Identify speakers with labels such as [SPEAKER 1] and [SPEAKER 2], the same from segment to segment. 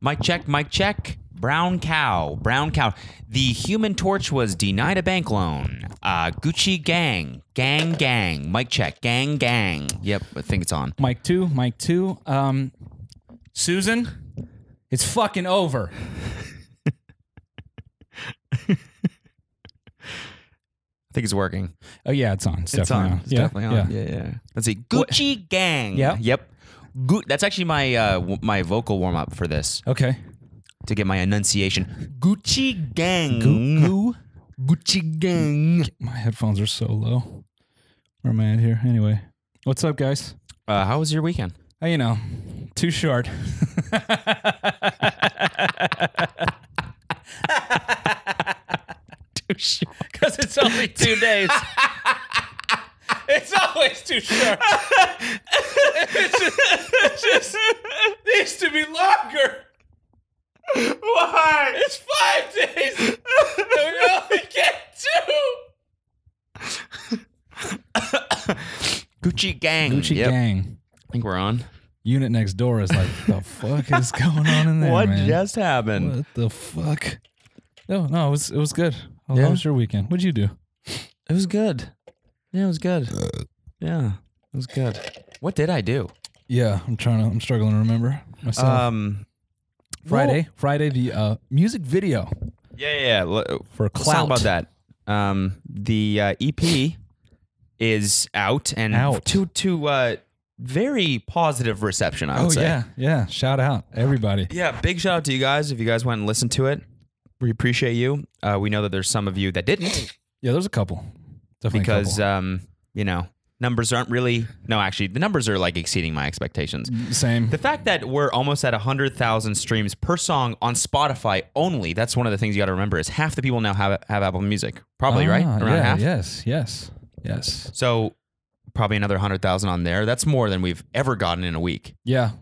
[SPEAKER 1] Mic check, mic check. Brown cow, brown cow. The human torch was denied a bank loan. Uh, Gucci gang, gang, gang. Mic check, gang, gang. Yep, I think it's on.
[SPEAKER 2] Mike two, Mike two. Um, Susan, it's fucking over.
[SPEAKER 1] I think it's working.
[SPEAKER 2] Oh yeah, it's on. It's,
[SPEAKER 1] It's
[SPEAKER 2] definitely
[SPEAKER 1] on.
[SPEAKER 2] on.
[SPEAKER 1] It's definitely on. Yeah, yeah. Let's see. Gucci gang.
[SPEAKER 2] Yeah.
[SPEAKER 1] Yep. Gu- That's actually my uh, w- my vocal warm up for this
[SPEAKER 2] Okay.
[SPEAKER 1] to get my enunciation. Gucci gang.
[SPEAKER 2] Goo.
[SPEAKER 1] Gucci gang.
[SPEAKER 2] My headphones are so low. Where am I at here? Anyway, what's up, guys?
[SPEAKER 1] Uh, how was your weekend?
[SPEAKER 2] Uh, you know, too short.
[SPEAKER 1] Too short.
[SPEAKER 2] Because it's only two days. it's always too short. it's just, it just needs to be longer.
[SPEAKER 1] Why?
[SPEAKER 2] It's five days. and we only get two.
[SPEAKER 1] Gucci gang.
[SPEAKER 2] Gucci
[SPEAKER 1] Yep.
[SPEAKER 2] gang.
[SPEAKER 1] I think we're on.
[SPEAKER 2] Unit next door is like, the fuck is going on in there, man?
[SPEAKER 1] happened?
[SPEAKER 2] what the fuck? No, no, it was it was good. Oh,
[SPEAKER 1] Yeah?
[SPEAKER 2] How was your weekend? What'd you do?
[SPEAKER 1] It was good. Yeah, it was good. Yeah, it was good. What did I do?
[SPEAKER 2] Yeah, I'm trying to. I'm struggling to remember myself.
[SPEAKER 1] Um,
[SPEAKER 2] Friday, Friday, the uh, music video
[SPEAKER 1] yeah, yeah. yeah. L-
[SPEAKER 2] for
[SPEAKER 1] let's
[SPEAKER 2] Clout.
[SPEAKER 1] talk about that. Um, the uh, EP is out and
[SPEAKER 2] Out.
[SPEAKER 1] to to uh, very positive reception. I would
[SPEAKER 2] Oh
[SPEAKER 1] say.
[SPEAKER 2] yeah, yeah. Shout out everybody.
[SPEAKER 1] Yeah, big shout out to you guys. If you guys went and listened to it, we appreciate you. Uh, we know that there's some of you that didn't.
[SPEAKER 2] Yeah, there's a couple. Definitely a
[SPEAKER 1] because
[SPEAKER 2] couple.
[SPEAKER 1] um, you know numbers aren't really no actually the numbers are like exceeding my expectations
[SPEAKER 2] same.
[SPEAKER 1] the fact that we're almost at 100000 streams per song on spotify only that's one of the things you got to remember is half the people now have, have apple music probably right
[SPEAKER 2] Ah,
[SPEAKER 1] around
[SPEAKER 2] yeah,
[SPEAKER 1] half
[SPEAKER 2] Yes, yes, yes.
[SPEAKER 1] so probably another 100000 on there that's more than we've ever gotten in a week
[SPEAKER 2] Yeah,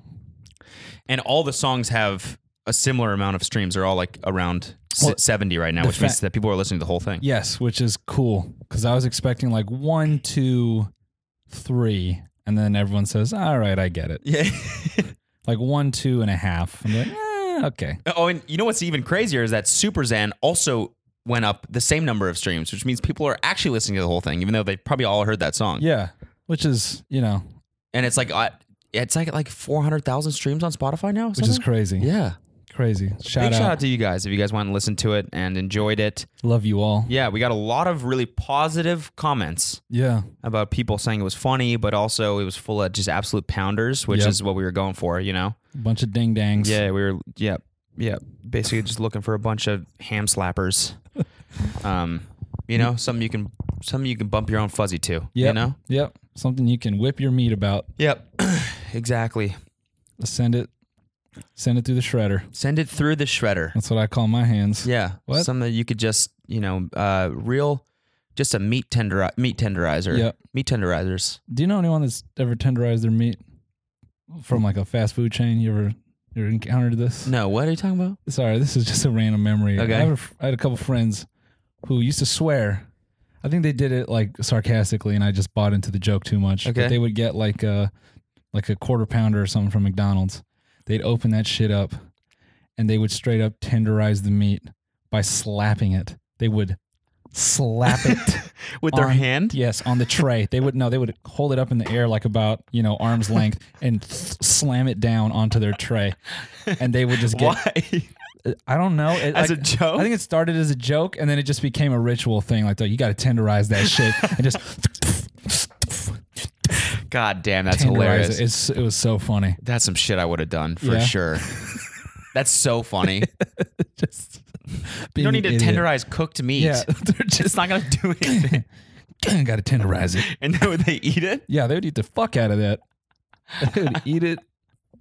[SPEAKER 1] and all the songs have a similar amount of streams they're all like around s-
[SPEAKER 2] Well,
[SPEAKER 1] 70 right now which means
[SPEAKER 2] fact-
[SPEAKER 1] that people are listening to the whole thing
[SPEAKER 2] yes, which is cool because I was expecting like one, two, three, and then everyone says, "All right, I get it."
[SPEAKER 1] yeah
[SPEAKER 2] Like one, two and a half. I'm like, eh, okay.
[SPEAKER 1] Oh, and you know what's even crazier is that Super Zan also went up the same number of streams, which means people are actually listening to the whole thing, even though they probably all heard that song.
[SPEAKER 2] Yeah, which is you know,
[SPEAKER 1] And it's like uh, it's like like four hundred thousand streams on Spotify now,
[SPEAKER 2] which is crazy.
[SPEAKER 1] Yeah,
[SPEAKER 2] Crazy. Shout
[SPEAKER 1] big
[SPEAKER 2] out.
[SPEAKER 1] shout out to you guys if you guys want to listen to it and enjoyed it.
[SPEAKER 2] Love you all.
[SPEAKER 1] Yeah, we got a lot of really positive comments
[SPEAKER 2] Yeah.
[SPEAKER 1] about people saying it was funny, but also it was full of just absolute pounders, which
[SPEAKER 2] Yep.
[SPEAKER 1] is what we were going for. You know?
[SPEAKER 2] Bunch of ding dangs.
[SPEAKER 1] Yeah, we were. Yeah, yeah. Basically, just looking for a bunch of ham slappers. Um, you know, something you can, something you can bump your own fuzzy to.
[SPEAKER 2] Yep.
[SPEAKER 1] You know.
[SPEAKER 2] Yep. Something you can whip your meat about.
[SPEAKER 1] Yep. exactly.
[SPEAKER 2] Send it. Send it through the shredder.
[SPEAKER 1] Send it through the shredder.
[SPEAKER 2] That's what I call my hands.
[SPEAKER 1] Yeah.
[SPEAKER 2] What?
[SPEAKER 1] Something that you could just, you know, uh, real, just a meat tender, meat tenderizer.
[SPEAKER 2] Yep.
[SPEAKER 1] Meat tenderizers.
[SPEAKER 2] Do you know anyone that's ever tenderized their meat from like a fast food chain? You ever you ever encountered this?
[SPEAKER 1] No, what are you talking about?
[SPEAKER 2] Sorry, this is just a random memory.
[SPEAKER 1] Okay.
[SPEAKER 2] I, have a fr- I had a couple friends who used to swear. I think they did it like sarcastically, and I just bought into the joke too much.
[SPEAKER 1] Okay.
[SPEAKER 2] But they would get like a like a quarter pounder or something from McDonald's. They'd open that shit up, and they would straight up tenderize the meat by slapping it. They would slap it.
[SPEAKER 1] With their
[SPEAKER 2] On-
[SPEAKER 1] hand.
[SPEAKER 2] Yes, on the tray. They would no, they would hold it up in the air like about, you know, arm's length and th- slam it down onto their tray. And they would just get
[SPEAKER 1] Why?
[SPEAKER 2] I don't know. It,
[SPEAKER 1] As
[SPEAKER 2] like,
[SPEAKER 1] a joke?
[SPEAKER 2] I think it started as a joke and then it just became a ritual thing like though you got to tenderize that shit and just
[SPEAKER 1] God damn, that's
[SPEAKER 2] tenderize
[SPEAKER 1] hilarious.
[SPEAKER 2] it. It's, it was so funny.
[SPEAKER 1] That's some shit I would have done for
[SPEAKER 2] Yeah.
[SPEAKER 1] sure. that's so funny.
[SPEAKER 2] Just
[SPEAKER 1] you
[SPEAKER 2] being
[SPEAKER 1] don't
[SPEAKER 2] an
[SPEAKER 1] need to
[SPEAKER 2] idiot.
[SPEAKER 1] tenderize cooked meat.
[SPEAKER 2] Yeah, they're
[SPEAKER 1] It's
[SPEAKER 2] just
[SPEAKER 1] not gonna do anything.
[SPEAKER 2] got to tenderize it.
[SPEAKER 1] and then would they eat it?
[SPEAKER 2] Yeah, they would eat the fuck out of that. They would eat it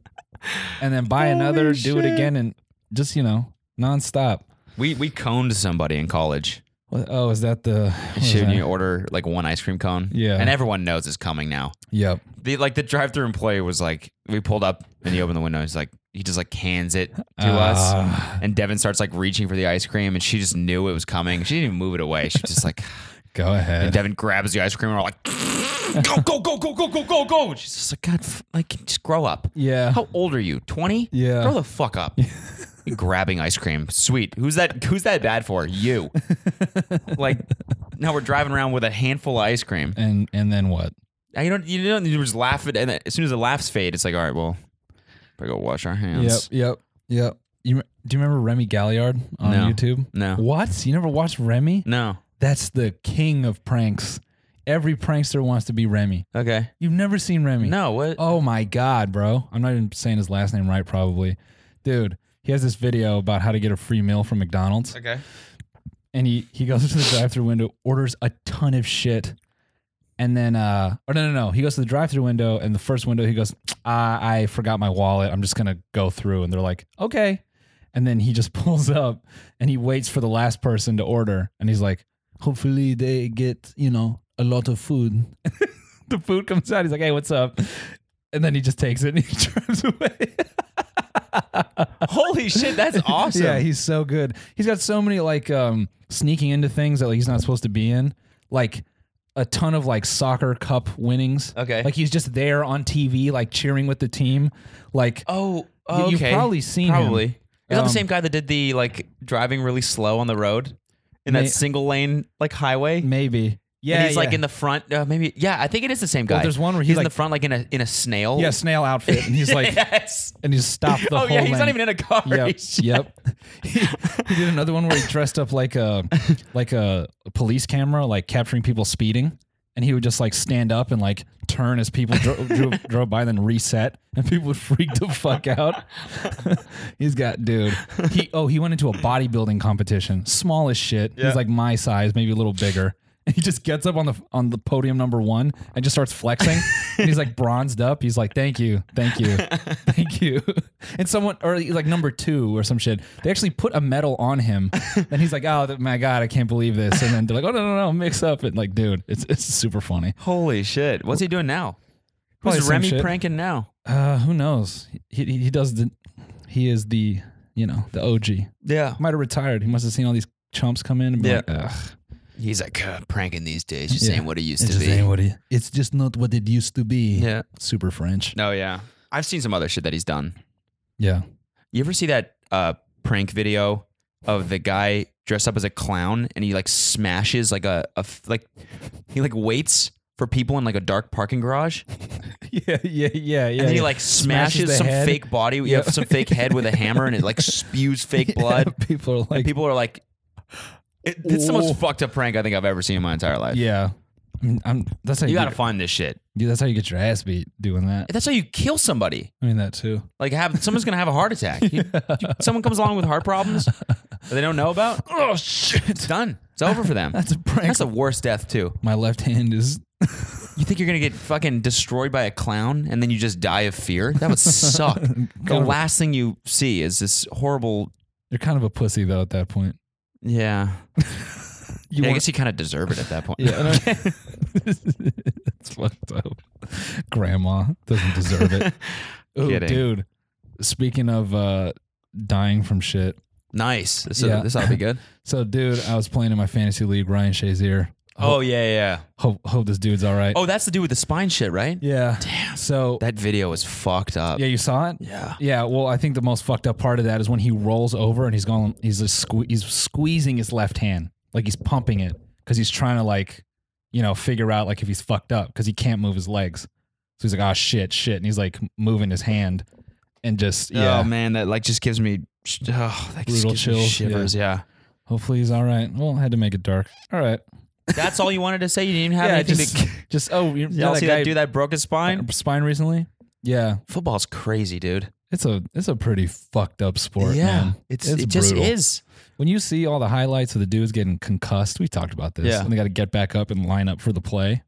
[SPEAKER 2] and then buy another, do it again, and just, you know, nonstop.
[SPEAKER 1] We we coned somebody in college.
[SPEAKER 2] What- Oh, is that the. what is
[SPEAKER 1] Should
[SPEAKER 2] that?
[SPEAKER 1] you order like one ice cream cone?
[SPEAKER 2] Yeah.
[SPEAKER 1] and everyone knows it's coming now.
[SPEAKER 2] Yep.
[SPEAKER 1] The like the drive-through employee was like, we pulled up and he opened the window. He's like, he just like hands it to
[SPEAKER 2] Ah.
[SPEAKER 1] us, and Devin starts like reaching for the ice cream, and she just knew it was coming. She didn't even move it away. She was just like,
[SPEAKER 2] Go
[SPEAKER 1] and
[SPEAKER 2] ahead.
[SPEAKER 1] Devin grabs the ice cream, and we're like, go go go go go go go go. And she's just like, God, f- like just grow up.
[SPEAKER 2] Yeah.
[SPEAKER 1] How old are you? Twenty?
[SPEAKER 2] Yeah.
[SPEAKER 1] Grow the fuck up. grabbing ice cream. Sweet. Who's that? Who's that bad for? You. like now we're driving around with a handful of ice cream.
[SPEAKER 2] and and then what?
[SPEAKER 1] And you don't. You don't. You just laugh it, and then as soon as the laughs fade, it's like, all right, well, better go wash our hands.
[SPEAKER 2] yep, yep. You rem- do you remember Remy Galliard on
[SPEAKER 1] No.
[SPEAKER 2] YouTube?
[SPEAKER 1] No.
[SPEAKER 2] What? You never watched Remy?
[SPEAKER 1] No.
[SPEAKER 2] That's the king of pranks. Every prankster wants to be Remy.
[SPEAKER 1] Okay.
[SPEAKER 2] You've never seen Remy?
[SPEAKER 1] No. What?
[SPEAKER 2] Oh my god, bro. I'm not even saying his last name right probably. Dude, he has this video about how to get a free meal from McDonald's
[SPEAKER 1] Okay.
[SPEAKER 2] and he he goes to the drive-through window, orders a ton of shit. And then uh or no no no, he goes to the drive-through window and the first window he goes, "Ah, I forgot my wallet. I'm just going to go through." And they're like, "Okay." And then he just pulls up and he waits for the last person to order and he's like, "Hopefully they get, you know, a lot of food." the food comes out. He's like, "Hey, what's up?" And then he just takes it and he drives away.
[SPEAKER 1] Holy shit! That's awesome.
[SPEAKER 2] Yeah, he's so good. He's got so many like um sneaking into things that like, he's not supposed to be in. Like a ton of like soccer cup winnings.
[SPEAKER 1] Okay.
[SPEAKER 2] Like he's just there on TV, like cheering with the team. Like
[SPEAKER 1] oh.
[SPEAKER 2] Y-
[SPEAKER 1] Okay.
[SPEAKER 2] you've probably seen him.
[SPEAKER 1] Probably. Is that
[SPEAKER 2] Um,
[SPEAKER 1] the same guy that did the like driving really slow on the road in that
[SPEAKER 2] May-
[SPEAKER 1] single lane like highway?
[SPEAKER 2] maybe. Yeah.
[SPEAKER 1] and he's like
[SPEAKER 2] yeah.
[SPEAKER 1] in the front. Uh, maybe yeah, I think it is the same guy.
[SPEAKER 2] there's one where
[SPEAKER 1] he's,
[SPEAKER 2] he,
[SPEAKER 1] in
[SPEAKER 2] like-
[SPEAKER 1] the front, like in a in a snail.
[SPEAKER 2] yeah, snail outfit. And he's like
[SPEAKER 1] yes.
[SPEAKER 2] and he's stopped the
[SPEAKER 1] oh
[SPEAKER 2] whole
[SPEAKER 1] yeah, he's
[SPEAKER 2] lane.
[SPEAKER 1] not even in a car.
[SPEAKER 2] Yep.
[SPEAKER 1] Shit.
[SPEAKER 2] Yep. he, he did another one where he dressed up like a like a police camera, like capturing people speeding, and he would just like stand up and like turn as people dro- drove, drove by, then reset, and people would freak the fuck out. He's got dude. He oh he went into a bodybuilding competition, small as shit.
[SPEAKER 1] Yeah.
[SPEAKER 2] He's like my size, maybe a little bigger. And he just gets up on the on the podium number one and just starts flexing. and he's like bronzed up. He's like, "Thank you, thank you, thank you." And someone or he's like number two or some shit. They actually put a medal on him, and he's like, "Oh th- my god, I can't believe this." And then they're like, "Oh no, no, no, mix up." And like, dude, it's it's super funny.
[SPEAKER 1] Holy shit! What's he doing now?
[SPEAKER 2] Probably
[SPEAKER 1] Who's
[SPEAKER 2] some
[SPEAKER 1] Remy
[SPEAKER 2] shit.
[SPEAKER 1] pranking now?
[SPEAKER 2] Uh, who knows? He he, he does the he is the you know the OG.
[SPEAKER 1] Yeah,
[SPEAKER 2] might have retired. He must have seen all these chumps come in. And yeah.
[SPEAKER 1] Yeah.
[SPEAKER 2] Like, Ugh,
[SPEAKER 1] he's like uh, pranking these days. Just
[SPEAKER 2] Yeah.
[SPEAKER 1] saying what he used
[SPEAKER 2] it's
[SPEAKER 1] to
[SPEAKER 2] just
[SPEAKER 1] be.
[SPEAKER 2] ain't what it- it's just not what it used to be.
[SPEAKER 1] Yeah.
[SPEAKER 2] Super French.
[SPEAKER 1] No, Oh, yeah. I've seen some other shit that he's done.
[SPEAKER 2] Yeah.
[SPEAKER 1] You ever see that uh, prank video of the guy dressed up as a clown and he like smashes like a, a f- like he like waits for people in like a dark parking garage
[SPEAKER 2] Yeah. Yeah. Yeah. Yeah.
[SPEAKER 1] and then he like smashes,
[SPEAKER 2] the
[SPEAKER 1] some
[SPEAKER 2] head.
[SPEAKER 1] fake body, yeah,
[SPEAKER 2] Yeah.
[SPEAKER 1] some fake head with a hammer, and it like spews fake blood.
[SPEAKER 2] People are like,
[SPEAKER 1] People are like, it, "It's the most
[SPEAKER 2] Ooh.
[SPEAKER 1] fucked up prank I think I've ever seen in my entire life."
[SPEAKER 2] yeah. I mean, I'm, that's how you,
[SPEAKER 1] You
[SPEAKER 2] get,
[SPEAKER 1] gotta find this shit.
[SPEAKER 2] yeah, that's how you get your ass beat doing that.
[SPEAKER 1] That's how you kill somebody.
[SPEAKER 2] I mean that too.
[SPEAKER 1] Like, have someone's gonna have a heart attack. You- you- someone comes along with heart problems that they don't know about.
[SPEAKER 2] Oh shit!
[SPEAKER 1] It's done. It's over for them.
[SPEAKER 2] That's a prank.
[SPEAKER 1] That's the worst death too.
[SPEAKER 2] My left hand is.
[SPEAKER 1] You think you're gonna get fucking destroyed by a clown and then you just die of fear? That would suck. the
[SPEAKER 2] Kind of-
[SPEAKER 1] last thing you see is this horrible.
[SPEAKER 2] You're kind of a pussy though. At that point,
[SPEAKER 1] Yeah.
[SPEAKER 2] you
[SPEAKER 1] Yeah, I
[SPEAKER 2] want-
[SPEAKER 1] guess you kind of deserve it at that point.
[SPEAKER 2] Yeah. I know. it's fucked up. Grandma doesn't deserve it. Ooh,
[SPEAKER 1] Kidding.
[SPEAKER 2] dude. Speaking of uh dying from shit.
[SPEAKER 1] Nice. This, uh,
[SPEAKER 2] Yeah.
[SPEAKER 1] this ought to be good.
[SPEAKER 2] So dude, I was playing in my fantasy league, Ryan Shazier.
[SPEAKER 1] Oh yeah, yeah.
[SPEAKER 2] Hope hope this dude's all right.
[SPEAKER 1] Oh, that's the dude with the spine shit, right?
[SPEAKER 2] yeah. Damn. So
[SPEAKER 1] That video was fucked up.
[SPEAKER 2] yeah, you saw it?
[SPEAKER 1] Yeah.
[SPEAKER 2] Yeah, well, I think the most fucked up part of that is when he rolls over and he's going, he's just sque- he's squeezing his left hand, like he's pumping it, because he's trying to like, you know, figure out like if he's fucked up because he can't move his legs. So he's like, oh shit, shit, and he's like moving his hand, and just yeah.
[SPEAKER 1] Oh man, that like just gives me oh, that just
[SPEAKER 2] Brutal
[SPEAKER 1] gives me
[SPEAKER 2] chills,
[SPEAKER 1] shivers. Yeah.
[SPEAKER 2] Hopefully he's all right. Well, I had to make it dark. All right.
[SPEAKER 1] That's all you wanted to say. You didn't even have
[SPEAKER 2] Yeah,
[SPEAKER 1] anything
[SPEAKER 2] just,
[SPEAKER 1] to.
[SPEAKER 2] just oh, you
[SPEAKER 1] Y'all
[SPEAKER 2] know
[SPEAKER 1] see that dude that broke his spine?
[SPEAKER 2] spine recently? Yeah,
[SPEAKER 1] Football's crazy, dude.
[SPEAKER 2] it's a it's a pretty fucked up sport. man.
[SPEAKER 1] it's, it just
[SPEAKER 2] brutal.
[SPEAKER 1] is.
[SPEAKER 2] When you see all the highlights of the dudes getting concussed, we talked about this.
[SPEAKER 1] Yeah.
[SPEAKER 2] And they got to get back up and line up for the play.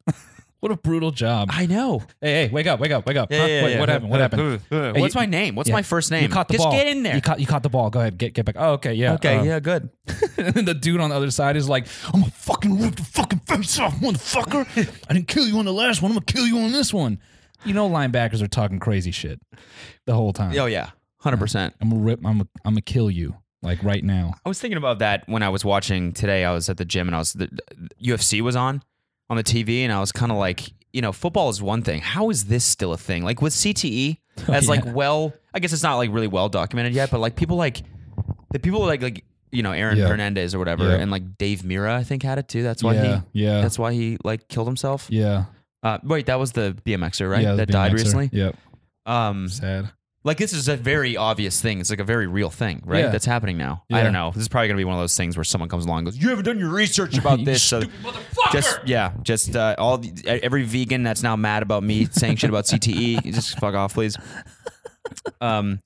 [SPEAKER 2] what a brutal job.
[SPEAKER 1] I know.
[SPEAKER 2] hey, hey, wake up, wake up, wake up.
[SPEAKER 1] Yeah,
[SPEAKER 2] Huh?
[SPEAKER 1] yeah,
[SPEAKER 2] Wait,
[SPEAKER 1] yeah.
[SPEAKER 2] What happened? What happened? Hey,
[SPEAKER 1] What's
[SPEAKER 2] you-
[SPEAKER 1] my name? What's
[SPEAKER 2] yeah.
[SPEAKER 1] my first name?
[SPEAKER 2] You caught the
[SPEAKER 1] just
[SPEAKER 2] ball.
[SPEAKER 1] get in there.
[SPEAKER 2] You caught, you caught the ball. Go ahead, get get back. Oh, okay, yeah.
[SPEAKER 1] okay,
[SPEAKER 2] uh,
[SPEAKER 1] yeah, good.
[SPEAKER 2] and then the dude on the other side is like, I'm gonna fucking rip the fucking face off, motherfucker. I didn't kill you on the last one. I'm gonna kill you on this one. You know, linebackers are talking crazy shit the whole time.
[SPEAKER 1] Oh yeah, hundred percent.
[SPEAKER 2] I'm gonna rip. I'm gonna, I'm gonna kill you like right now.
[SPEAKER 1] I was thinking about that when I was watching today. I was at the gym and I was the UFC was on on the TV and I was kind of like, you know, football is one thing. How is this still a thing? Like with CTE, that's
[SPEAKER 2] Oh, yeah.
[SPEAKER 1] like well, I guess it's not like really well documented yet, but like people like The people like like you know Aaron
[SPEAKER 2] Yeah.
[SPEAKER 1] Hernandez or whatever,
[SPEAKER 2] Yeah.
[SPEAKER 1] and like Dave Mira, I think had it too. That's why
[SPEAKER 2] yeah,
[SPEAKER 1] he.
[SPEAKER 2] yeah,
[SPEAKER 1] That's why he like killed himself.
[SPEAKER 2] yeah,
[SPEAKER 1] Uh, wait, that was the BMXer, right?
[SPEAKER 2] yeah. the
[SPEAKER 1] that died
[SPEAKER 2] BMXer.
[SPEAKER 1] recently.
[SPEAKER 2] Yep,
[SPEAKER 1] Um,
[SPEAKER 2] sad.
[SPEAKER 1] like this is a very obvious thing. It's like a very real thing, right?
[SPEAKER 2] Yeah.
[SPEAKER 1] That's happening now. I
[SPEAKER 2] Yeah.
[SPEAKER 1] don't know. This is probably gonna be one of those things where someone comes along and goes, "You haven't done your research about
[SPEAKER 2] You
[SPEAKER 1] this." So just yeah, just uh, all the, every vegan that's now mad about me saying shit about CTE, you just fuck off, please. Um,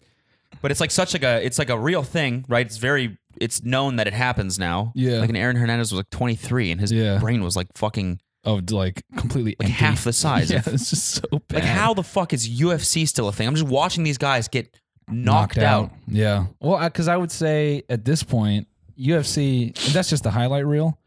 [SPEAKER 1] but it's like such like a it's like a real thing, right? It's very it's known that it happens now.
[SPEAKER 2] Yeah.
[SPEAKER 1] like an Aaron Hernandez was like 23 and his
[SPEAKER 2] Yeah.
[SPEAKER 1] brain was like fucking
[SPEAKER 2] Of like completely
[SPEAKER 1] like
[SPEAKER 2] empty.
[SPEAKER 1] half the size.
[SPEAKER 2] Yeah,
[SPEAKER 1] of,
[SPEAKER 2] it's just so bad.
[SPEAKER 1] like how the fuck is UFC still a thing? I'm just watching these guys get knocked, out.
[SPEAKER 2] Yeah. Well, because I, would say at this point, UFC, that's just the highlight reel.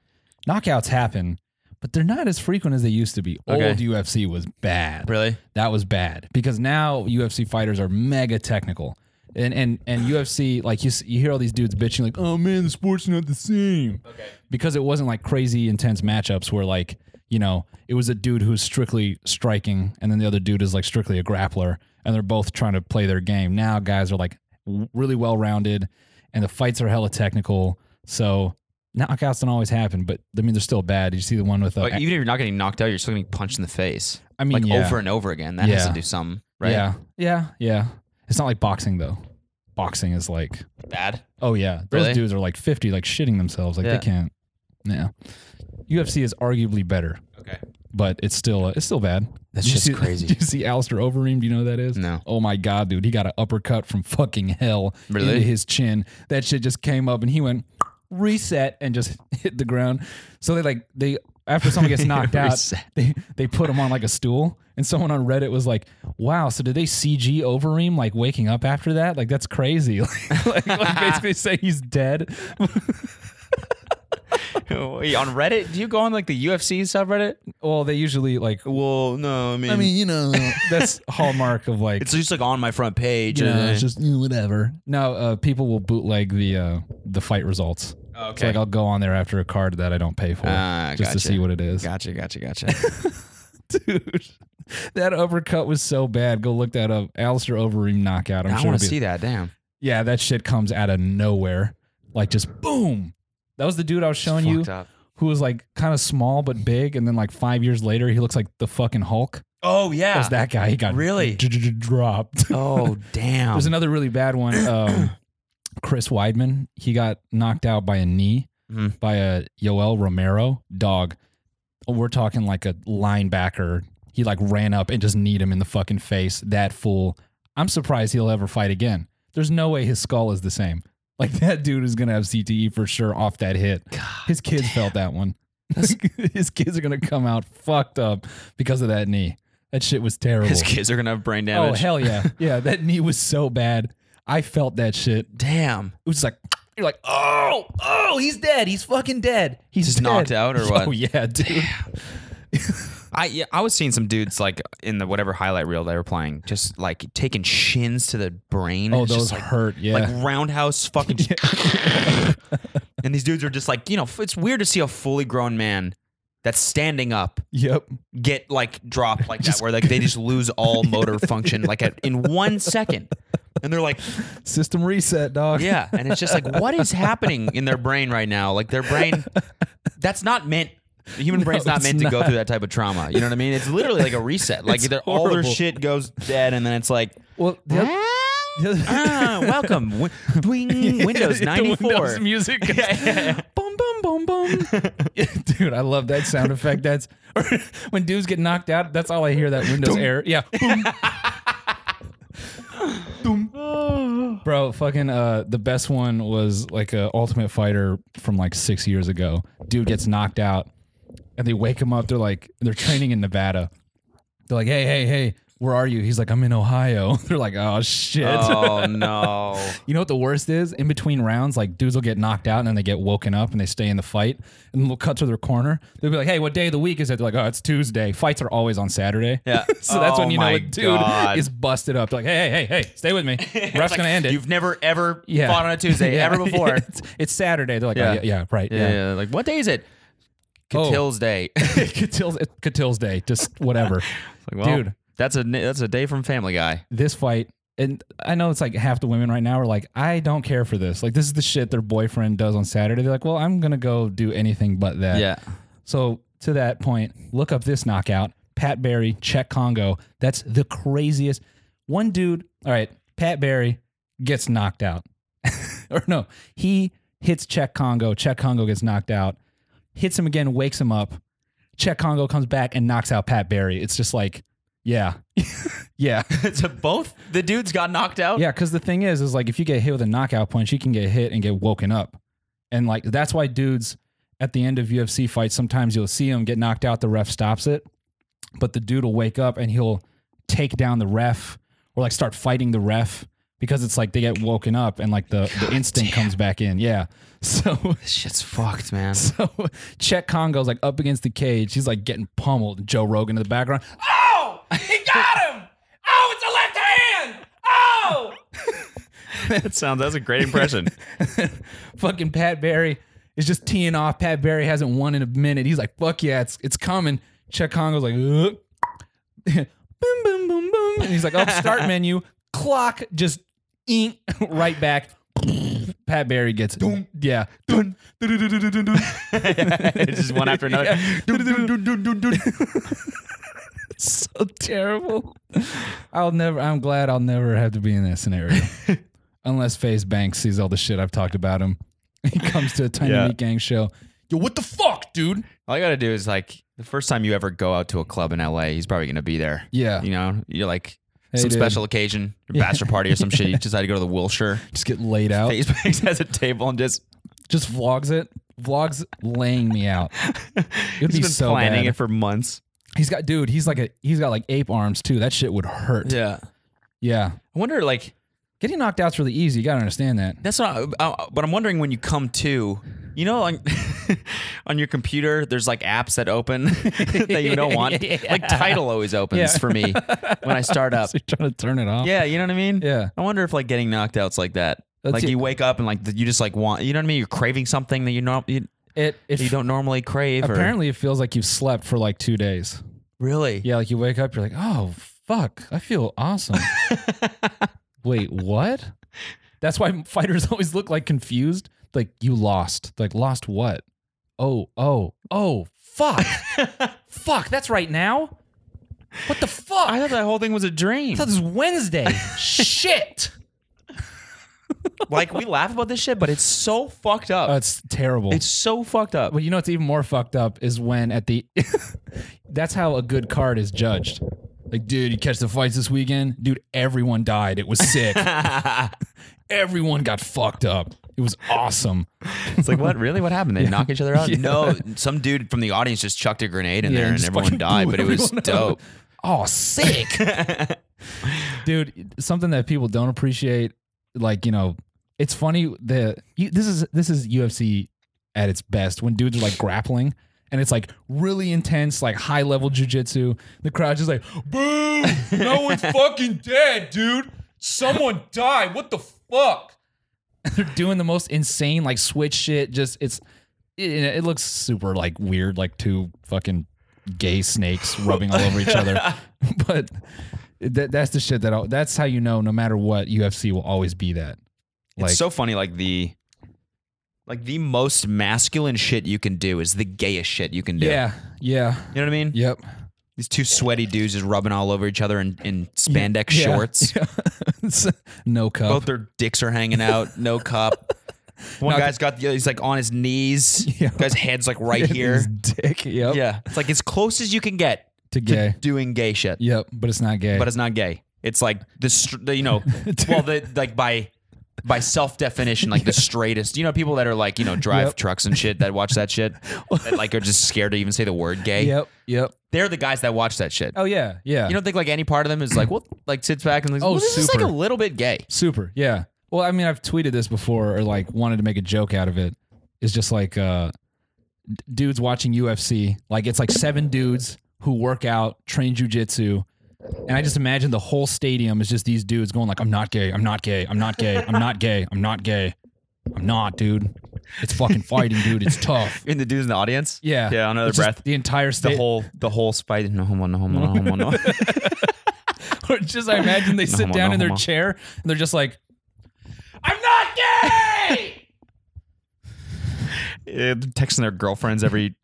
[SPEAKER 2] Knockouts happen, but they're not as frequent as they used to be.
[SPEAKER 1] Okay.
[SPEAKER 2] Old UFC was bad.
[SPEAKER 1] Really?
[SPEAKER 2] That was bad because now UFC fighters are mega technical. And, and and UFC like you s- you hear all these dudes bitching like oh man the sport's not the same okay. because it wasn't like crazy intense matchups where like you know it was a dude who's strictly striking and then the other dude is like strictly a grappler and they're both trying to play their game now guys are like w- really well rounded and the fights are hella technical so knockouts don't always happen but I mean they're still bad Did you see the one with uh,
[SPEAKER 1] But even if you're not getting knocked out, you're still getting punched in the face.
[SPEAKER 2] I mean
[SPEAKER 1] like
[SPEAKER 2] yeah.
[SPEAKER 1] over and over again. That has
[SPEAKER 2] Yeah.
[SPEAKER 1] to do something, right?
[SPEAKER 2] Yeah. Yeah. Yeah. It's not like boxing though. Boxing is like,
[SPEAKER 1] Bad.
[SPEAKER 2] oh yeah, those
[SPEAKER 1] Really?
[SPEAKER 2] dudes are like 50, like shitting themselves. Like
[SPEAKER 1] Yeah.
[SPEAKER 2] they can't. Yeah. UFC is arguably better,
[SPEAKER 1] Okay.
[SPEAKER 2] but it's still uh, it's still bad.
[SPEAKER 1] That's
[SPEAKER 2] Did you
[SPEAKER 1] just
[SPEAKER 2] see-
[SPEAKER 1] crazy.
[SPEAKER 2] Did you see Alistair Overeem? Do you know who that is?
[SPEAKER 1] No.
[SPEAKER 2] Oh my god, dude, he got an uppercut from fucking hell
[SPEAKER 1] Really?
[SPEAKER 2] into his chin. That shit just came up, and he went reset and just hit the ground. So they like they after someone gets knocked out,
[SPEAKER 1] Reset.
[SPEAKER 2] they they put him on like a stool. And someone on Reddit was like, "Wow, so did they CG Overeem like waking up after that? Like that's crazy. like, like, like basically say he's dead.
[SPEAKER 1] Wait, on Reddit, do you go on like the UFC subreddit?
[SPEAKER 2] Well, they usually like."
[SPEAKER 1] Well, no, I mean,
[SPEAKER 2] you know, that's hallmark of like
[SPEAKER 1] it's just like on my front page.
[SPEAKER 2] you know,
[SPEAKER 1] and-
[SPEAKER 2] it's just you know, whatever. No, uh, people will bootleg the uh, the fight results. So
[SPEAKER 1] Oh, okay.
[SPEAKER 2] like I'll go on there after a card that I don't pay for
[SPEAKER 1] Ah,
[SPEAKER 2] just to
[SPEAKER 1] gotcha.
[SPEAKER 2] see what it is.
[SPEAKER 1] gotcha, gotcha, gotcha.
[SPEAKER 2] Dude, that uppercut was so bad. Go look that up. Alistair Overeem knockout. I'm
[SPEAKER 1] I
[SPEAKER 2] sure
[SPEAKER 1] want
[SPEAKER 2] it'll
[SPEAKER 1] to
[SPEAKER 2] be,
[SPEAKER 1] see that. Damn.
[SPEAKER 2] Yeah, that shit comes out of nowhere. Like just boom. That was the dude I was showing you
[SPEAKER 1] Fucked up.
[SPEAKER 2] who was like kind of small but big, and then like five years later he looks like the fucking Hulk.
[SPEAKER 1] Oh yeah.
[SPEAKER 2] It was that guy. He got
[SPEAKER 1] Really?
[SPEAKER 2] d- d- d- dropped.
[SPEAKER 1] Oh damn.
[SPEAKER 2] There's another really bad one. Um, Chris Weidman, he got knocked out by a knee
[SPEAKER 1] Mhm.
[SPEAKER 2] by a Yoel Romero dog. Oh, We're talking like a linebacker. He like ran up and just kneed him in the fucking face. That fool. I'm surprised he'll ever fight again. There's no way his skull is the same. Like that dude is gonna have CTE for sure off that hit.
[SPEAKER 1] God.
[SPEAKER 2] His kids felt that one. his kids are gonna come out fucked up because of that knee. That shit was terrible.
[SPEAKER 1] His kids are gonna have brain
[SPEAKER 2] Oh
[SPEAKER 1] damage.
[SPEAKER 2] hell yeah, yeah! That knee was so bad. I felt that shit. It
[SPEAKER 1] Damn.
[SPEAKER 2] was like you're like, oh, oh, he's dead. He's fucking dead. He's
[SPEAKER 1] Just knocked
[SPEAKER 2] dead."
[SPEAKER 1] out or what?
[SPEAKER 2] Oh yeah, dude.
[SPEAKER 1] I yeah, I was seeing some dudes like in the whatever highlight reel they were playing, just like taking shins to the brain.
[SPEAKER 2] Oh,
[SPEAKER 1] It's just
[SPEAKER 2] those
[SPEAKER 1] like,
[SPEAKER 2] hurt. Yeah,
[SPEAKER 1] like roundhouse fucking. and these dudes are just like you know, it's weird to see a fully grown man that's standing up
[SPEAKER 2] yep.
[SPEAKER 1] get like dropped like that, where like they just lose all motor function like at, in one second, and they're like,
[SPEAKER 2] System reset, dog.
[SPEAKER 1] yeah, and it's just like what is happening in their brain right now? Like their brain, that's not meant. The human brain's not
[SPEAKER 2] it's
[SPEAKER 1] meant to go
[SPEAKER 2] not.
[SPEAKER 1] through that type of trauma. You know what I mean? It's literally like a reset. Like
[SPEAKER 2] It's
[SPEAKER 1] either all their
[SPEAKER 2] horrible.
[SPEAKER 1] shit goes dead, and then it's like,
[SPEAKER 2] Well, the other, the other-
[SPEAKER 1] ah, welcome, Win- Dwing, Windows
[SPEAKER 2] The
[SPEAKER 1] ninety four.
[SPEAKER 2] Windows music. Boom, boom, boom, boom. Dude, I love that sound effect. That's when dudes get knocked out. That's all I hear. That Windows error. Yeah. Boom. Boom. Bro, fucking uh, the best one was like a Ultimate Fighter from like six years ago. Dude gets knocked out, and they wake him up. They're like, they're training in Nevada. They're like, hey, hey, hey, where are you? He's like, I'm in Ohio. They're like, oh shit.
[SPEAKER 1] Oh no!
[SPEAKER 2] You know what the worst is? In between rounds, like dudes will get knocked out and then they get woken up and they stay in the fight and they'll cut to their corner. They'll be like, "Hey, what day of the week is it?" They're like, "Oh, it's Tuesday." Fights are always on Saturday.
[SPEAKER 1] Yeah.
[SPEAKER 2] so that's
[SPEAKER 1] Oh
[SPEAKER 2] when you know
[SPEAKER 1] my
[SPEAKER 2] a dude
[SPEAKER 1] God.
[SPEAKER 2] is busted up. They're like, "Hey, hey, hey, hey, stay with me. Ref's
[SPEAKER 1] It's like,
[SPEAKER 2] gonna end it."
[SPEAKER 1] You've never ever
[SPEAKER 2] Yeah.
[SPEAKER 1] fought on a Tuesday
[SPEAKER 2] Yeah.
[SPEAKER 1] ever before.
[SPEAKER 2] it's, it's Saturday. They're like,
[SPEAKER 1] Yeah.
[SPEAKER 2] "Oh, yeah, yeah, right,
[SPEAKER 1] Yeah,
[SPEAKER 2] yeah."
[SPEAKER 1] yeah, like what day is it?
[SPEAKER 2] Oh.
[SPEAKER 1] Catil's day.
[SPEAKER 2] Catil's, Catil's day, just whatever.
[SPEAKER 1] Like, well,
[SPEAKER 2] Dude.
[SPEAKER 1] that's a that's a day from Family Guy.
[SPEAKER 2] this fight and I know it's like half the women right now are like, I don't care for this. Like this is the shit their boyfriend does on Saturday. They're like, well, I'm gonna go do anything but that.
[SPEAKER 1] Yeah.
[SPEAKER 2] So to that point, look up this knockout. Pat Barry, Czech Congo. That's the craziest. One dude, all right, Pat Barry gets knocked out. or no, he hits Czech Congo. Czech Congo gets knocked out, hits him again, wakes him up. Czech Congo comes back and knocks out Pat Barry. It's just like, yeah. yeah.
[SPEAKER 1] so both the dudes got knocked out.
[SPEAKER 2] Yeah, because the thing is, is like if you get hit with a knockout punch, you can get hit and get woken up, and like that's why dudes at the end of UFC fights sometimes you'll see them get knocked out, the ref stops it, but the dude will wake up and he'll take down the ref or like start fighting the ref because it's like they get woken up and like the, the instinct comes back in. Yeah, so
[SPEAKER 1] This shit's fucked, man.
[SPEAKER 2] so Chet Congo's like up against the cage, he's like getting pummeled. Joe Rogan in the background.
[SPEAKER 3] Oh! He got him! Oh, it's a left hand! Oh!
[SPEAKER 1] that sounds. That's a great impression.
[SPEAKER 2] fucking Pat Barry is just teeing off. Pat Barry hasn't won in a minute. He's like, fuck yeah, it's it's coming. Chet Congo's like, "Ugh." boom, boom, boom, boom. And he's like, oh, start menu. Clock just ink right back. Pat Barry gets it. Yeah.
[SPEAKER 1] it's just one after another.
[SPEAKER 2] so terrible. I'll never, I'm glad I'll never have to be in that scenario. Unless FaZe Banks sees all the shit I've talked about him. He comes to a tiny
[SPEAKER 1] Yeah.
[SPEAKER 2] meat gang show. Yo, what the fuck, dude?
[SPEAKER 1] All you gotta do is like the first time you ever go out to a club in LA, he's probably gonna be there.
[SPEAKER 2] Yeah.
[SPEAKER 1] You know, you're like
[SPEAKER 2] Hey,
[SPEAKER 1] some
[SPEAKER 2] dude.
[SPEAKER 1] special occasion, your bachelor party or some shit. You decide to go to the Wilshire.
[SPEAKER 2] Just get laid out.
[SPEAKER 1] Facebook has a table and just
[SPEAKER 2] Just vlogs it. Vlogs laying me out. It'd
[SPEAKER 1] he's
[SPEAKER 2] be
[SPEAKER 1] been
[SPEAKER 2] so
[SPEAKER 1] planning
[SPEAKER 2] bad.
[SPEAKER 1] it for months.
[SPEAKER 2] He's got dude, he's like a he's got like ape arms too. That shit would hurt.
[SPEAKER 1] Yeah.
[SPEAKER 2] Yeah.
[SPEAKER 1] I wonder, like,
[SPEAKER 2] Getting knocked out's really easy. You gotta understand that.
[SPEAKER 1] that's not. Uh, but I'm wondering when you come to, you know, on, on your computer, there's like apps that open that you don't want. Like Title always opens
[SPEAKER 2] Yeah.
[SPEAKER 1] for me when I start up.
[SPEAKER 2] So you're trying to turn it off.
[SPEAKER 1] Yeah, you know what I mean.
[SPEAKER 2] Yeah.
[SPEAKER 1] I wonder if like getting knocked out's like that.
[SPEAKER 2] That's
[SPEAKER 1] like
[SPEAKER 2] it.
[SPEAKER 1] you wake up and like you just like want. You know what I mean? You're craving something that you know you,
[SPEAKER 2] It it
[SPEAKER 1] you don't normally crave.
[SPEAKER 2] apparently it feels like you've slept for like two days.
[SPEAKER 1] or, really.
[SPEAKER 2] Yeah, like you wake up, you're like, oh fuck, I feel awesome. Wait, what? That's why fighters always look like confused. Like you lost. Like lost what? Oh, oh, oh, fuck. fuck, that's right now. What the fuck?
[SPEAKER 1] I thought that whole thing was a dream.
[SPEAKER 2] this was Wednesday. Shit.
[SPEAKER 1] like we laugh about this shit, but it's so fucked up.
[SPEAKER 2] That's terrible.
[SPEAKER 1] it's so fucked up.
[SPEAKER 2] Well, you know what's even more fucked up is when at the that's how a good card is judged. Like, dude, you catch the fights this weekend? Dude, everyone died. It was sick. everyone got fucked up. It was awesome.
[SPEAKER 1] It's like what? Really? What happened? They knock each other out? No, some dude from the audience just chucked a grenade in
[SPEAKER 2] Yeah,
[SPEAKER 1] there and
[SPEAKER 2] just
[SPEAKER 1] everyone
[SPEAKER 2] fucking
[SPEAKER 1] died,
[SPEAKER 2] blew
[SPEAKER 1] but it was
[SPEAKER 2] everyone up.
[SPEAKER 1] dope.
[SPEAKER 2] Oh, sick. Dude, something that people don't appreciate, like, you know, it's funny that you, this is this is UFC at its best when dudes are like grappling and it's like really intense, like high level jujitsu. The crowd's just like, boo, no one's fucking dead, dude. Someone died. What the fuck? They're doing the most insane like switch shit. Just it's it, it looks super like weird, like two fucking gay snakes rubbing all over each other. But that, that's the shit that I'll, that's how you know no matter what UFC will always be that. Like
[SPEAKER 1] it's so funny, like the like the most masculine shit you can do is the gayest shit you can do.
[SPEAKER 2] yeah, yeah,
[SPEAKER 1] You know what I mean?
[SPEAKER 2] yep.
[SPEAKER 1] These two sweaty dudes just rubbing all over each other in, in spandex
[SPEAKER 2] Yeah.
[SPEAKER 1] shorts.
[SPEAKER 2] It's- no cup.
[SPEAKER 1] Both their dicks are hanging out, no cup. One
[SPEAKER 2] Not-
[SPEAKER 1] guy's got the other, he's like on his knees.
[SPEAKER 2] Yeah.
[SPEAKER 1] Guy's head's like right here.
[SPEAKER 2] His dick. Yep.
[SPEAKER 1] Yeah. It's like as close as you can get
[SPEAKER 2] To
[SPEAKER 1] to
[SPEAKER 2] gay.
[SPEAKER 1] doing gay shit.
[SPEAKER 2] Yep. But it's not gay.
[SPEAKER 1] but it's not gay. It's like the, str- the you know, well, the, like by by self definition, like the straightest. You know, people that are like you know drive
[SPEAKER 2] Yep.
[SPEAKER 1] trucks and shit that watch that shit, that like are just scared to even say the word gay.
[SPEAKER 2] Yep. Yep.
[SPEAKER 1] They're the guys that watch that shit.
[SPEAKER 2] Oh yeah. Yeah.
[SPEAKER 1] You don't think like any part of them is like well, like sits back and like,
[SPEAKER 2] Oh,
[SPEAKER 1] well, this is
[SPEAKER 2] super.
[SPEAKER 1] like a little bit gay.
[SPEAKER 2] Super. Yeah. Well, I mean, I've tweeted this before or like wanted to make a joke out of it. It's just like uh d- dudes watching UFC. Like it's like seven dudes who work out, train jujitsu. And I just imagine the whole stadium is just these dudes going like, I'm not gay, I'm not gay, I'm not gay, I'm not gay, I'm not gay. I'm not, dude. It's fucking fighting, dude. It's tough.
[SPEAKER 1] And the dudes in the audience,
[SPEAKER 2] Yeah.
[SPEAKER 1] yeah, another
[SPEAKER 2] It's just
[SPEAKER 1] breath.
[SPEAKER 2] The entire
[SPEAKER 1] The
[SPEAKER 2] stadium.
[SPEAKER 1] whole the whole spite. No homo, no homo, no homo, no.
[SPEAKER 2] or just I imagine they
[SPEAKER 1] No
[SPEAKER 2] sit
[SPEAKER 1] homo,
[SPEAKER 2] down
[SPEAKER 1] no
[SPEAKER 2] in their
[SPEAKER 1] homo.
[SPEAKER 2] chair and they're just like,
[SPEAKER 3] I'm not gay!
[SPEAKER 1] Yeah, they're texting their girlfriends every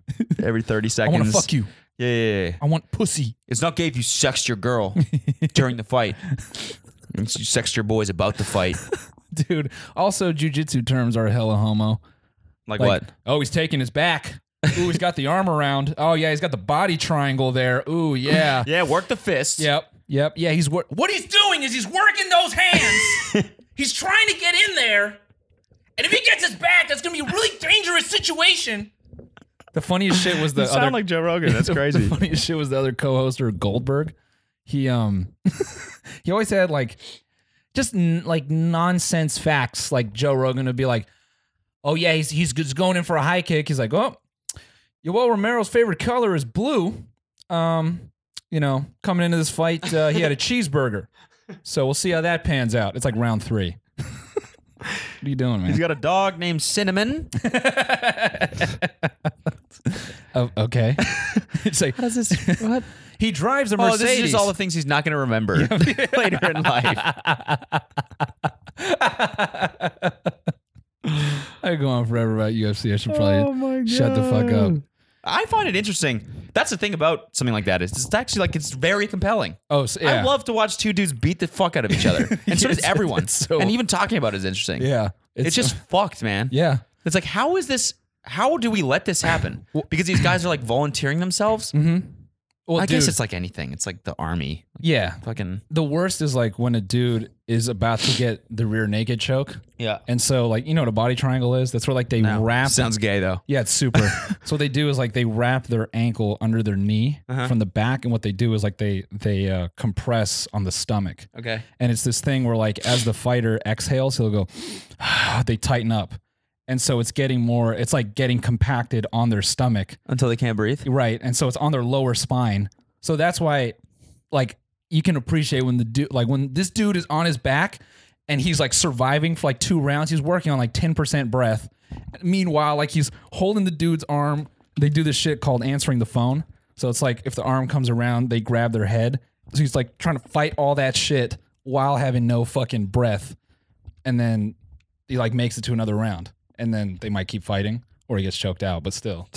[SPEAKER 1] every thirty
[SPEAKER 2] I
[SPEAKER 1] seconds.
[SPEAKER 2] want to fuck you.
[SPEAKER 1] Yeah, yeah, yeah.
[SPEAKER 2] I want pussy.
[SPEAKER 1] It's not gay if you sexed your girl during the fight. It's you sexed your boys about the fight.
[SPEAKER 2] Dude. Also, jujitsu terms are hella homo.
[SPEAKER 1] Like,
[SPEAKER 2] Like,
[SPEAKER 1] what?
[SPEAKER 2] Oh, he's taking his back. Ooh, he's got the arm around. Oh yeah, he's got the body triangle there. Ooh, yeah.
[SPEAKER 1] Yeah, work the fist.
[SPEAKER 2] Yep. Yep. Yeah, he's wor-
[SPEAKER 3] What he's doing is he's working those hands. he's trying to get in there. And if he gets his back, that's going to be a really dangerous situation.
[SPEAKER 2] The funniest shit was the other.
[SPEAKER 1] Joe Rogan. That's
[SPEAKER 2] The funniest shit was the other co-host or Goldberg. He um, he always had like, just n- like nonsense facts. Like Joe Rogan would be like, "Oh yeah, he's he's just going in for a high kick." He's like, "Oh, Yoel Romero's favorite color is blue." Um, you know, coming into this fight, uh, he had a cheeseburger, so we'll see how that pans out. It's like round three. what are you doing, man?
[SPEAKER 1] He's got a dog named Cinnamon.
[SPEAKER 2] Oh, okay, it's like
[SPEAKER 1] How's this? What?
[SPEAKER 2] he drives a
[SPEAKER 1] Oh,
[SPEAKER 2] Mercedes.
[SPEAKER 1] this is just all the things he's not going to remember later in life.
[SPEAKER 2] I could go on forever about UFC. I should probably shut the fuck up.
[SPEAKER 1] I find it interesting. That's the thing about something like that is it's actually like it's very compelling.
[SPEAKER 2] Oh, so, yeah.
[SPEAKER 1] I love to watch two dudes beat the fuck out of each other, and so does
[SPEAKER 2] Yes,
[SPEAKER 1] everyone.
[SPEAKER 2] it's so-
[SPEAKER 1] and even talking about it is interesting.
[SPEAKER 2] Yeah.
[SPEAKER 1] it's, just fucked, man.
[SPEAKER 2] yeah.
[SPEAKER 1] It's like, how is this? How do we let this happen? Because these guys are like volunteering themselves.
[SPEAKER 2] Well,
[SPEAKER 1] I guess
[SPEAKER 2] Mm-hmm. dude,
[SPEAKER 1] it's like anything. It's like the army.
[SPEAKER 2] yeah.
[SPEAKER 1] Fucking
[SPEAKER 2] The worst is like when a dude is about to get the rear naked choke,
[SPEAKER 1] yeah.
[SPEAKER 2] and so like you know what a body triangle is. That's where like they wrap.
[SPEAKER 1] sounds gay though.
[SPEAKER 2] yeah, it's super. so what they do is like they wrap their ankle under their knee
[SPEAKER 1] Uh-huh.
[SPEAKER 2] from the back, and what they do is like they they uh, compress on the stomach.
[SPEAKER 1] Okay.
[SPEAKER 2] and it's this thing where like as the fighter exhales he'll go they tighten up and so it's getting more it's like getting compacted on their stomach
[SPEAKER 1] Until they can't breathe.
[SPEAKER 2] right and so it's on their lower spine so that's why like you can appreciate when the dude like when this dude is on his back and he's like surviving for like two rounds he's working on like 10% breath meanwhile like he's holding the dude's arm they do this shit called answering the phone so it's like if the arm comes around they grab their head so he's like trying to fight all that shit while having no fucking breath and then he like makes it to another round and then they might keep fighting or he gets choked out but still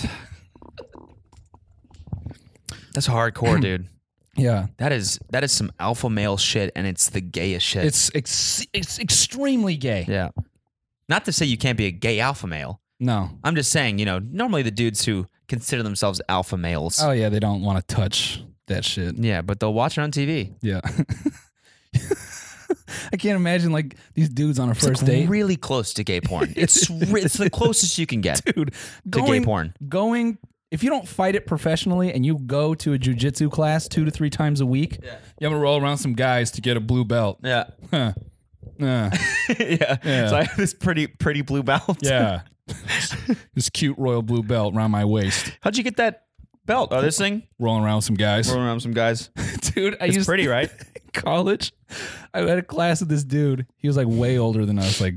[SPEAKER 1] That's hardcore, dude.
[SPEAKER 2] yeah
[SPEAKER 1] That is that is some alpha male shit, and it's the gayest shit.
[SPEAKER 2] It's ex- it's extremely gay.
[SPEAKER 1] yeah. Not to say you can't be a gay alpha male.
[SPEAKER 2] No.
[SPEAKER 1] I'm just saying, you know, normally the dudes who consider themselves alpha males.
[SPEAKER 2] Oh yeah, they don't want to touch that shit.
[SPEAKER 1] Yeah, but they'll watch it on TV.
[SPEAKER 2] Yeah. I can't imagine like these dudes on a first date.
[SPEAKER 1] Really close to gay porn. It's re- it's the closest you can get
[SPEAKER 2] Dude,
[SPEAKER 1] to
[SPEAKER 2] going,
[SPEAKER 1] gay porn.
[SPEAKER 2] Going if you don't fight it professionally and you go to a jujitsu class two to three times a week, yeah. you have to roll around some guys to get a blue belt.
[SPEAKER 1] Yeah.
[SPEAKER 2] Huh. Uh,
[SPEAKER 1] yeah.
[SPEAKER 2] Yeah.
[SPEAKER 1] So I have this pretty pretty blue belt.
[SPEAKER 2] yeah. this cute royal blue belt around my waist,
[SPEAKER 1] How'd you get that belt? Oh, this thing?
[SPEAKER 2] rolling around with some guys.
[SPEAKER 1] Rolling around with some guys.
[SPEAKER 2] Dude, I
[SPEAKER 1] It's
[SPEAKER 2] used
[SPEAKER 1] pretty, right?
[SPEAKER 2] college, I had a class with this dude. He was like way older than us, like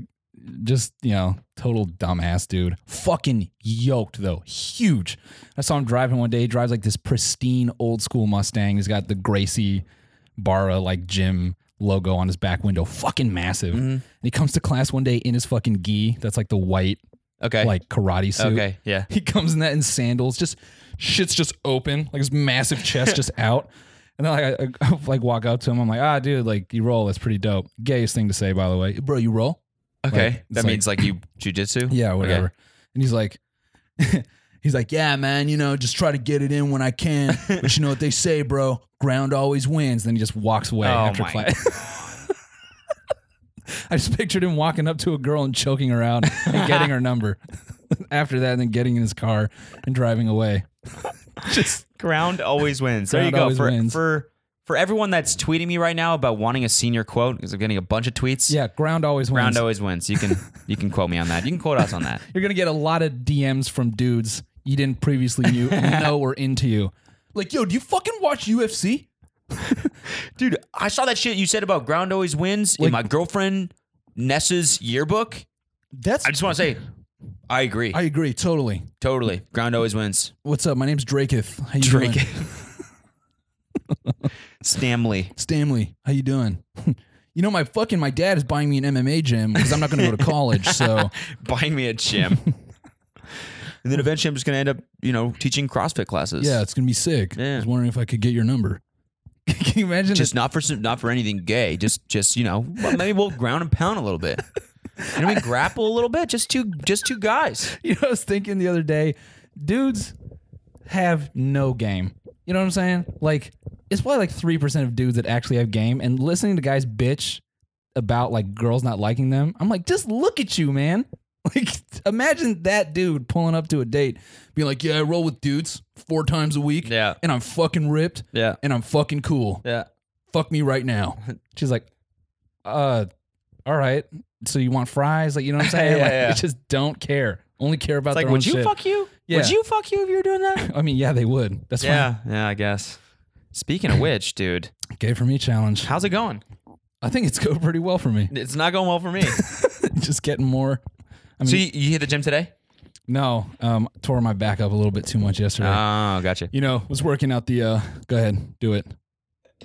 [SPEAKER 2] just, you know, total dumbass dude. Fucking yoked though, huge. I saw him driving one day. He drives like this pristine old school Mustang. He's got the Gracie Barra like gym logo on his back window. Fucking massive. And he comes to class one day in his fucking gi. That's like the white,
[SPEAKER 1] Okay.
[SPEAKER 2] like karate suit.
[SPEAKER 1] okay. Yeah.
[SPEAKER 2] He comes in that in sandals, just shit's just open, like his massive chest just out. And then like, I, I like walk up to him, I'm like, ah, dude, like you roll, that's pretty dope. Gayest thing to say, by the way, bro, you roll?
[SPEAKER 1] Okay.
[SPEAKER 2] Like, it's
[SPEAKER 1] that means like you jujitsu?
[SPEAKER 2] Yeah, whatever. And he's like, he's like, yeah, man, you know, just try to get it in when I can. But you know what they say, bro, ground always wins. Then he just walks away
[SPEAKER 1] Oh
[SPEAKER 2] after
[SPEAKER 1] my-
[SPEAKER 2] class. I just pictured him walking up to a girl and choking her out and getting her number. after that, and then getting in his car and driving away. just
[SPEAKER 1] Ground always wins. There
[SPEAKER 2] Ground
[SPEAKER 1] you go.
[SPEAKER 2] always
[SPEAKER 1] For
[SPEAKER 2] wins.
[SPEAKER 1] for for everyone that's tweeting me right now about wanting a senior quote, because I'm getting a bunch of tweets.
[SPEAKER 2] yeah, ground always wins.
[SPEAKER 1] Ground always wins. You can you can quote me on that. You can quote us on that.
[SPEAKER 2] You're gonna get a lot of DMs from dudes you didn't previously knew, know were into you. Like, yo, do you fucking watch UFC?
[SPEAKER 1] Dude, I saw that shit you said about ground always wins in my girlfriend Nessa's yearbook.
[SPEAKER 2] That's
[SPEAKER 1] I just want to say, I agree.
[SPEAKER 2] I agree totally.
[SPEAKER 1] totally. Ground always wins.
[SPEAKER 2] What's up? My name's Draketh. How you
[SPEAKER 1] Drake.
[SPEAKER 2] doing?
[SPEAKER 1] Stanley.
[SPEAKER 2] Stanley, how you doing? you know, my fucking my dad is buying me an MMA gym because I'm not going to go to college. So
[SPEAKER 1] Buy me a gym. and then eventually I'm just going to end up, you know, teaching CrossFit classes.
[SPEAKER 2] yeah, it's going to be sick. I
[SPEAKER 1] Yeah.
[SPEAKER 2] was wondering if I could get your number. Can you imagine?
[SPEAKER 1] Just not for some- not for anything gay. Just just you know well, maybe we'll ground and pound a little bit. And we grapple a little bit. Just two just two guys.
[SPEAKER 2] you know, I was thinking the other day, dudes have no game. You know what I'm saying? Like, it's probably like three percent of dudes that actually have game. And listening to guys bitch about like girls not liking them, I'm like, just look at you, man. Like, imagine that dude pulling up to a date, being like, "Yeah, I roll with dudes four times a week,
[SPEAKER 1] Yeah.
[SPEAKER 2] and I'm fucking ripped,
[SPEAKER 1] Yeah.
[SPEAKER 2] and I'm fucking cool.
[SPEAKER 1] Yeah.
[SPEAKER 2] Fuck me right now." She's like, "Uh, all right. So you want fries? Like, you know what I'm saying?
[SPEAKER 1] Yeah,
[SPEAKER 2] like,
[SPEAKER 1] yeah.
[SPEAKER 2] they just don't care. Only care about
[SPEAKER 1] It's like,
[SPEAKER 2] their own
[SPEAKER 1] would you
[SPEAKER 2] shit.
[SPEAKER 1] fuck you?
[SPEAKER 2] Yeah.
[SPEAKER 1] Would you fuck you if you were doing that?
[SPEAKER 2] I mean, yeah, they would. That's
[SPEAKER 1] yeah. Yeah, I guess. Speaking of which, dude,
[SPEAKER 2] fine. Gay for me challenge.
[SPEAKER 1] how's it going?
[SPEAKER 2] I think it's going pretty well for me.
[SPEAKER 1] It's not going well for me.
[SPEAKER 2] Just getting more. I mean,
[SPEAKER 1] so you, you hit the gym today?
[SPEAKER 2] no, um, tore my back up a little bit too much yesterday.
[SPEAKER 1] Oh, gotcha.
[SPEAKER 2] you know, was working out the. uh Go ahead, do it.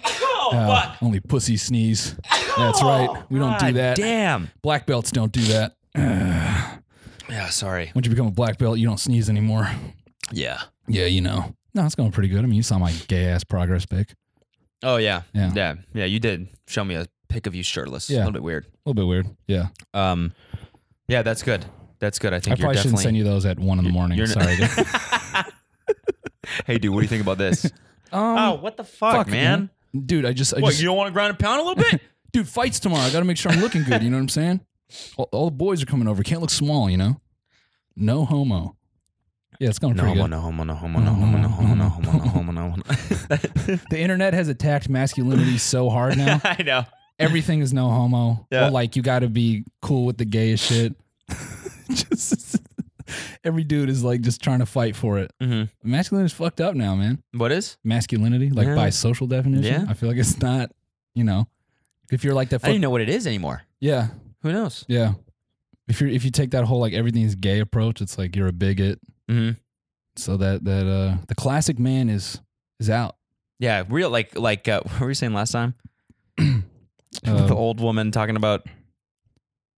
[SPEAKER 3] Oh,
[SPEAKER 2] Uh,
[SPEAKER 3] fuck.
[SPEAKER 2] only pussy sneeze. That's right. We don't do
[SPEAKER 1] God
[SPEAKER 2] that.
[SPEAKER 1] Damn.
[SPEAKER 2] Black belts don't do that.
[SPEAKER 1] Yeah. Sorry.
[SPEAKER 2] Once you become a black belt, you don't sneeze anymore.
[SPEAKER 1] Yeah.
[SPEAKER 2] Yeah, you know. No, it's going pretty good. I mean, you saw my gay ass progress pic. A
[SPEAKER 1] Oh yeah.
[SPEAKER 2] Yeah.
[SPEAKER 1] Yeah. Yeah. You did show me a pic of you shirtless.
[SPEAKER 2] Yeah.
[SPEAKER 1] A little bit weird.
[SPEAKER 2] little bit weird. Yeah.
[SPEAKER 1] Um. Yeah, that's good. That's good. I
[SPEAKER 2] I
[SPEAKER 1] think you're
[SPEAKER 2] probably shouldn't
[SPEAKER 1] definitely.
[SPEAKER 2] send you those at one in the morning.
[SPEAKER 1] you're-
[SPEAKER 2] Sorry. dude.
[SPEAKER 1] hey, dude, what do you think about this?
[SPEAKER 2] Um,
[SPEAKER 1] oh, what the fuck, man?
[SPEAKER 2] Dude, I just. I
[SPEAKER 1] What?
[SPEAKER 2] just
[SPEAKER 1] You don't want to grind a pound a little bit?
[SPEAKER 2] dude, fights tomorrow. I got to make sure I'm looking good. You know what I'm saying? All, all the boys are coming over. Can't look small, you know? No homo. Yeah, it's going
[SPEAKER 1] No
[SPEAKER 2] pretty
[SPEAKER 1] homo,
[SPEAKER 2] good.
[SPEAKER 1] no homo, no homo, no homo, no homo, no homo, no homo, no homo.
[SPEAKER 2] The internet has attacked masculinity so hard now.
[SPEAKER 1] I know.
[SPEAKER 2] Everything is no homo.
[SPEAKER 1] Yeah.
[SPEAKER 2] Or like you got to be cool with the gayest shit. just every dude is like just trying to fight for it.
[SPEAKER 1] Mhm.
[SPEAKER 2] Masculinity's fucked up now, man.
[SPEAKER 1] What is?
[SPEAKER 2] Masculinity, like
[SPEAKER 1] Yeah.
[SPEAKER 2] by social definition,
[SPEAKER 1] Yeah.
[SPEAKER 2] I feel like it's not. You know, if you're like that,
[SPEAKER 1] I don't
[SPEAKER 2] fuck,
[SPEAKER 1] even know what it is anymore.
[SPEAKER 2] yeah,
[SPEAKER 1] Who knows?
[SPEAKER 2] Yeah. If you are if you take that whole like everything's gay approach, it's like you're a bigot.
[SPEAKER 1] Mm-hmm.
[SPEAKER 2] So that that uh the classic man is is out.
[SPEAKER 1] Yeah, real like like uh, what were you saying last time?
[SPEAKER 2] Uh,
[SPEAKER 1] the old woman talking about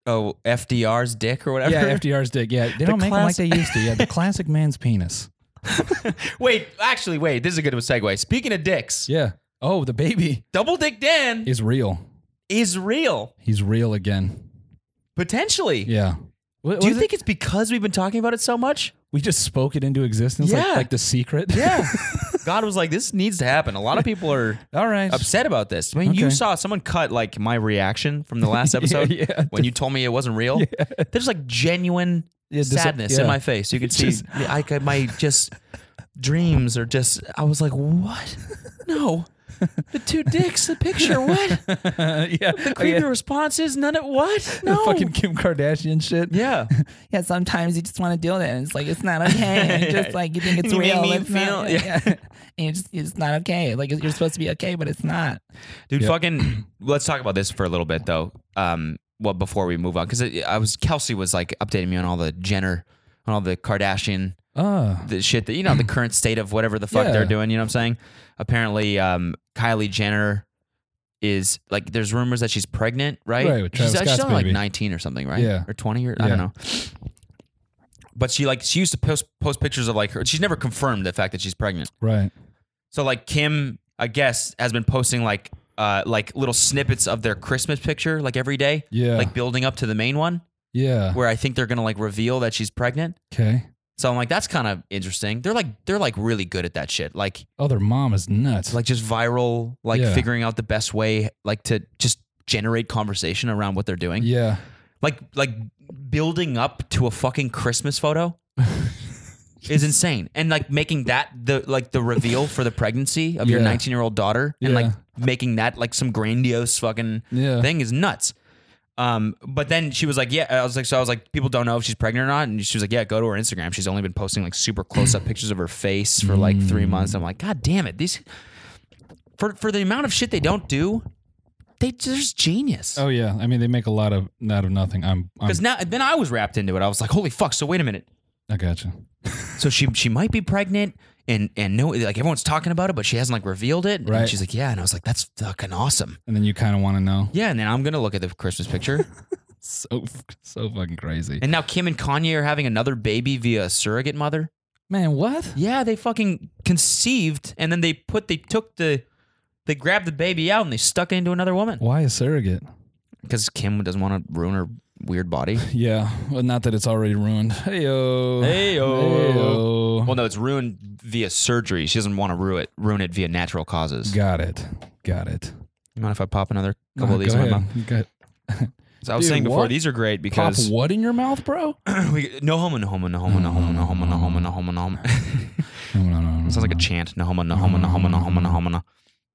[SPEAKER 1] oh FDR's dick or whatever.
[SPEAKER 2] yeah, FDR's dick. Yeah, they don't make 'em
[SPEAKER 1] classic-
[SPEAKER 2] like they used to. Yeah, the classic man's penis.
[SPEAKER 1] wait, actually, wait. This is a good segue. Speaking of dicks,
[SPEAKER 2] Yeah. Oh, the baby
[SPEAKER 1] Double Dick Dan
[SPEAKER 2] is real.
[SPEAKER 1] is real
[SPEAKER 2] He's real again.
[SPEAKER 1] potentially.
[SPEAKER 2] Yeah. What,
[SPEAKER 1] Do you
[SPEAKER 2] was it?
[SPEAKER 1] think it's because we've been talking about it so much?
[SPEAKER 2] we just spoke it into existence?
[SPEAKER 1] Yeah.
[SPEAKER 2] Like, like the secret.
[SPEAKER 1] Yeah. God was like, this needs to happen. A lot of people are
[SPEAKER 2] All right.
[SPEAKER 1] upset about this. I mean, you
[SPEAKER 2] Okay.
[SPEAKER 1] saw someone cut like my reaction from the last episode
[SPEAKER 2] yeah,
[SPEAKER 1] when you told me it wasn't real. There's like genuine
[SPEAKER 2] Yeah, dis-
[SPEAKER 1] sadness
[SPEAKER 2] yeah.
[SPEAKER 1] in my face. You could see
[SPEAKER 2] Just-
[SPEAKER 1] I could, my just dreams are just. I was like, what? No, the two dicks, the picture. What?
[SPEAKER 2] yeah. Oh,
[SPEAKER 1] Creepy
[SPEAKER 2] yeah.
[SPEAKER 1] responses. None of what?
[SPEAKER 2] The
[SPEAKER 1] No.
[SPEAKER 2] fucking Kim Kardashian shit.
[SPEAKER 1] Oh. yeah.
[SPEAKER 4] yeah, sometimes you just want to do that, and it's like it's not okay. And you just like you think it's
[SPEAKER 1] You made
[SPEAKER 4] real,
[SPEAKER 1] me
[SPEAKER 4] it's not-
[SPEAKER 1] feel- yeah.
[SPEAKER 4] and you just it's not okay. Like you're supposed to be okay, but it's not.
[SPEAKER 1] Dude, fucking. Let's talk about this for a little bit though. Um, well, before we move on, because I was Kelsey was like updating me on all the Jenner, on all the Kardashian
[SPEAKER 2] Ah.
[SPEAKER 1] the shit that you know the current state of whatever the fuck
[SPEAKER 2] Yeah.
[SPEAKER 1] they're doing. You know what I'm saying? Apparently, um, Kylie Jenner is like there's rumors that she's pregnant, right?
[SPEAKER 2] Right, with Travis
[SPEAKER 1] she's, she's
[SPEAKER 2] Scott's
[SPEAKER 1] only like
[SPEAKER 2] baby.
[SPEAKER 1] 19 or something, right?
[SPEAKER 2] Yeah.
[SPEAKER 1] or 20 or I
[SPEAKER 2] Yeah.
[SPEAKER 1] don't know. But she like she used to post post pictures of like her. She's never confirmed the fact that she's pregnant.
[SPEAKER 2] right.
[SPEAKER 1] So like Kim, I guess, has been posting like uh like little snippets of their Christmas picture like every day,
[SPEAKER 2] Yeah.
[SPEAKER 1] like building up to the main one
[SPEAKER 2] yeah.
[SPEAKER 1] where I think they're gonna like reveal that she's pregnant.
[SPEAKER 2] Okay.
[SPEAKER 1] So I'm like, that's kind of interesting. They're like, they're like really good at that shit. Like,
[SPEAKER 2] Oh, their mom is nuts.
[SPEAKER 1] like just viral, like
[SPEAKER 2] Yeah.
[SPEAKER 1] figuring out the best way, like to just generate conversation around what they're doing.
[SPEAKER 2] yeah.
[SPEAKER 1] Like, like building up to a fucking Christmas photo is insane. And like making that the like the reveal for the pregnancy of your
[SPEAKER 2] Yeah.
[SPEAKER 1] 19 year old daughter, and
[SPEAKER 2] Yeah.
[SPEAKER 1] like making that like some grandiose fucking
[SPEAKER 2] Yeah.
[SPEAKER 1] thing is nuts. Um, but then she was like, yeah, I was like, so I was like, people don't know if she's pregnant or not. And she was like, yeah, go to her Instagram. She's only been posting like super close up pictures of her face for like three
[SPEAKER 2] Mm.
[SPEAKER 1] months. I'm like, God damn it. These for, for the amount of shit they don't do, they there's genius.
[SPEAKER 2] Oh yeah, I mean they make a lot of out of nothing. I'm, I'm
[SPEAKER 1] Cause now, then I was wrapped into it. I was like, holy fuck. So wait a minute.
[SPEAKER 2] I gotcha.
[SPEAKER 1] So she she might be pregnant, and and no, like everyone's talking about it, but she hasn't like revealed it.
[SPEAKER 2] Right.
[SPEAKER 1] And she's like, yeah, and I was like, that's fucking awesome.
[SPEAKER 2] And then you kind of want to know.
[SPEAKER 1] Yeah, and then I'm gonna look at the Christmas picture,
[SPEAKER 2] So so fucking crazy.
[SPEAKER 1] and now Kim and Kanye are having another baby via a surrogate mother.
[SPEAKER 2] Man, what?
[SPEAKER 1] Yeah, they fucking conceived, and then they put they took the. They grabbed the baby out and they stuck it into another woman
[SPEAKER 2] Why a surrogate?
[SPEAKER 1] because Kim doesn't want to ruin her weird body.
[SPEAKER 2] Yeah, well, not that it's already ruined. Heyo.
[SPEAKER 1] Heyo.
[SPEAKER 2] Heyo.
[SPEAKER 1] Well, no, it's ruined via surgery. She doesn't want to ruin it, ruin it via natural causes.
[SPEAKER 2] Got it. Got it.
[SPEAKER 1] You mind if I pop another couple of
[SPEAKER 2] No,
[SPEAKER 1] these
[SPEAKER 2] go
[SPEAKER 1] in my
[SPEAKER 2] ahead.
[SPEAKER 1] mouth?
[SPEAKER 2] Go ahead.
[SPEAKER 1] As I was
[SPEAKER 2] Dude,
[SPEAKER 1] saying before,
[SPEAKER 2] what?
[SPEAKER 1] these are great
[SPEAKER 2] Pop
[SPEAKER 1] because
[SPEAKER 2] what in your mouth, bro?
[SPEAKER 1] we, no homo, no homo, no homo, no homo, no homo, no homo, no homo, no homo.
[SPEAKER 2] No, no, no, no,
[SPEAKER 1] Sounds like a
[SPEAKER 2] no.
[SPEAKER 1] chant. No homo, no homo, no homo, no homo, no homo,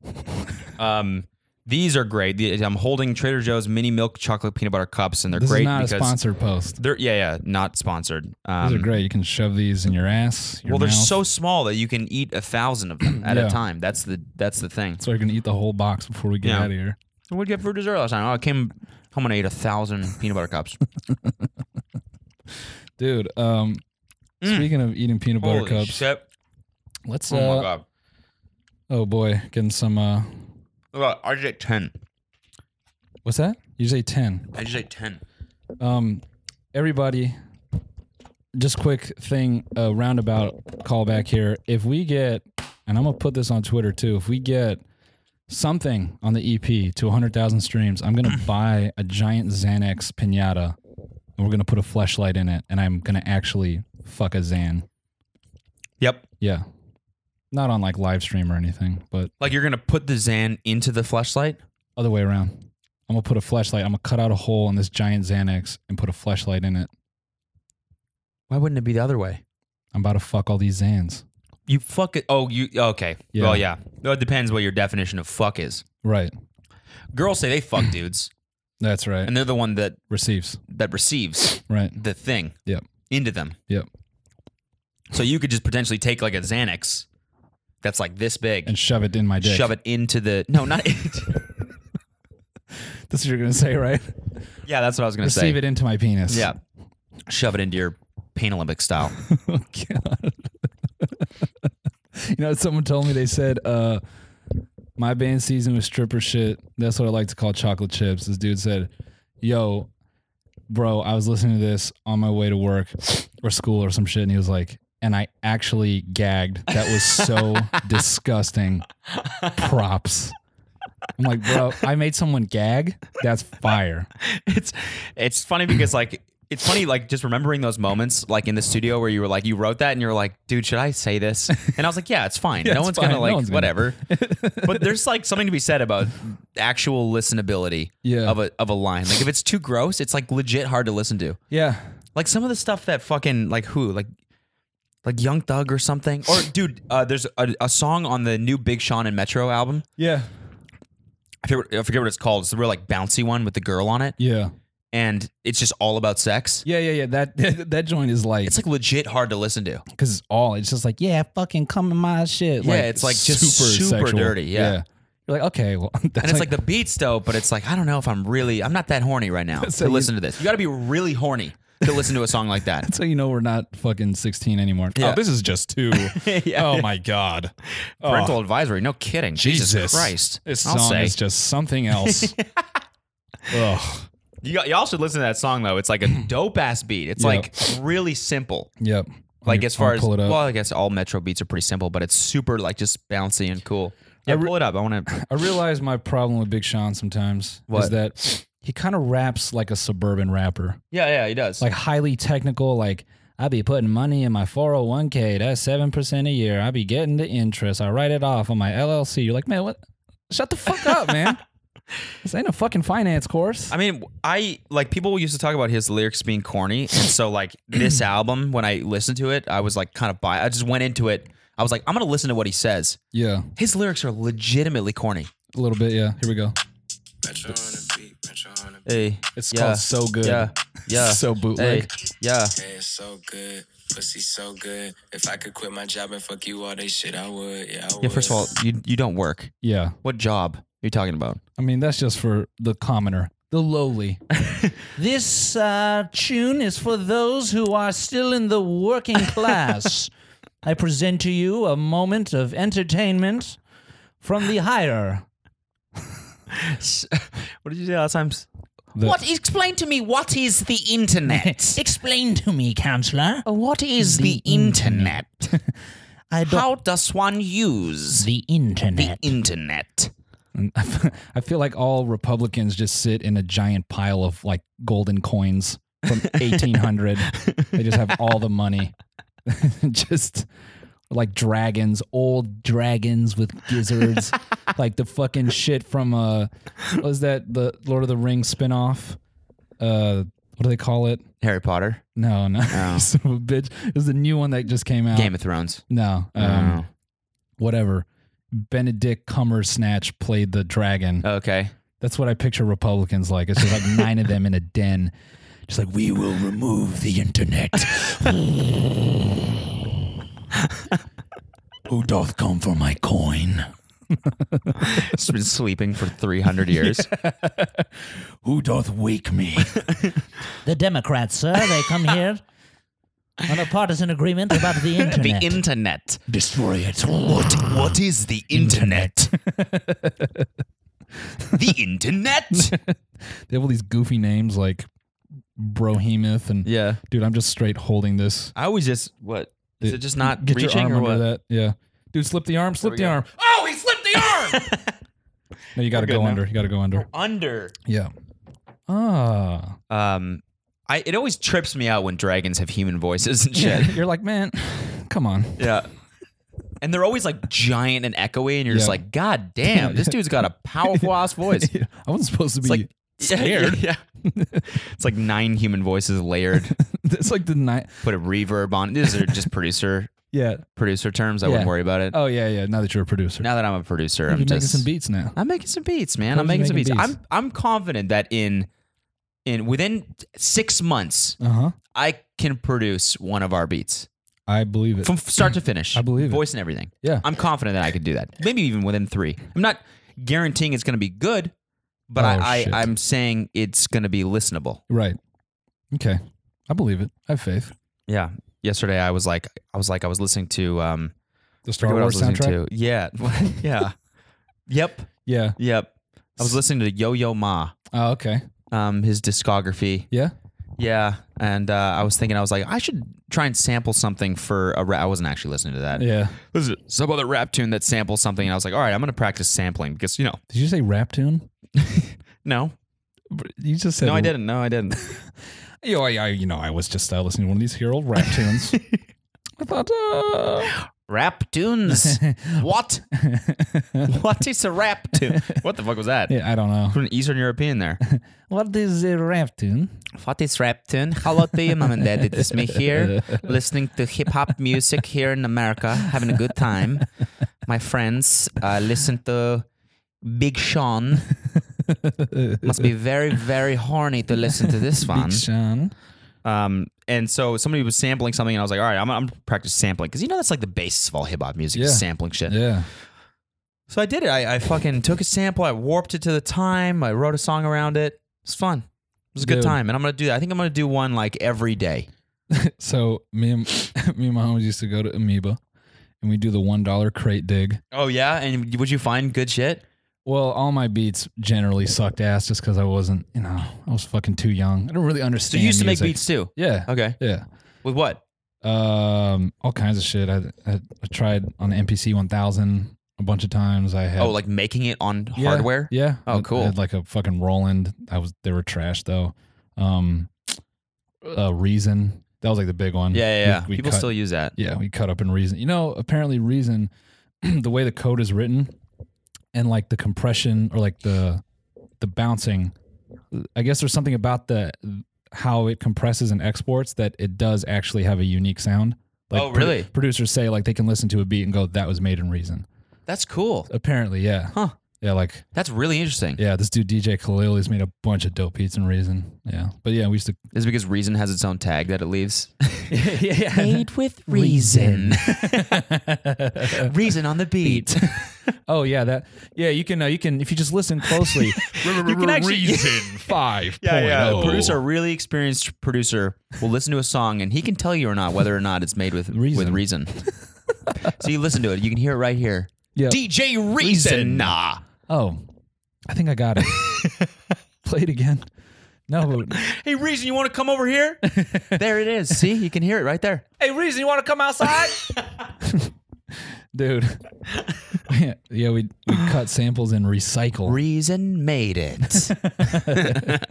[SPEAKER 1] no. Um, these are great. The- I'm holding Trader Joe's mini milk chocolate peanut butter cups, and they're
[SPEAKER 2] This
[SPEAKER 1] great
[SPEAKER 2] is not a
[SPEAKER 1] because
[SPEAKER 2] sponsored post.
[SPEAKER 1] they're yeah, yeah, not sponsored. Um,
[SPEAKER 2] These are great. You can shove these in your ass. Your
[SPEAKER 1] Well, they're
[SPEAKER 2] mouth.
[SPEAKER 1] so small that you can eat a thousand of them at
[SPEAKER 2] Yeah.
[SPEAKER 1] a time. That's the that's the thing.
[SPEAKER 2] So I can eat the whole box before we get
[SPEAKER 1] Yeah.
[SPEAKER 2] out of here.
[SPEAKER 1] What'd you have for dessert last time? Oh, I came home and I ate a thousand peanut butter cups.
[SPEAKER 2] Dude, um,
[SPEAKER 1] Mm.
[SPEAKER 2] speaking of eating peanut butter
[SPEAKER 1] Holy
[SPEAKER 2] cups,
[SPEAKER 1] shit.
[SPEAKER 2] let's.
[SPEAKER 1] Oh my
[SPEAKER 2] uh,
[SPEAKER 1] god.
[SPEAKER 2] oh boy, getting some. uh
[SPEAKER 1] Look, I just ate ten.
[SPEAKER 2] What's that? You say ten.
[SPEAKER 1] I just ate ten.
[SPEAKER 2] Um, everybody, just quick thing, uh, roundabout callback here. If we get, and I'm gonna put this on Twitter too. If we get something on the EP to 100,000 streams, I'm gonna buy a giant Xanax pinata, and we're gonna put a flashlight in it, and I'm gonna actually fuck a Xan.
[SPEAKER 1] Yep.
[SPEAKER 2] Yeah, not on like live stream or anything, but
[SPEAKER 1] Like you're gonna put the Xan into the flashlight?
[SPEAKER 2] other way around. I'm gonna put a flashlight. I'm gonna cut out a hole in this giant Xanax and put a flashlight in it.
[SPEAKER 1] Why wouldn't it be the other way?
[SPEAKER 2] I'm about to fuck all these Xans.
[SPEAKER 1] You fuck it. Oh, you okay?
[SPEAKER 2] Yeah.
[SPEAKER 1] Well, yeah. Well, it depends what your definition of fuck is.
[SPEAKER 2] Right.
[SPEAKER 1] Girls say they fuck dudes,
[SPEAKER 2] That's right.
[SPEAKER 1] and they're the one that
[SPEAKER 2] Receives.
[SPEAKER 1] that receives
[SPEAKER 2] Right.
[SPEAKER 1] the thing.
[SPEAKER 2] Yep.
[SPEAKER 1] Into them.
[SPEAKER 2] Yep.
[SPEAKER 1] So you could just potentially take like a Xanax, that's like this big,
[SPEAKER 2] And shove it in my dick.
[SPEAKER 1] shove it into the no, not.
[SPEAKER 2] That's what you're gonna say, right?
[SPEAKER 1] yeah, that's what I was gonna
[SPEAKER 2] Receive
[SPEAKER 1] say.
[SPEAKER 2] it into my penis.
[SPEAKER 1] Yeah. Shove it into your pain Olympic style.
[SPEAKER 2] oh god. you know, someone told me they said, uh, my band season was stripper shit. That's what I like to call chocolate chips. This dude said, Yo, bro, I was listening to this on my way to work or school or some shit, and he was like, and I actually gagged. That was so disgusting. Props. I'm like, bro, I made someone gag. That's fire.
[SPEAKER 1] it's it's funny because like it's funny like just remembering those moments like in the studio where you were like you wrote that and you were like dude should I say this and I was like yeah it's fine no
[SPEAKER 2] it's
[SPEAKER 1] one's
[SPEAKER 2] fine.
[SPEAKER 1] gonna
[SPEAKER 2] No
[SPEAKER 1] like
[SPEAKER 2] one's gonna-
[SPEAKER 1] whatever but there's like something to be said about actual listenability
[SPEAKER 2] Yeah.
[SPEAKER 1] of a of a line like if it's too gross it's like legit hard to listen to
[SPEAKER 2] Yeah.
[SPEAKER 1] like some of the stuff that fucking like who like like Young Thug or something or dude uh, there's a, a song on the new Big Sean and Metro album
[SPEAKER 2] Yeah.
[SPEAKER 1] I forget, I forget what it's called. It's the real like bouncy one with the girl on it,
[SPEAKER 2] Yeah.
[SPEAKER 1] and it's just all about sex.
[SPEAKER 2] Yeah, yeah, yeah. That that joint is like
[SPEAKER 1] It's like legit hard to listen to.
[SPEAKER 2] because it's all it's just like yeah, fucking come in my shit.
[SPEAKER 1] Yeah, it's like just super dirty, yeah.
[SPEAKER 2] you're like okay, well, that's
[SPEAKER 1] And it's like, the beats though, but it's like I don't know if I'm really I'm not that horny right now
[SPEAKER 2] So
[SPEAKER 1] to
[SPEAKER 2] you-
[SPEAKER 1] listen to this. You got to be really horny to listen to a song like that.
[SPEAKER 2] that's how you know we're not fucking 16 anymore.
[SPEAKER 1] Yeah.
[SPEAKER 2] Oh, this is just too. Oh my god, Oh,
[SPEAKER 1] Parental advisory, no kidding. Jesus, Christ,
[SPEAKER 2] this
[SPEAKER 1] I'll
[SPEAKER 2] song
[SPEAKER 1] say.
[SPEAKER 2] is just something else. Ugh.
[SPEAKER 1] you, all should listen to that song though. It's like a dope ass beat. It's
[SPEAKER 2] Yeah.
[SPEAKER 1] like really simple.
[SPEAKER 2] Yep.
[SPEAKER 1] Like
[SPEAKER 2] I'll-
[SPEAKER 1] as far
[SPEAKER 2] I'll
[SPEAKER 1] as
[SPEAKER 2] pull it up.
[SPEAKER 1] well, I guess all Metro beats are pretty simple, but it's super like just bouncy and cool. Yeah, pull it up. I want to.
[SPEAKER 2] I realize my problem with Big Sean sometimes is
[SPEAKER 1] What?
[SPEAKER 2] that he kind of raps like a suburban rapper.
[SPEAKER 1] Yeah, yeah, he does.
[SPEAKER 2] like highly technical like i be putting money in my 401k that's 7% a year i be getting the interest i write it off on my llc you're like man what shut the fuck up man this ain't a fucking finance course
[SPEAKER 1] I mean, I like people used to talk about his lyrics being corny, and so like this album, when I listened to it, I was like kind of bi. I just went into it. I was like, I'm gonna listen to what he says.
[SPEAKER 2] yeah
[SPEAKER 1] His lyrics are legitimately corny.
[SPEAKER 2] a little bit yeah here we go
[SPEAKER 5] Metro on the beat, Metro on the beat.
[SPEAKER 1] Hey,
[SPEAKER 2] it's
[SPEAKER 1] yeah,
[SPEAKER 2] called so good
[SPEAKER 1] Yeah, yeah.
[SPEAKER 2] so
[SPEAKER 6] Uh,
[SPEAKER 1] hey,
[SPEAKER 2] bootleg
[SPEAKER 1] yeah.
[SPEAKER 5] Hey, it's so good. Pussy so good. If I could quit my job and fuck you all this shit, I would. Yeah, I would.
[SPEAKER 1] Yeah. First of all, you you don't work.
[SPEAKER 2] yeah
[SPEAKER 1] What job are you talking about?
[SPEAKER 2] i mean that's just for the commoner the lowly.
[SPEAKER 6] This uh, tune is for those who are still in the working class. I present to you a moment of entertainment from the higher.
[SPEAKER 1] What did you say last time?
[SPEAKER 2] The-
[SPEAKER 1] what? Explain to me. What is the internet?
[SPEAKER 6] Explain to me, counselor.
[SPEAKER 1] what is the, internet?
[SPEAKER 6] I don't.
[SPEAKER 1] How does one use
[SPEAKER 6] the internet.
[SPEAKER 1] the internet?
[SPEAKER 2] And I f- I feel like all Republicans just sit in a giant pile of like golden coins from 1800. they just have all the money. just like dragons, old dragons with gizzards, like the fucking shit from uh what was that the Lord of the Rings spinoff? Uh what do they call it?
[SPEAKER 1] Harry Potter,
[SPEAKER 2] No, no. Son of a bitch. It was the new one that just came out.
[SPEAKER 1] Oh. Game of Oh. Thrones.
[SPEAKER 2] No. Um, whatever. Benedict Cumbersnatch played the dragon.
[SPEAKER 1] Oh, okay.
[SPEAKER 2] That's what I picture Republicans like. It's just like nine of them in a den. Just like, we will remove the internet. Who doth come for my coin?
[SPEAKER 1] It's been sleeping for 300 years.
[SPEAKER 2] Who doth wake me?
[SPEAKER 6] The Democrats, sir, they come here on a partisan agreement about the internet.
[SPEAKER 1] The internet.
[SPEAKER 2] Destroy it.
[SPEAKER 1] What? What is the internet? the internet.
[SPEAKER 2] They have all these goofy names like Brohemoth and
[SPEAKER 1] yeah.
[SPEAKER 2] dude, I'm just straight holding this.
[SPEAKER 1] I always just what is
[SPEAKER 2] Dude,
[SPEAKER 1] it just not
[SPEAKER 2] Get
[SPEAKER 1] reaching
[SPEAKER 2] your arm
[SPEAKER 1] or
[SPEAKER 2] under
[SPEAKER 1] what?
[SPEAKER 2] that. Yeah. Dude, slip the arm, slip
[SPEAKER 1] we
[SPEAKER 2] the
[SPEAKER 1] go.
[SPEAKER 2] arm.
[SPEAKER 3] Oh, he slipped the arm.
[SPEAKER 2] No, you gotta
[SPEAKER 1] We're good
[SPEAKER 2] go
[SPEAKER 1] now.
[SPEAKER 2] under. You gotta go under.
[SPEAKER 1] Under.
[SPEAKER 2] Yeah. Ah.
[SPEAKER 1] Um, I it always trips me out when dragons have human voices and shit.
[SPEAKER 2] You're like, man, come on.
[SPEAKER 1] yeah. And they're always like giant and echoey, and you're just
[SPEAKER 2] Yeah.
[SPEAKER 1] like, God damn, this dude's got a powerful ass voice.
[SPEAKER 2] I wasn't supposed to be
[SPEAKER 1] It's like
[SPEAKER 2] scared.
[SPEAKER 1] Yeah, yeah. It's like nine human voices layered.
[SPEAKER 2] It's like the night.
[SPEAKER 1] Put a reverb on. These are just producer
[SPEAKER 2] Yeah.
[SPEAKER 1] producer terms. I wouldn't
[SPEAKER 2] Yeah.
[SPEAKER 1] worry about it.
[SPEAKER 2] Oh yeah, yeah. Now that you're a producer,
[SPEAKER 1] now that I'm a producer,
[SPEAKER 2] you're
[SPEAKER 1] I'm
[SPEAKER 2] making
[SPEAKER 1] just
[SPEAKER 2] some beats now.
[SPEAKER 1] I'm making some beats, man. I'm
[SPEAKER 2] How's you
[SPEAKER 1] making some beats.
[SPEAKER 2] making
[SPEAKER 1] I'm I'm confident that in in within six months,
[SPEAKER 2] Uh
[SPEAKER 6] Uh-huh.
[SPEAKER 2] huh.
[SPEAKER 1] I can produce one of our beats
[SPEAKER 2] I believe it.
[SPEAKER 1] from start to finish.
[SPEAKER 2] I believe it.
[SPEAKER 1] voice and everything.
[SPEAKER 2] Yeah.
[SPEAKER 1] I'm confident that I could do that. Maybe even within three. I'm not guaranteeing it's going to be good, but
[SPEAKER 2] Oh,
[SPEAKER 1] I,
[SPEAKER 2] shit.
[SPEAKER 1] I I'm saying it's going to be listenable.
[SPEAKER 2] right. Okay. I believe it. I have faith.
[SPEAKER 1] Yeah. Yesterday I was like I was like I was listening to um
[SPEAKER 2] The
[SPEAKER 1] forget
[SPEAKER 2] Star
[SPEAKER 1] what I
[SPEAKER 2] Wars
[SPEAKER 1] was listening
[SPEAKER 2] soundtrack.
[SPEAKER 1] to. Yeah. yeah. Yep.
[SPEAKER 2] Yeah.
[SPEAKER 1] Yep. I was listening to Yo Yo Ma.
[SPEAKER 2] Oh, okay.
[SPEAKER 1] Um, his discography.
[SPEAKER 2] Yeah.
[SPEAKER 1] Yeah, and uh, I was thinking, I was like, I should try and sample something for a rap. I wasn't actually listening to that.
[SPEAKER 2] Yeah.
[SPEAKER 1] This is some other rap tune that samples something, and I was like, all right, I'm gonna practice sampling because you know,
[SPEAKER 2] Did you say rap tune?
[SPEAKER 1] no,
[SPEAKER 2] You just said
[SPEAKER 1] no, I didn't, no, I didn't.
[SPEAKER 2] You know, I, I, you know, I was just uh, listening to one of these hero rap tunes. I thought, uh,
[SPEAKER 1] rap tunes. what? What is a rap tune? What the fuck was that?
[SPEAKER 2] yeah, I don't know.
[SPEAKER 1] Put an Eastern European there.
[SPEAKER 6] What is a rap tune?
[SPEAKER 1] What is rap tune? Hello to you, mom and dad. It is me here, listening to hip hop music here in America, having a good time. My friends uh, listen to Big Sean. Must be very, very horny to listen to this one.
[SPEAKER 2] Sean.
[SPEAKER 1] Um, and so somebody was sampling something, and I was like, "All right, I'm, I'm practice sampling because you know that's like the basis of all hip hop music, is
[SPEAKER 2] Yeah.
[SPEAKER 1] sampling shit."
[SPEAKER 2] Yeah.
[SPEAKER 1] So I did it. I, I fucking took a sample. I warped it to the time. I wrote a song around it. It was fun. It was a good
[SPEAKER 2] Dude.
[SPEAKER 1] time, and I'm gonna do. I think I'm gonna do one like every day.
[SPEAKER 2] So me and me and my homies used to go to Amoeba, and we do the one dollar crate dig.
[SPEAKER 1] Oh yeah, and would you find good shit?
[SPEAKER 2] Well, all my beats generally sucked ass just because I wasn't, you know, I was fucking too young. I don't really
[SPEAKER 1] So
[SPEAKER 2] understand.
[SPEAKER 1] you used to make
[SPEAKER 2] music.
[SPEAKER 1] beats too.
[SPEAKER 2] Yeah,
[SPEAKER 1] Okay,
[SPEAKER 2] yeah.
[SPEAKER 1] with what?
[SPEAKER 2] Um, all kinds of shit. I, I, I tried on the MPC 1000 a bunch of times. I had
[SPEAKER 1] Oh, like making it on
[SPEAKER 2] Yeah,
[SPEAKER 1] hardware.
[SPEAKER 2] Yeah.
[SPEAKER 1] Oh,
[SPEAKER 2] I-
[SPEAKER 1] cool.
[SPEAKER 2] I had like a fucking Roland. I was they were trash though. Um, uh, Reason. That was like the big one.
[SPEAKER 1] Yeah, yeah. yeah.
[SPEAKER 2] We- we
[SPEAKER 1] People
[SPEAKER 2] cut-
[SPEAKER 1] still use that.
[SPEAKER 2] Yeah, we cut up in Reason. You know, apparently Reason, the way the code is written, and like the compression or like the the bouncing, I guess there's something about the how it compresses and exports that it does actually have a unique sound. Like
[SPEAKER 1] Oh,
[SPEAKER 2] pro-
[SPEAKER 1] really?
[SPEAKER 2] producers say like they can listen to a beat and go, "That was made in Reason."
[SPEAKER 1] That's cool.
[SPEAKER 2] Apparently, yeah.
[SPEAKER 1] Huh.
[SPEAKER 2] Yeah, like
[SPEAKER 1] That's really interesting.
[SPEAKER 2] yeah, this dude DJ Khalil, he's made a bunch of dope beats in Reason. Yeah, but yeah, we used to
[SPEAKER 1] Is it because Reason has its own tag that it leaves?
[SPEAKER 6] yeah.
[SPEAKER 1] with Reason. reason on the beat.
[SPEAKER 2] Oh yeah, that yeah. You can uh, you can if you just listen closely. you can actually reason five.
[SPEAKER 1] The
[SPEAKER 2] Oh.
[SPEAKER 1] producer, a really experienced producer, will listen to a song and he can tell you or not whether or not it's made with reason. With
[SPEAKER 2] Reason.
[SPEAKER 1] reason. so you listen to it. You can hear it right here.
[SPEAKER 2] Yeah.
[SPEAKER 1] DJ Reason. Nah.
[SPEAKER 2] Oh, I think I got it. Play it again. No, but
[SPEAKER 3] Hey, Reason, you want to come over here?
[SPEAKER 1] There it is. See, you can hear it right there.
[SPEAKER 3] Hey, Reason, you want to come outside?
[SPEAKER 2] dude. yeah, yeah, we we cut samples and recycle.
[SPEAKER 1] Reason made it.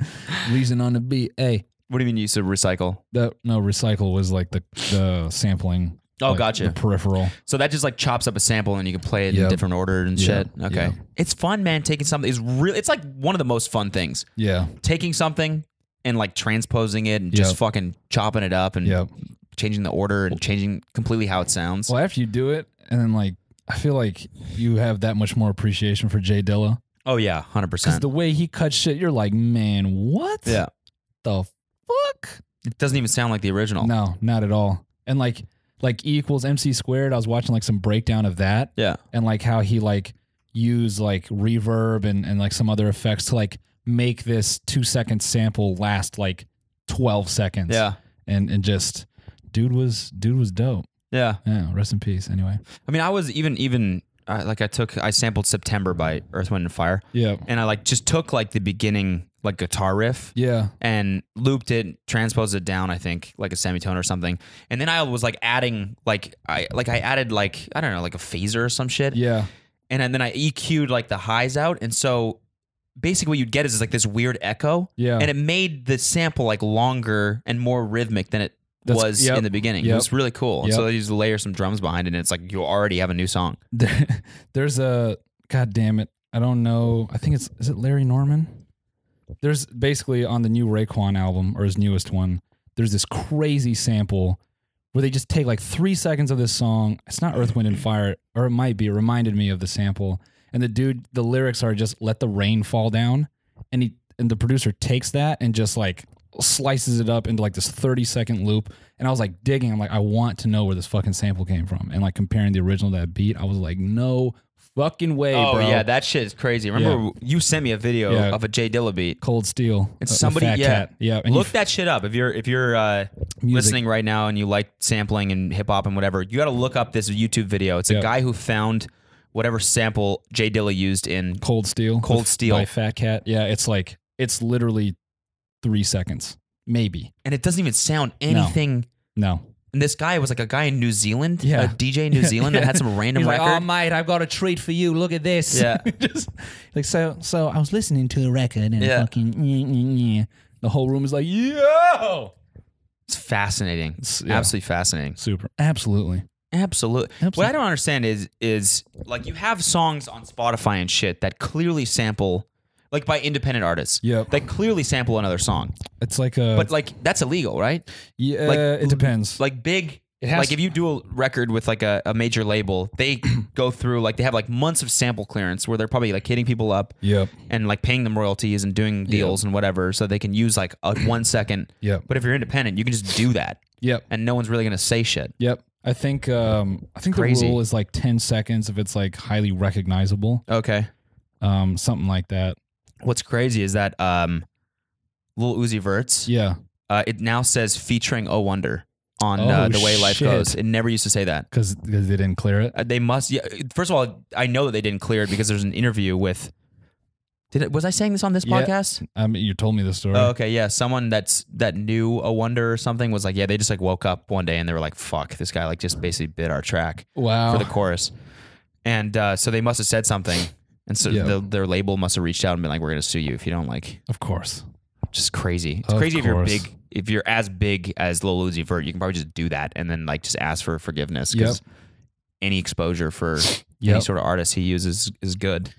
[SPEAKER 2] reason on the beat. Hey,
[SPEAKER 1] what do you mean you said recycle?
[SPEAKER 2] that no recycle was like the the sampling.
[SPEAKER 1] Oh,
[SPEAKER 2] like,
[SPEAKER 1] gotcha.
[SPEAKER 2] The peripheral.
[SPEAKER 1] So that just like chops up a sample and you can play it in
[SPEAKER 2] Yep.
[SPEAKER 1] different order and
[SPEAKER 2] Yep.
[SPEAKER 1] shit. Okay.
[SPEAKER 2] Yep.
[SPEAKER 1] It's fun, man. Taking something is really, it's like one of the most fun things.
[SPEAKER 2] Yeah.
[SPEAKER 1] Taking something and like transposing it and just
[SPEAKER 2] Yep.
[SPEAKER 1] fucking chopping it up and
[SPEAKER 2] Yep.
[SPEAKER 1] changing the order and changing completely how it sounds.
[SPEAKER 2] Well, after you do it, and then like I feel like you have that much more appreciation for Jay Dilla
[SPEAKER 1] Oh, yeah. 100%.
[SPEAKER 2] because the way he cuts shit, you're like, man, what?
[SPEAKER 1] yeah.
[SPEAKER 2] The fuck?
[SPEAKER 1] It doesn't even sound like the original.
[SPEAKER 2] No, not at all. And like like E equals MC squared, I was watching like some breakdown of that
[SPEAKER 1] Yeah.
[SPEAKER 2] and like how he like used like reverb and, and like some other effects to like make this two second sample last like twelve seconds.
[SPEAKER 1] Yeah.
[SPEAKER 2] And and just dude was dude was dope.
[SPEAKER 1] Yeah.
[SPEAKER 2] Yeah, rest in peace anyway.
[SPEAKER 1] I mean, I was even, even I, like I took, I sampled September by Earth, Wind, and Fire
[SPEAKER 2] Yeah.
[SPEAKER 1] and I like just took like the beginning, like guitar riff.
[SPEAKER 2] Yeah.
[SPEAKER 1] and looped it, transposed it down, I think, like a semitone or something. And then I was like adding like I like I added like I don't know, like a phaser or some shit.
[SPEAKER 2] Yeah.
[SPEAKER 1] And then I EQ'd like the highs out. And so basically what you'd get is, is like this weird echo.
[SPEAKER 2] Yeah.
[SPEAKER 1] And it made the sample like longer and more rhythmic than it
[SPEAKER 2] That's-
[SPEAKER 1] was
[SPEAKER 2] yep,
[SPEAKER 1] in the beginning. It
[SPEAKER 2] yep,
[SPEAKER 1] was really cool. And
[SPEAKER 2] yep.
[SPEAKER 1] So they just layer some drums behind it and it's like you already have a new song.
[SPEAKER 2] There, there's a god damn it. I don't know. I think it's is it Larry Norman? There's basically on the new Raekwon album or his newest one, there's this crazy sample where they just take like three seconds of this song. It's not Earth, Wind, and Fire, or it might be. It reminded me of the sample. And the dude, the lyrics are just "Let the rain fall down," and he and the producer takes that and just like slices it up into like this 30 second loop. And I was like digging. I'm like, I want to know where this fucking sample came from. And like comparing the original to that beat, I was like, no fucking way,
[SPEAKER 1] oh
[SPEAKER 2] bro.
[SPEAKER 1] yeah, that shit is crazy. Remember you sent me a video
[SPEAKER 2] Yeah.
[SPEAKER 1] of a Jay Dilla beat.
[SPEAKER 2] Cold Steel.
[SPEAKER 1] And
[SPEAKER 2] uh, the
[SPEAKER 1] somebody-
[SPEAKER 2] Fat
[SPEAKER 1] yeah.
[SPEAKER 2] Cat. yeah. And he
[SPEAKER 1] Look that shit up. If you're if you're uh,
[SPEAKER 2] Music.
[SPEAKER 1] listening right now and you like sampling and hip hop and whatever, you got to look up this YouTube video. It's a
[SPEAKER 2] Yeah.
[SPEAKER 1] guy who found whatever sample Jay Dilla used in.
[SPEAKER 2] Cold Steel.
[SPEAKER 1] Cold
[SPEAKER 2] with-
[SPEAKER 1] Steel.
[SPEAKER 2] by Fat Cat. Yeah, it's like it's literally three seconds, maybe.
[SPEAKER 1] and it doesn't even sound anything.
[SPEAKER 2] No,
[SPEAKER 1] And this guy was like a guy in New Zealand,
[SPEAKER 2] Yeah.
[SPEAKER 1] a DJ in New Zealand that had some random
[SPEAKER 6] He's like,
[SPEAKER 1] record.
[SPEAKER 6] oh, mate, I've got a treat for you. Look at this.
[SPEAKER 1] yeah,
[SPEAKER 2] just
[SPEAKER 6] Like, so, so I was listening to a record and
[SPEAKER 1] Yeah.
[SPEAKER 6] fucking, mm, mm, mm.
[SPEAKER 2] the whole room is like, yo,
[SPEAKER 1] it's fascinating. It's,
[SPEAKER 2] yeah.
[SPEAKER 1] Absolutely fascinating.
[SPEAKER 2] super, absolutely.
[SPEAKER 1] Absolutely. What
[SPEAKER 2] Absolutely.
[SPEAKER 1] I don't understand is is like you have songs on Spotify and shit that clearly sample like by independent artists.
[SPEAKER 2] Yep.
[SPEAKER 1] That clearly sample another song.
[SPEAKER 2] It's like a,
[SPEAKER 1] But like that's illegal, right?
[SPEAKER 2] yeah,
[SPEAKER 1] like-
[SPEAKER 2] it depends.
[SPEAKER 1] like big
[SPEAKER 2] It has
[SPEAKER 1] like
[SPEAKER 2] to-
[SPEAKER 1] if you do a record with like a, a major label they go through like they have like months of sample clearance where they're probably like hitting people up
[SPEAKER 2] yep,
[SPEAKER 1] and like paying them royalties and doing deals and whatever so they can use like a one second
[SPEAKER 2] Yep.
[SPEAKER 1] but if you're independent you can just do that
[SPEAKER 2] yep,
[SPEAKER 1] and no one's really gonna say shit
[SPEAKER 2] yep. I think, um, I think
[SPEAKER 1] Crazy.
[SPEAKER 2] the rule is like ten seconds if it's like highly recognizable,
[SPEAKER 1] okay
[SPEAKER 2] um, something like that.
[SPEAKER 1] what's crazy is that um Lil Uzi Vert's
[SPEAKER 2] Yeah,
[SPEAKER 1] uh, it now says featuring Oh Wonder on
[SPEAKER 2] Oh,
[SPEAKER 1] uh, the way life
[SPEAKER 2] shit.
[SPEAKER 1] goes it never used to say that
[SPEAKER 2] because they didn't clear it.
[SPEAKER 1] Uh, they must. Yeah. First of all, I know that they didn't clear it because there's an interview with. Did it, was I saying this on this
[SPEAKER 2] Yeah.
[SPEAKER 1] podcast?
[SPEAKER 2] I mean, you told me the story.
[SPEAKER 1] Oh, okay, yeah. Someone that's that knew a wonder or something was like, yeah, they just like woke up one day and they were like, fuck, this guy like just basically bit our track
[SPEAKER 2] wow.
[SPEAKER 1] for the chorus, and uh, so they must have said something, and so
[SPEAKER 2] Yeah.
[SPEAKER 1] the, their label must have reached out and been like, we're gonna sue you if you don't like.
[SPEAKER 2] of course.
[SPEAKER 1] Just crazy. It's
[SPEAKER 2] Of
[SPEAKER 1] crazy if you're
[SPEAKER 2] course.
[SPEAKER 1] big. If you're as big as Lil Uzi Vert, you can probably just do that and then like just ask for forgiveness because any exposure for any
[SPEAKER 2] Yep.
[SPEAKER 1] sort of artist he uses is good.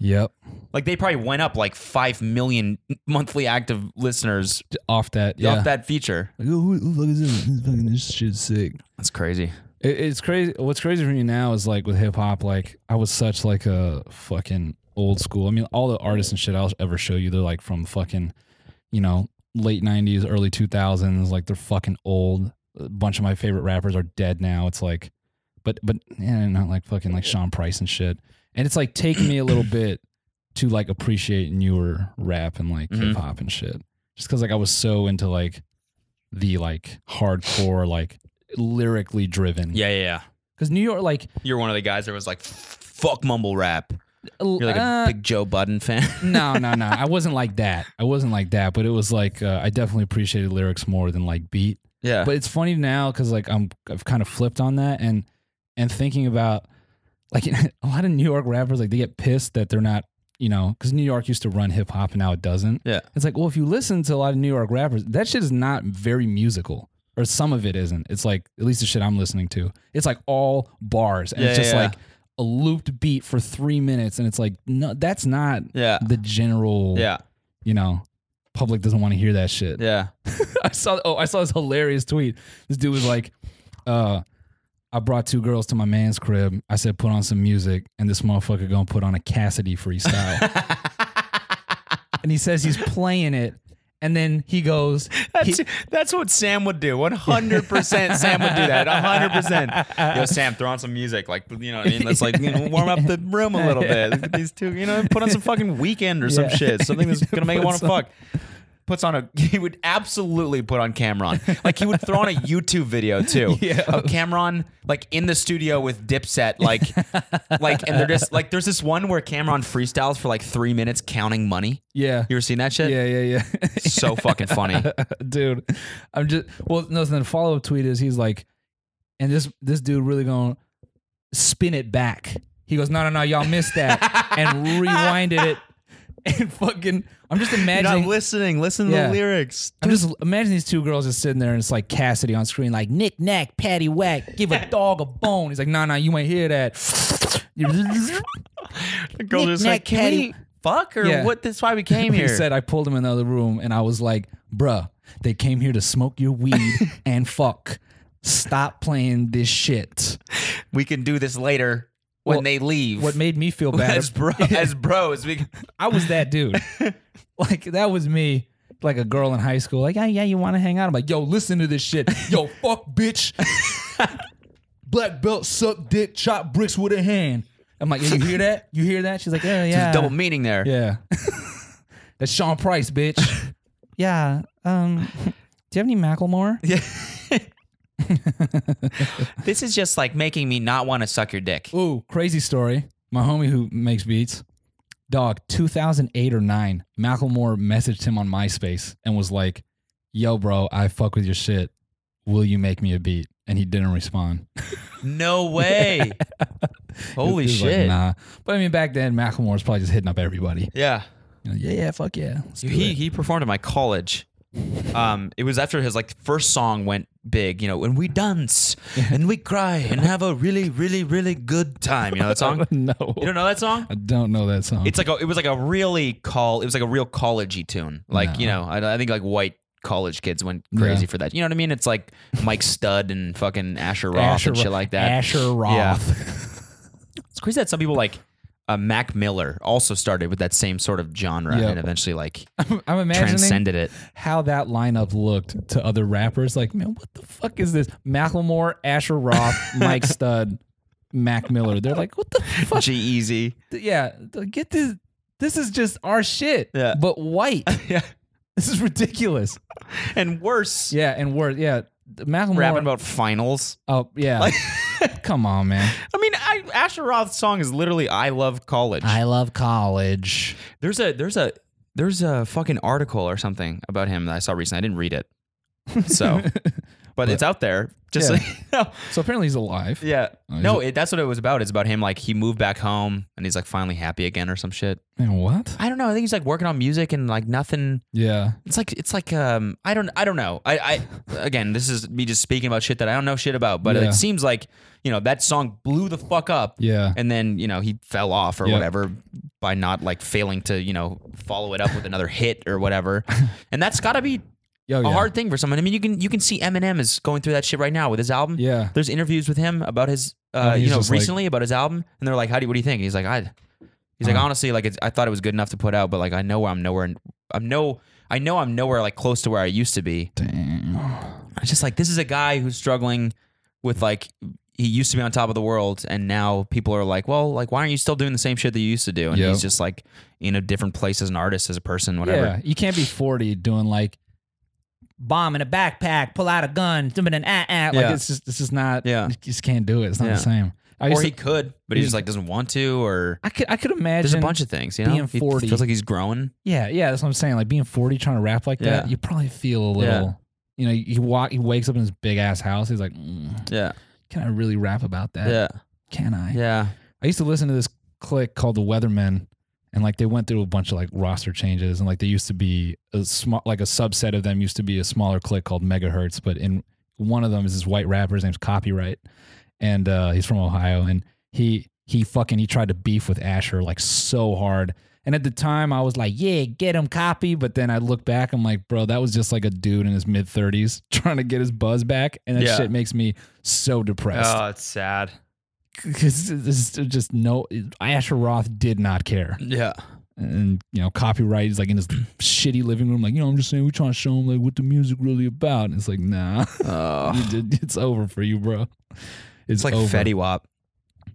[SPEAKER 2] Yep.
[SPEAKER 1] Like they probably went up like five million monthly active listeners
[SPEAKER 2] Off that. Yeah.
[SPEAKER 1] off that feature.
[SPEAKER 2] Like, oh, who the fuck is this? This fucking- This shit's sick.
[SPEAKER 1] That's crazy.
[SPEAKER 2] It, it's crazy. What's crazy for me now is like with hip hop, like I was such like a fucking old school. I mean, all the artists and shit I'll ever show you, they're like from fucking, you know, late '90s, early 2000s. Like they're fucking old. A bunch of my favorite rappers are dead now. It's like, but but yeah, not like fucking like Sean Price and shit. And it's like taking me a little bit to like appreciate newer rap and like
[SPEAKER 1] Mhm.
[SPEAKER 2] hip hop and shit. Just because like I was so into like the like hardcore like lyrically driven.
[SPEAKER 1] Yeah, yeah, yeah.
[SPEAKER 2] Because New York like
[SPEAKER 1] You're one of the guys that was like, fuck mumble rap. You're like a
[SPEAKER 2] uh,
[SPEAKER 1] big Joe Budden fan.
[SPEAKER 2] no, no, no. I wasn't like that. I wasn't like that, but it was like uh, I definitely appreciated lyrics more than like beat.
[SPEAKER 1] yeah.
[SPEAKER 2] But it's funny now because like I'm I've kind of flipped on that and and thinking about like a lot of New York rappers like they get pissed that they're not you know because New York used to run hip hop and now it doesn't.
[SPEAKER 1] Yeah.
[SPEAKER 2] It's like well if you listen to a lot of New York rappers that shit is not very musical or some of it isn't. It's like at least the shit I'm listening to it's like all bars and it's
[SPEAKER 1] Yeah,
[SPEAKER 2] just
[SPEAKER 1] yeah, yeah.
[SPEAKER 2] like a looped beat for three minutes and it's like no that's not
[SPEAKER 1] yeah.
[SPEAKER 2] the general
[SPEAKER 1] Yeah.
[SPEAKER 2] you know, public doesn't want to hear that shit.
[SPEAKER 1] Yeah.
[SPEAKER 2] I saw oh, I saw this hilarious tweet. This dude was like, uh, I brought two girls to my man's crib. I said put on some music, and this motherfucker gonna put on a Cassidy freestyle. and he says he's playing it, and then he goes,
[SPEAKER 1] That's, that's what Sam would do. 100% Sam would do that. 100%. Yo, Sam, throw on some music. Like, you know what I mean? Let's, like, you know, warm up the room a little bit. Look at these two, you know, put on some fucking weekend or some
[SPEAKER 2] Yeah.
[SPEAKER 1] shit. Something that's going to make it
[SPEAKER 2] Put
[SPEAKER 1] want to
[SPEAKER 2] some-
[SPEAKER 1] fuck. Puts on a, he would absolutely put on Cameron. Like, he would throw on a YouTube video, too,
[SPEAKER 2] Yeah.
[SPEAKER 1] of Cameron, like, in the studio with Dipset. Like, like, and they're just, like, there's this one where Cameron freestyles for, like, three minutes counting money.
[SPEAKER 2] yeah,
[SPEAKER 1] You ever seen that shit?
[SPEAKER 2] yeah, yeah, yeah.
[SPEAKER 1] So fucking funny.
[SPEAKER 2] dude. I'm just well, no. So then follow up tweet is he's like, and this this dude really gonna spin it back. He goes, no, no, no, y'all missed that, and rewinded it, and fucking. I'm just imagining.
[SPEAKER 1] listening. Listen
[SPEAKER 2] to the Yeah.
[SPEAKER 1] lyrics.
[SPEAKER 2] I'm just imagine these two girls just sitting there, and it's like Cassidy on screen, like knick knack, patty whack, give a dog a bone. He's like, no, no, you ain't hear that.
[SPEAKER 1] The girl
[SPEAKER 2] Knick,
[SPEAKER 1] just
[SPEAKER 2] knack,
[SPEAKER 1] like, can
[SPEAKER 2] patty."
[SPEAKER 1] we fuck or
[SPEAKER 2] Yeah.
[SPEAKER 1] what? That's why we came
[SPEAKER 2] He
[SPEAKER 1] here.
[SPEAKER 2] said I pulled him in the other room and I was like, bruh, they came here to smoke your weed and fuck. Stop playing this shit.
[SPEAKER 1] we can do this later when
[SPEAKER 2] Well,
[SPEAKER 1] they leave.
[SPEAKER 2] What made me feel bad
[SPEAKER 1] as bro as bros? We,
[SPEAKER 2] I was that dude. like that was me. Like a girl in high school, like, yeah, yeah, you want to hang out? I'm like, yo, listen to this shit. Yo, fuck, bitch. Black belt, suck dick, chop bricks with a hand. I'm like, yeah, you hear that? You hear that? She's like, yeah,
[SPEAKER 1] there's
[SPEAKER 2] yeah,
[SPEAKER 1] double meaning there.
[SPEAKER 2] yeah. That's Sean Price, bitch.
[SPEAKER 4] Yeah. Um, do you have any Macklemore?
[SPEAKER 1] This is just like making me not want to suck your dick.
[SPEAKER 2] Ooh, crazy story. My homie who makes beats, dog, 2008 or 9, Macklemore messaged him on MySpace and was like, Yo, bro, I fuck with your shit. Will you make me a beat? And he didn't respond.
[SPEAKER 1] No way. Holy
[SPEAKER 2] He was like,
[SPEAKER 1] shit.
[SPEAKER 2] nah. But I mean, back then, Macklemore was probably just hitting up everybody.
[SPEAKER 1] Yeah.
[SPEAKER 2] You know, yeah, yeah, fuck yeah. Let's do
[SPEAKER 1] he
[SPEAKER 2] it."
[SPEAKER 1] he performed at my college. Um, it was after his like first song went big, you know, and we dance and we cry and have a really, really, really good time. You know that song?
[SPEAKER 2] no.
[SPEAKER 1] You don't know that song?
[SPEAKER 2] I don't know that song.
[SPEAKER 1] It's like a, it was like a really call. It was like a real collegey tune. Like you know, I, I think like white college kids went crazy
[SPEAKER 2] Yeah.
[SPEAKER 1] for that. You know what I mean? It's like Mike Stud and fucking Asher Roth
[SPEAKER 2] Asher
[SPEAKER 1] and
[SPEAKER 2] Ro-
[SPEAKER 1] shit like that.
[SPEAKER 2] Asher Roth.
[SPEAKER 1] It's crazy that some people like uh, Mac Miller also started with that same sort of genre
[SPEAKER 2] Yeah.
[SPEAKER 1] and eventually like
[SPEAKER 2] I'm imagining.
[SPEAKER 1] transcended it.
[SPEAKER 2] how that lineup looked to other rappers. Like, man, what the fuck is this? Macklemore, Asher Roth, Mike Stud, Mac Miller. They're like, what the fuck?
[SPEAKER 1] G Easy.
[SPEAKER 2] yeah, th- get this. This is just our shit,
[SPEAKER 1] Yeah.
[SPEAKER 2] but white.
[SPEAKER 1] Yeah.
[SPEAKER 2] This is ridiculous.
[SPEAKER 1] And worse,
[SPEAKER 2] Yeah, and worse. Yeah, Macklemore.
[SPEAKER 1] rapping about finals.
[SPEAKER 2] oh, yeah. Come on, man.
[SPEAKER 1] I mean, I, Asher Roth's song is literally "I Love College."
[SPEAKER 2] love college.
[SPEAKER 1] There's a there's a there's a fucking article or something about him that I saw recently. I didn't read it, so but, it's out there. Just
[SPEAKER 2] Yeah.
[SPEAKER 1] yeah, no,
[SPEAKER 2] So apparently he's alive.
[SPEAKER 1] yeah.
[SPEAKER 2] Oh,
[SPEAKER 1] no it, that's what it was about. It's about him like he moved back home and he's like finally happy again or some shit.
[SPEAKER 2] Man, what?
[SPEAKER 1] I don't know. I think he's like working on music and like nothing.
[SPEAKER 2] Yeah.
[SPEAKER 1] It's like it's like um I don't I don't know. I I again this is me just speaking about shit that I don't know shit about, but
[SPEAKER 2] Yeah.
[SPEAKER 1] it seems like you know that song blew the fuck up.
[SPEAKER 2] Yeah.
[SPEAKER 1] And then, you know, he fell off or
[SPEAKER 2] Yeah.
[SPEAKER 1] whatever by not like failing to, you know, follow it up with another hit or whatever. And that's got to be
[SPEAKER 2] Yo,
[SPEAKER 1] a
[SPEAKER 2] Oh, yeah.
[SPEAKER 1] hard thing for someone. I mean, you can you can see Eminem is going through that shit right now with his album.
[SPEAKER 2] Yeah.
[SPEAKER 1] There's interviews with him about his uh,
[SPEAKER 2] And he's
[SPEAKER 1] you know,
[SPEAKER 2] just like-
[SPEAKER 1] recently about his album and they're like, "How do you what do you think?" And he's like, "I He's
[SPEAKER 2] Uh-huh.
[SPEAKER 1] like, honestly, like it's, I thought it was good enough to put out, but like I know I'm nowhere. I'm no. I know I'm nowhere like close to where I used to be. I was just like, this is a guy who's struggling with like he used to be on top of the world, and now people are like, well, like why aren't you still doing the same shit that you used to do? And
[SPEAKER 2] Yep.
[SPEAKER 1] he's just like in a different place as an artist, as a person, whatever.
[SPEAKER 2] Yeah, you can't be 40 doing like
[SPEAKER 6] Bomb in a backpack, pull out a gun, jumping an ah ah.
[SPEAKER 2] like
[SPEAKER 1] Yeah.
[SPEAKER 2] it's just it's just not
[SPEAKER 1] Yeah.
[SPEAKER 2] you just can't do it. It's not
[SPEAKER 1] Yeah.
[SPEAKER 2] the same. I
[SPEAKER 1] Or
[SPEAKER 2] used
[SPEAKER 1] he
[SPEAKER 2] to,
[SPEAKER 1] could, but he just like doesn't want to, or
[SPEAKER 2] I could I could
[SPEAKER 1] there's a
[SPEAKER 2] imagine
[SPEAKER 1] bunch of things. You know,
[SPEAKER 2] being
[SPEAKER 1] He
[SPEAKER 2] 40.
[SPEAKER 1] feels like he's growing.
[SPEAKER 2] Yeah, yeah, that's what I'm saying. Like being 40 trying to rap like that,
[SPEAKER 1] Yeah.
[SPEAKER 2] you probably feel a little
[SPEAKER 1] Yeah.
[SPEAKER 2] you know, he walk he wakes up in his big ass house. He's like, mm,
[SPEAKER 1] Yeah,
[SPEAKER 2] "Can I really rap about that?
[SPEAKER 1] yeah,
[SPEAKER 2] Can I?"
[SPEAKER 1] yeah.
[SPEAKER 2] I used to listen to this click called The Weathermen, and like they went through a bunch of like roster changes, and like they used to be a small, like a subset of them used to be a smaller click called Megahertz, but in one of them is this white rapper, his name's Copyright, and uh, he's from Ohio, and he he fucking he tried to beef with Asher like so hard. And at the time, I was like, "Yeah, get him copy." But then I look back, I'm like, "Bro, that was just like a dude in his mid 30s trying to get his buzz back," and that
[SPEAKER 1] Yeah.
[SPEAKER 2] shit makes me so depressed
[SPEAKER 1] Oh, it's sad.
[SPEAKER 2] because there's just no Asher Roth did not care,
[SPEAKER 1] Yeah,
[SPEAKER 2] and you know, copyright is like in his shitty living room, like you know, I'm just saying, we're trying to show him like what the music really about, and it's like, nah, you did, it's over for you, bro. It's,
[SPEAKER 1] it's like
[SPEAKER 2] over.
[SPEAKER 1] Fetty Wap.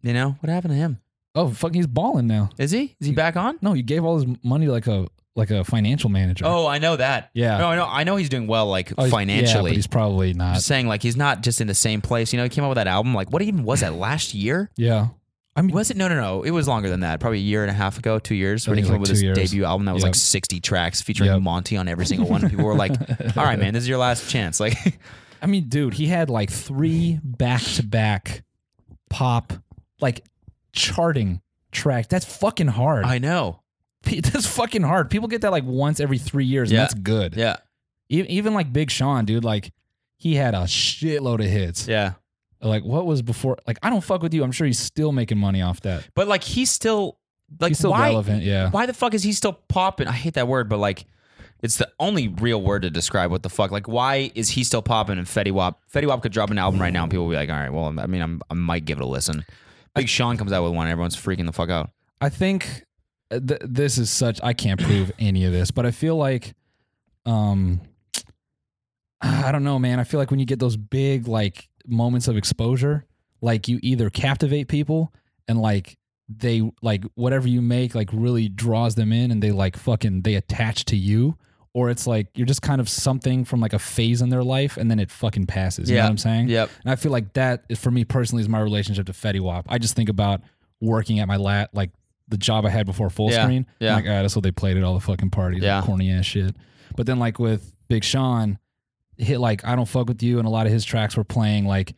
[SPEAKER 1] You know what happened to him?
[SPEAKER 2] Oh, fuck, he's balling now.
[SPEAKER 1] Is he? Is he back on?
[SPEAKER 2] No, you gave all his money like a like a financial manager.
[SPEAKER 1] Oh, I know that.
[SPEAKER 2] Yeah.
[SPEAKER 1] No, I know. I know he's doing well, like
[SPEAKER 2] Oh, he's- yeah,
[SPEAKER 1] financially.
[SPEAKER 2] but he's probably
[SPEAKER 1] I'm
[SPEAKER 2] not.
[SPEAKER 1] just saying, like he's not just in the same place. You know, he came out with that album. Like, what even was that last year?
[SPEAKER 2] Yeah, I mean,
[SPEAKER 1] Was it? No, no, no. It was longer than that. Probably a year and a half ago, two years.
[SPEAKER 2] I
[SPEAKER 1] When he
[SPEAKER 2] think
[SPEAKER 1] came
[SPEAKER 2] it
[SPEAKER 1] up
[SPEAKER 2] was
[SPEAKER 1] with his
[SPEAKER 2] like two years.
[SPEAKER 1] debut album that was
[SPEAKER 2] Yep.
[SPEAKER 1] like 60 tracks featuring
[SPEAKER 2] Yep.
[SPEAKER 1] Monty on every single one. People were like, "All right, man, this is your last chance." Like,
[SPEAKER 2] I mean, dude, he had like three back to back pop like charting tracks. That's fucking hard.
[SPEAKER 1] I know.
[SPEAKER 2] P- that's fucking hard. People get that like once every three years,
[SPEAKER 1] Yeah.
[SPEAKER 2] and that's good.
[SPEAKER 1] Yeah.
[SPEAKER 2] E- even like Big Sean, dude, like he had a shitload of hits.
[SPEAKER 1] Yeah.
[SPEAKER 2] Like what was before? Like I don't fuck with you. I'm sure he's still making money off that.
[SPEAKER 1] But like, he's still like
[SPEAKER 2] he's still
[SPEAKER 1] why?
[SPEAKER 2] relevant. Yeah.
[SPEAKER 1] Why the fuck is he still popping? I hate that word, but like, it's the only real word to describe what the fuck. Like, why is he still popping? And Fetty Wap, Fetty Wap could drop an album right now, and people will be like, "All right, well, I mean, I'm, I might give it a listen." Big Sean comes out with one, everyone's freaking the fuck out.
[SPEAKER 2] I think uh, th- this is such I can't prove any of this, but I feel like um I don't know, man. I feel like when you get those big like moments of exposure, like you either captivate people and like they like whatever you make like really draws them in and they like fucking they attach to you or it's like you're just kind of something from like a phase in their life and then it fucking passes. You know
[SPEAKER 1] Yeah.
[SPEAKER 2] what I'm saying?
[SPEAKER 1] Yep.
[SPEAKER 2] And I feel like that is for me personally is my relationship to Fetty Wap. I just think about working at my lat like the job I had before full
[SPEAKER 1] Yeah,
[SPEAKER 2] screen. I'm
[SPEAKER 1] yeah.
[SPEAKER 2] Like, ah, that's what they played at all the fucking parties. like,
[SPEAKER 1] Yeah.
[SPEAKER 2] corny ass shit. But then like with Big Sean, hit like I don't fuck with you and a lot of his tracks were playing like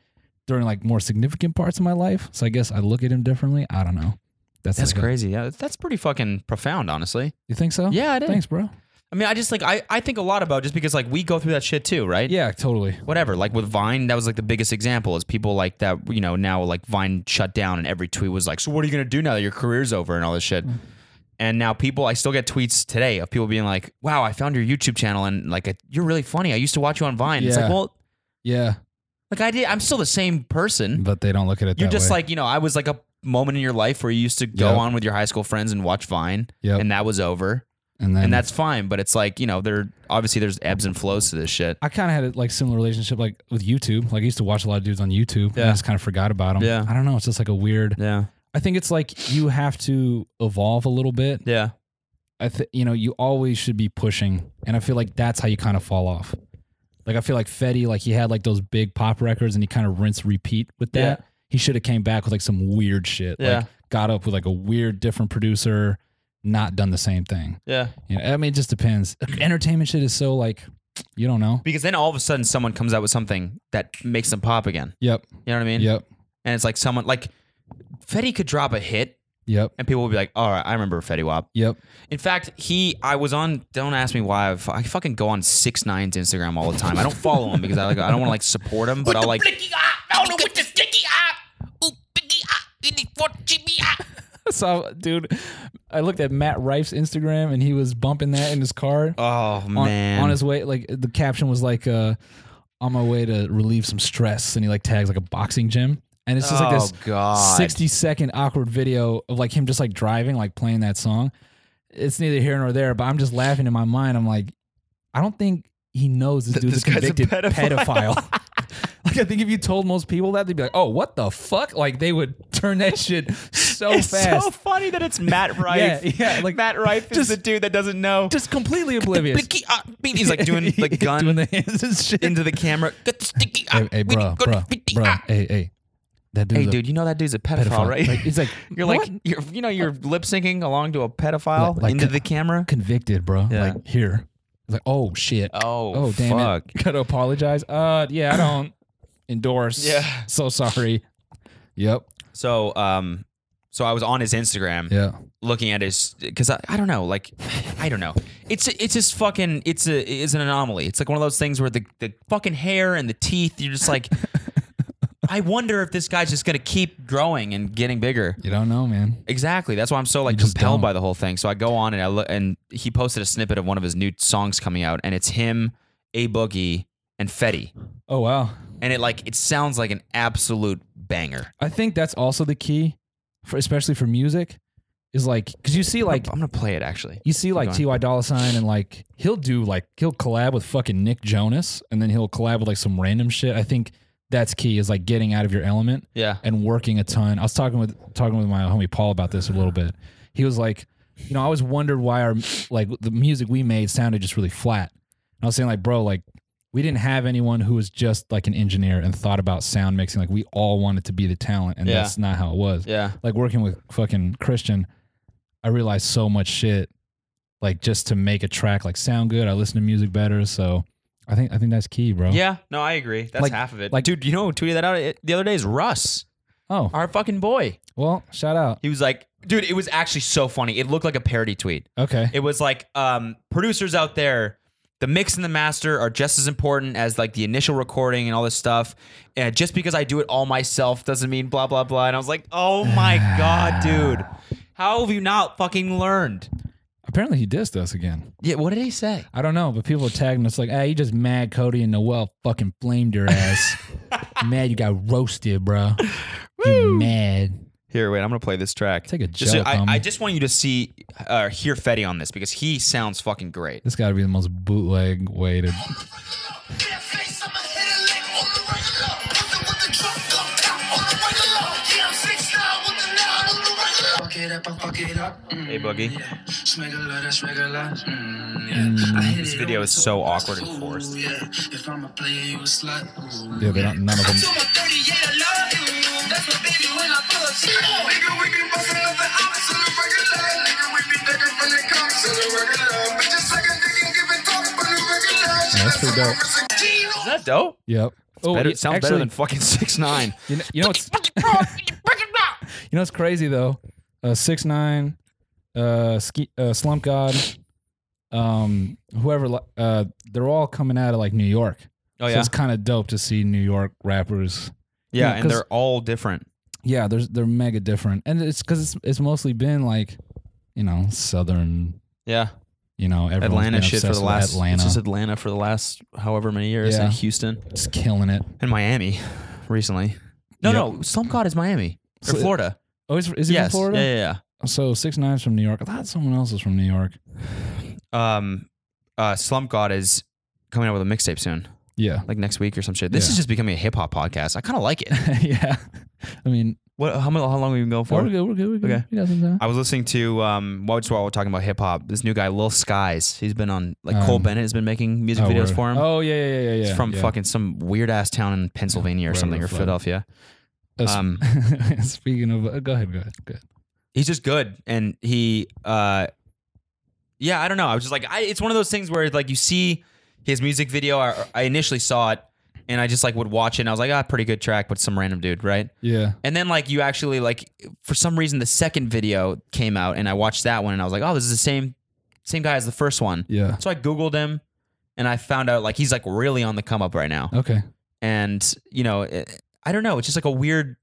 [SPEAKER 2] during like more significant parts of my life. So I guess I look at him differently. I don't know. That's,
[SPEAKER 1] That's
[SPEAKER 2] like a-
[SPEAKER 1] crazy. Yeah, that's pretty fucking profound, honestly.
[SPEAKER 2] you think so?
[SPEAKER 1] Yeah, I did.
[SPEAKER 2] Oh, Thanks, bro.
[SPEAKER 1] I mean, I just think I, I think a lot about it just because like we go through that shit too, right?
[SPEAKER 2] Yeah, totally.
[SPEAKER 1] Whatever. Like with Vine, that was like the biggest example is people like that, you know, now like Vine shut down and every tweet was like, So what are you gonna do now that your career's over and all this shit? And now people I still get tweets today of people being like, Wow, I found your YouTube channel and like it- you're really funny. I used to watch you on Vine. It's
[SPEAKER 2] Yeah.
[SPEAKER 1] like, well,
[SPEAKER 2] Yeah.
[SPEAKER 1] like I did I'm still the same person.
[SPEAKER 2] But they don't look at it
[SPEAKER 1] You're
[SPEAKER 2] that
[SPEAKER 1] just
[SPEAKER 2] way.
[SPEAKER 1] like, you know, I was like a moment in your life where you used to go
[SPEAKER 2] Yep.
[SPEAKER 1] on with your high school friends and watch Vine
[SPEAKER 2] Yep.
[SPEAKER 1] and that was over.
[SPEAKER 2] and then
[SPEAKER 1] and that's fine. But it's like you know, there obviously there's ebbs and flows to this shit.
[SPEAKER 2] I kind of had a like similar relationship like with YouTube. Like I used to watch a lot of dudes on YouTube. And I
[SPEAKER 1] Yeah.
[SPEAKER 2] just kind of forgot about them.
[SPEAKER 1] Yeah.
[SPEAKER 2] I don't know. It's just like a weird.
[SPEAKER 1] Yeah,
[SPEAKER 2] I think it's like you have to evolve a little bit.
[SPEAKER 1] yeah,
[SPEAKER 2] I th- you know you always should be pushing, and I feel like that's how you kind of fall off. Like I feel like Fetty, like he had like those big pop records, and he kind of rinse repeat with that. He should have came back with like some weird shit.
[SPEAKER 1] Yeah.
[SPEAKER 2] Like got up with like a weird different producer, not done the same thing.
[SPEAKER 1] yeah.
[SPEAKER 2] You know, I mean, it just depends. Entertainment shit is so like you don't know.
[SPEAKER 1] Because then all of a sudden someone comes out with something that makes them pop again.
[SPEAKER 2] Yep.
[SPEAKER 1] You know what I mean?
[SPEAKER 2] Yep.
[SPEAKER 1] And it's like someone like Fetty could drop a hit,
[SPEAKER 2] Yep.
[SPEAKER 1] and people will be like, "All right, I remember Fetty Wap."
[SPEAKER 2] Yep.
[SPEAKER 1] In fact, he I was on. Don't ask me why. I've, I fucking go on Six Nine's Instagram all the time. I don't follow him because I like I don't want to like support him, but
[SPEAKER 3] with
[SPEAKER 1] I'll
[SPEAKER 3] the
[SPEAKER 1] like
[SPEAKER 3] blicky eye, I don't know with the sticky eye. Ooh, biggie eye, it is for chibi eye.
[SPEAKER 2] So, dude, I looked at Matt Rife's Instagram and he was bumping that in his car
[SPEAKER 1] oh
[SPEAKER 2] on,
[SPEAKER 1] man
[SPEAKER 2] on his way. Like the caption was like, uh, "On my way to relieve some stress," and he like tags like a boxing gym. and it's just like this
[SPEAKER 1] Oh, God.
[SPEAKER 2] 60 second awkward video of like him just like driving, like playing that song. It's neither here nor there, but I'm just laughing in my mind. I'm like, I don't think he knows this
[SPEAKER 1] Th- this
[SPEAKER 2] dude's a
[SPEAKER 1] guy's a
[SPEAKER 2] convicted
[SPEAKER 1] pedophile.
[SPEAKER 2] pedophile. like I think if you told most people that, they'd be like, "Oh, what the fuck!" Like they would turn that shit so
[SPEAKER 1] it's
[SPEAKER 2] fast,
[SPEAKER 1] so funny that it's Matt Rife.
[SPEAKER 2] yeah, like-
[SPEAKER 1] Matt Rife is
[SPEAKER 2] Just-
[SPEAKER 1] the dude that doesn't know.
[SPEAKER 2] just completely oblivious.
[SPEAKER 1] Blicky, ah, beep. He's like doing the gun
[SPEAKER 2] doing the hands and shit.
[SPEAKER 1] into the camera. Get the sticky. ah,
[SPEAKER 2] hey, hey,
[SPEAKER 1] witty,
[SPEAKER 2] bro,
[SPEAKER 1] good,
[SPEAKER 2] bro,
[SPEAKER 1] witty,
[SPEAKER 2] bro,
[SPEAKER 1] ah.
[SPEAKER 2] hey, hey, that dude's
[SPEAKER 1] Hey,
[SPEAKER 2] a
[SPEAKER 1] dude, you know that dude's a pedophile,
[SPEAKER 2] pedophile,
[SPEAKER 1] right?
[SPEAKER 2] Like, he's like,
[SPEAKER 1] you're
[SPEAKER 2] "What?
[SPEAKER 1] like, you're, you know, you're lip syncing along to a pedophile
[SPEAKER 2] Like- like
[SPEAKER 1] into
[SPEAKER 2] a-
[SPEAKER 1] the camera.
[SPEAKER 2] convicted, bro.
[SPEAKER 1] Yeah.
[SPEAKER 2] Like here, it's like, oh shit,
[SPEAKER 1] Oh,
[SPEAKER 2] oh damn
[SPEAKER 1] fuck.
[SPEAKER 2] it, gotta apologize. Uh, yeah, I don't endorse.
[SPEAKER 1] Yeah.
[SPEAKER 2] so sorry. Yep.
[SPEAKER 1] So, um, so I was on his Instagram
[SPEAKER 2] Yeah.
[SPEAKER 1] looking at his because I, I don't know, like I don't know. It's it's just fucking it's a it's an anomaly. It's like one of those things where the the fucking hair and the teeth. You're just like, I wonder if this guy's just gonna keep growing and getting bigger.
[SPEAKER 2] You don't know, man.
[SPEAKER 1] Exactly. That's why I'm so like
[SPEAKER 2] just
[SPEAKER 1] compelled
[SPEAKER 2] don't.
[SPEAKER 1] by the whole thing. So I go on and I look, and he posted a snippet of one of his new songs coming out, and it's him, A Boogie, and Fetty,
[SPEAKER 2] Oh wow.
[SPEAKER 1] and it like it sounds like an absolute banger.
[SPEAKER 2] I think that's also the key, for especially for music, is like because you see like
[SPEAKER 1] I'm gonna play it actually.
[SPEAKER 2] you see like
[SPEAKER 1] going.
[SPEAKER 2] Ty Dolla Sign and like he'll do like he'll collab with fucking Nick Jonas and then he'll collab with like some random shit. I think that's key is like getting out of your element.
[SPEAKER 1] Yeah.
[SPEAKER 2] and working a ton. I was talking with talking with my homie Paul about this a little bit. He was like, you know, I always wondered why our like the music we made sounded just really flat. And I was saying like, bro, like we didn't have anyone who was just like an engineer and thought about sound mixing. Like we all wanted to be the talent, and
[SPEAKER 1] Yeah.
[SPEAKER 2] that's not how it was.
[SPEAKER 1] Yeah.
[SPEAKER 2] Like working with fucking Christian, I realized so much shit. Like just to make a track like sound good, I listen to music better. So I think I think that's key, bro.
[SPEAKER 1] Yeah, no, I agree. That's
[SPEAKER 2] Like-
[SPEAKER 1] half of it. Like,
[SPEAKER 2] like-
[SPEAKER 1] dude, you know who tweeted that out It- the other day? Is Russ,
[SPEAKER 2] Oh
[SPEAKER 1] our fucking boy.
[SPEAKER 2] well, shout out.
[SPEAKER 1] He was like, dude, it was actually so funny. It looked like a parody tweet.
[SPEAKER 2] Okay.
[SPEAKER 1] It was like, um, producers out there, the mix and the master are just as important as like the initial recording and all this stuff. And just because I do it all myself doesn't mean blah blah blah. And I was like, oh my god, dude, how have you not fucking learned?
[SPEAKER 2] Apparently he dissed us again.
[SPEAKER 1] Yeah, what did he say?
[SPEAKER 2] I don't know, but people are tagging us like, "Hey, you just mad Cody and Noel fucking flamed your ass. mad you got roasted, bro. You mad?
[SPEAKER 1] Here, wait, I'm gonna play this track.
[SPEAKER 2] Take a
[SPEAKER 1] just,
[SPEAKER 2] joke,
[SPEAKER 1] I,
[SPEAKER 2] homie.
[SPEAKER 1] I just want you to see, uh, hear Fetty on this because he sounds fucking great.
[SPEAKER 2] This got to be the most bootleg way to.
[SPEAKER 5] Fuck it up, I fuck it up. Mm,
[SPEAKER 1] Hey, Boogie.
[SPEAKER 5] Yeah. Smegula, that's regular. Mm, yeah. I hit
[SPEAKER 1] This
[SPEAKER 5] it
[SPEAKER 1] video
[SPEAKER 5] on
[SPEAKER 1] is
[SPEAKER 5] the
[SPEAKER 1] so
[SPEAKER 5] toe.
[SPEAKER 1] awkward and forced.
[SPEAKER 5] Ooh, yeah. If I'm a player, you a slut. Ooh,
[SPEAKER 2] Yeah, they don't, none of them.
[SPEAKER 5] I'm 38, I love you. That's my baby when I pull up. She know. Nigga, we be bustin' up the opps on the regular. Nigga, we be digging from the cops on the regular. Bitches second dick and giving talk on the regular.
[SPEAKER 2] that's pretty dope.
[SPEAKER 1] Is that dope?
[SPEAKER 2] Yep. Oh,
[SPEAKER 1] Better,
[SPEAKER 2] yeah,
[SPEAKER 1] it sounds better than fucking six nine.
[SPEAKER 2] you know, you know what's you know what's crazy though. Uh, six nine, uh, ski, uh, slump god, um, whoever, li- uh, they're all coming out of like New York.
[SPEAKER 1] Oh
[SPEAKER 2] so it's kind of dope to see New York rappers
[SPEAKER 1] yeah,
[SPEAKER 2] yeah,
[SPEAKER 1] and
[SPEAKER 2] 'cause-
[SPEAKER 1] they're all different.
[SPEAKER 2] yeah, there's they're mega different, and it's because it's it's mostly been like, you know, southern,
[SPEAKER 1] Yeah,
[SPEAKER 2] you know, everyone's
[SPEAKER 1] Atlanta
[SPEAKER 2] been
[SPEAKER 1] shit for
[SPEAKER 2] obsessed
[SPEAKER 1] the
[SPEAKER 2] with
[SPEAKER 1] last.
[SPEAKER 2] Atlanta,
[SPEAKER 1] It's just Atlanta for the last however many years,
[SPEAKER 2] Yeah.
[SPEAKER 1] and Houston
[SPEAKER 2] It's killing it.
[SPEAKER 1] and Miami recently. No,
[SPEAKER 2] Yep.
[SPEAKER 1] no, Slump God is Miami or
[SPEAKER 2] So-
[SPEAKER 1] Florida.
[SPEAKER 2] Oh, is, is he
[SPEAKER 1] yes,
[SPEAKER 2] from Florida?
[SPEAKER 1] yeah, yeah,
[SPEAKER 2] So six nines from New York. I thought someone else was from New York.
[SPEAKER 1] yeah. Um, uh, Slump God is coming out with a mixtape soon,
[SPEAKER 2] Yeah,
[SPEAKER 1] like next week or some shit. This
[SPEAKER 2] Yeah.
[SPEAKER 1] is just becoming a hip hop podcast. I kind of like it.
[SPEAKER 2] yeah. I mean,
[SPEAKER 1] what? How, mu- how long have we been going
[SPEAKER 2] oh,
[SPEAKER 1] for?
[SPEAKER 2] we're good. We're good. We're good.
[SPEAKER 1] Okay.
[SPEAKER 2] We got some time.
[SPEAKER 1] I was listening to um while while we're talking about hip hop, this new guy Lil Skies. He's been on like Cole
[SPEAKER 2] Um,
[SPEAKER 1] Bennett has been making music videos
[SPEAKER 2] word.
[SPEAKER 1] for him.
[SPEAKER 2] Oh yeah, yeah, yeah, yeah.
[SPEAKER 1] He's
[SPEAKER 2] yeah,
[SPEAKER 1] from
[SPEAKER 2] yeah.
[SPEAKER 1] fucking some weird ass town in Pennsylvania or
[SPEAKER 2] Wherever
[SPEAKER 1] something
[SPEAKER 2] the
[SPEAKER 1] or
[SPEAKER 2] fuck.
[SPEAKER 1] Philadelphia.
[SPEAKER 2] Uh, sp-
[SPEAKER 1] Um,
[SPEAKER 2] speaking of, uh, go ahead, go ahead, go ahead.
[SPEAKER 1] he's just good and he uh yeah, I don't know. I was just like I, it's one of those things where like you see his music video I, I initially saw it and I just like would watch it and I was like, "Ah, pretty good track, but some random dude, right?"
[SPEAKER 2] Yeah,
[SPEAKER 1] And then like you actually like for some reason the second video came out and I watched that one and I was like, "Oh, this is the same same guy as the first one."
[SPEAKER 2] yeah.
[SPEAKER 1] So I googled him, and I found out like he's like really on the come up right now.
[SPEAKER 2] Okay.
[SPEAKER 1] And you know, it, I don't know. It's just like a weird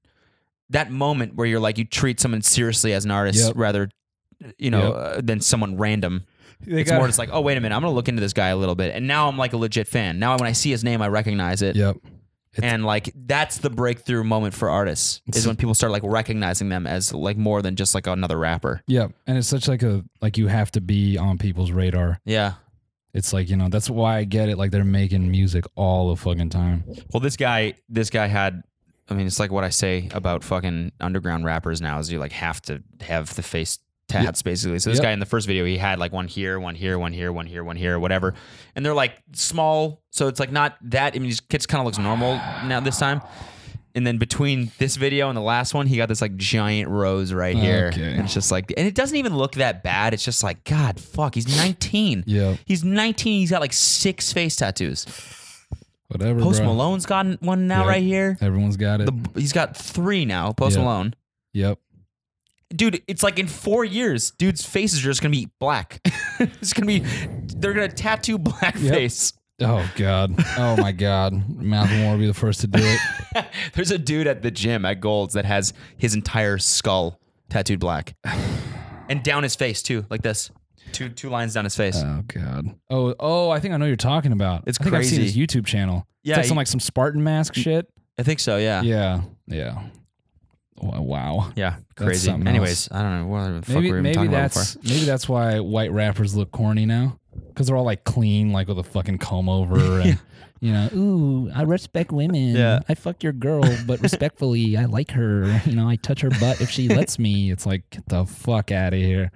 [SPEAKER 1] that moment where you're like you treat someone seriously as an artist
[SPEAKER 2] Yep.
[SPEAKER 1] rather, you know,
[SPEAKER 2] Yep.
[SPEAKER 1] uh, than someone random.
[SPEAKER 2] They
[SPEAKER 1] it's more just like, oh wait a minute, I'm gonna look into this guy a little bit, and now I'm like a legit fan. Now when I see his name, I recognize it.
[SPEAKER 2] Yep.
[SPEAKER 1] and like that's the breakthrough moment for artists is when people start like recognizing them as like more than just like another rapper.
[SPEAKER 2] Yeah, and it's such like a like you have to be on people's radar.
[SPEAKER 1] Yeah.
[SPEAKER 2] It's like you know that's why I get it. Like they're making music all the fucking time.
[SPEAKER 1] Well, this guy, this guy had. I mean, it's like what I say about fucking underground rappers now is you like have to have the face tats basically. So this
[SPEAKER 2] Yep.
[SPEAKER 1] guy in the first video, he had like one here, one here, one here, one here, one here, whatever. And they're like small, so it's like not that. I mean, his kids kind of looks normal now this time. And then between this video and the last one, he got this like giant rose right here.
[SPEAKER 2] Okay.
[SPEAKER 1] And it's just like, and it doesn't even look that bad. It's just like, God, fuck, he's 19.
[SPEAKER 2] Yep.
[SPEAKER 1] He's 19. He's got like six face tattoos.
[SPEAKER 2] Whatever.
[SPEAKER 1] Post
[SPEAKER 2] bro.
[SPEAKER 1] Malone's got one now
[SPEAKER 2] Yep.
[SPEAKER 1] right here.
[SPEAKER 2] Everyone's got it.
[SPEAKER 1] The, he's got three now. Post
[SPEAKER 2] Yeah.
[SPEAKER 1] Malone,
[SPEAKER 2] yep.
[SPEAKER 1] dude. It's like in four years, dude's faces are just gonna be black. it's gonna be they're gonna tattoo blackface.
[SPEAKER 2] Oh god. Oh my god. Malcolm Moore will be the first to do it.
[SPEAKER 1] There's a dude at the gym at Gold's that has his entire skull tattooed black, and down his face too, like this. Two two lines down his face.
[SPEAKER 2] Oh god. Oh oh. I think I know what you're talking about.
[SPEAKER 1] It's
[SPEAKER 2] I think I've seen his
[SPEAKER 1] crazy.
[SPEAKER 2] YouTube channel.
[SPEAKER 1] Yeah, he- Mm,
[SPEAKER 2] It's like some
[SPEAKER 1] ah.
[SPEAKER 2] like some Spartan mask shit.
[SPEAKER 1] I think so. Yeah.
[SPEAKER 2] Yeah. Yeah. Wa- Wow.
[SPEAKER 1] Yeah, crazy.
[SPEAKER 2] something
[SPEAKER 1] Anyways, I don't know what the fuck
[SPEAKER 2] Maybe
[SPEAKER 1] we were even
[SPEAKER 2] maybe
[SPEAKER 1] talking
[SPEAKER 2] that's
[SPEAKER 1] about
[SPEAKER 2] maybe that's why white rappers look corny now because they're all like clean, like with a fucking comb over, and you know,
[SPEAKER 6] Ooh, I respect women.
[SPEAKER 1] Yeah.
[SPEAKER 6] I fuck your girl, but respectfully, I like her.
[SPEAKER 2] you know, I touch her butt if she lets me. It's like, get the fuck out of here.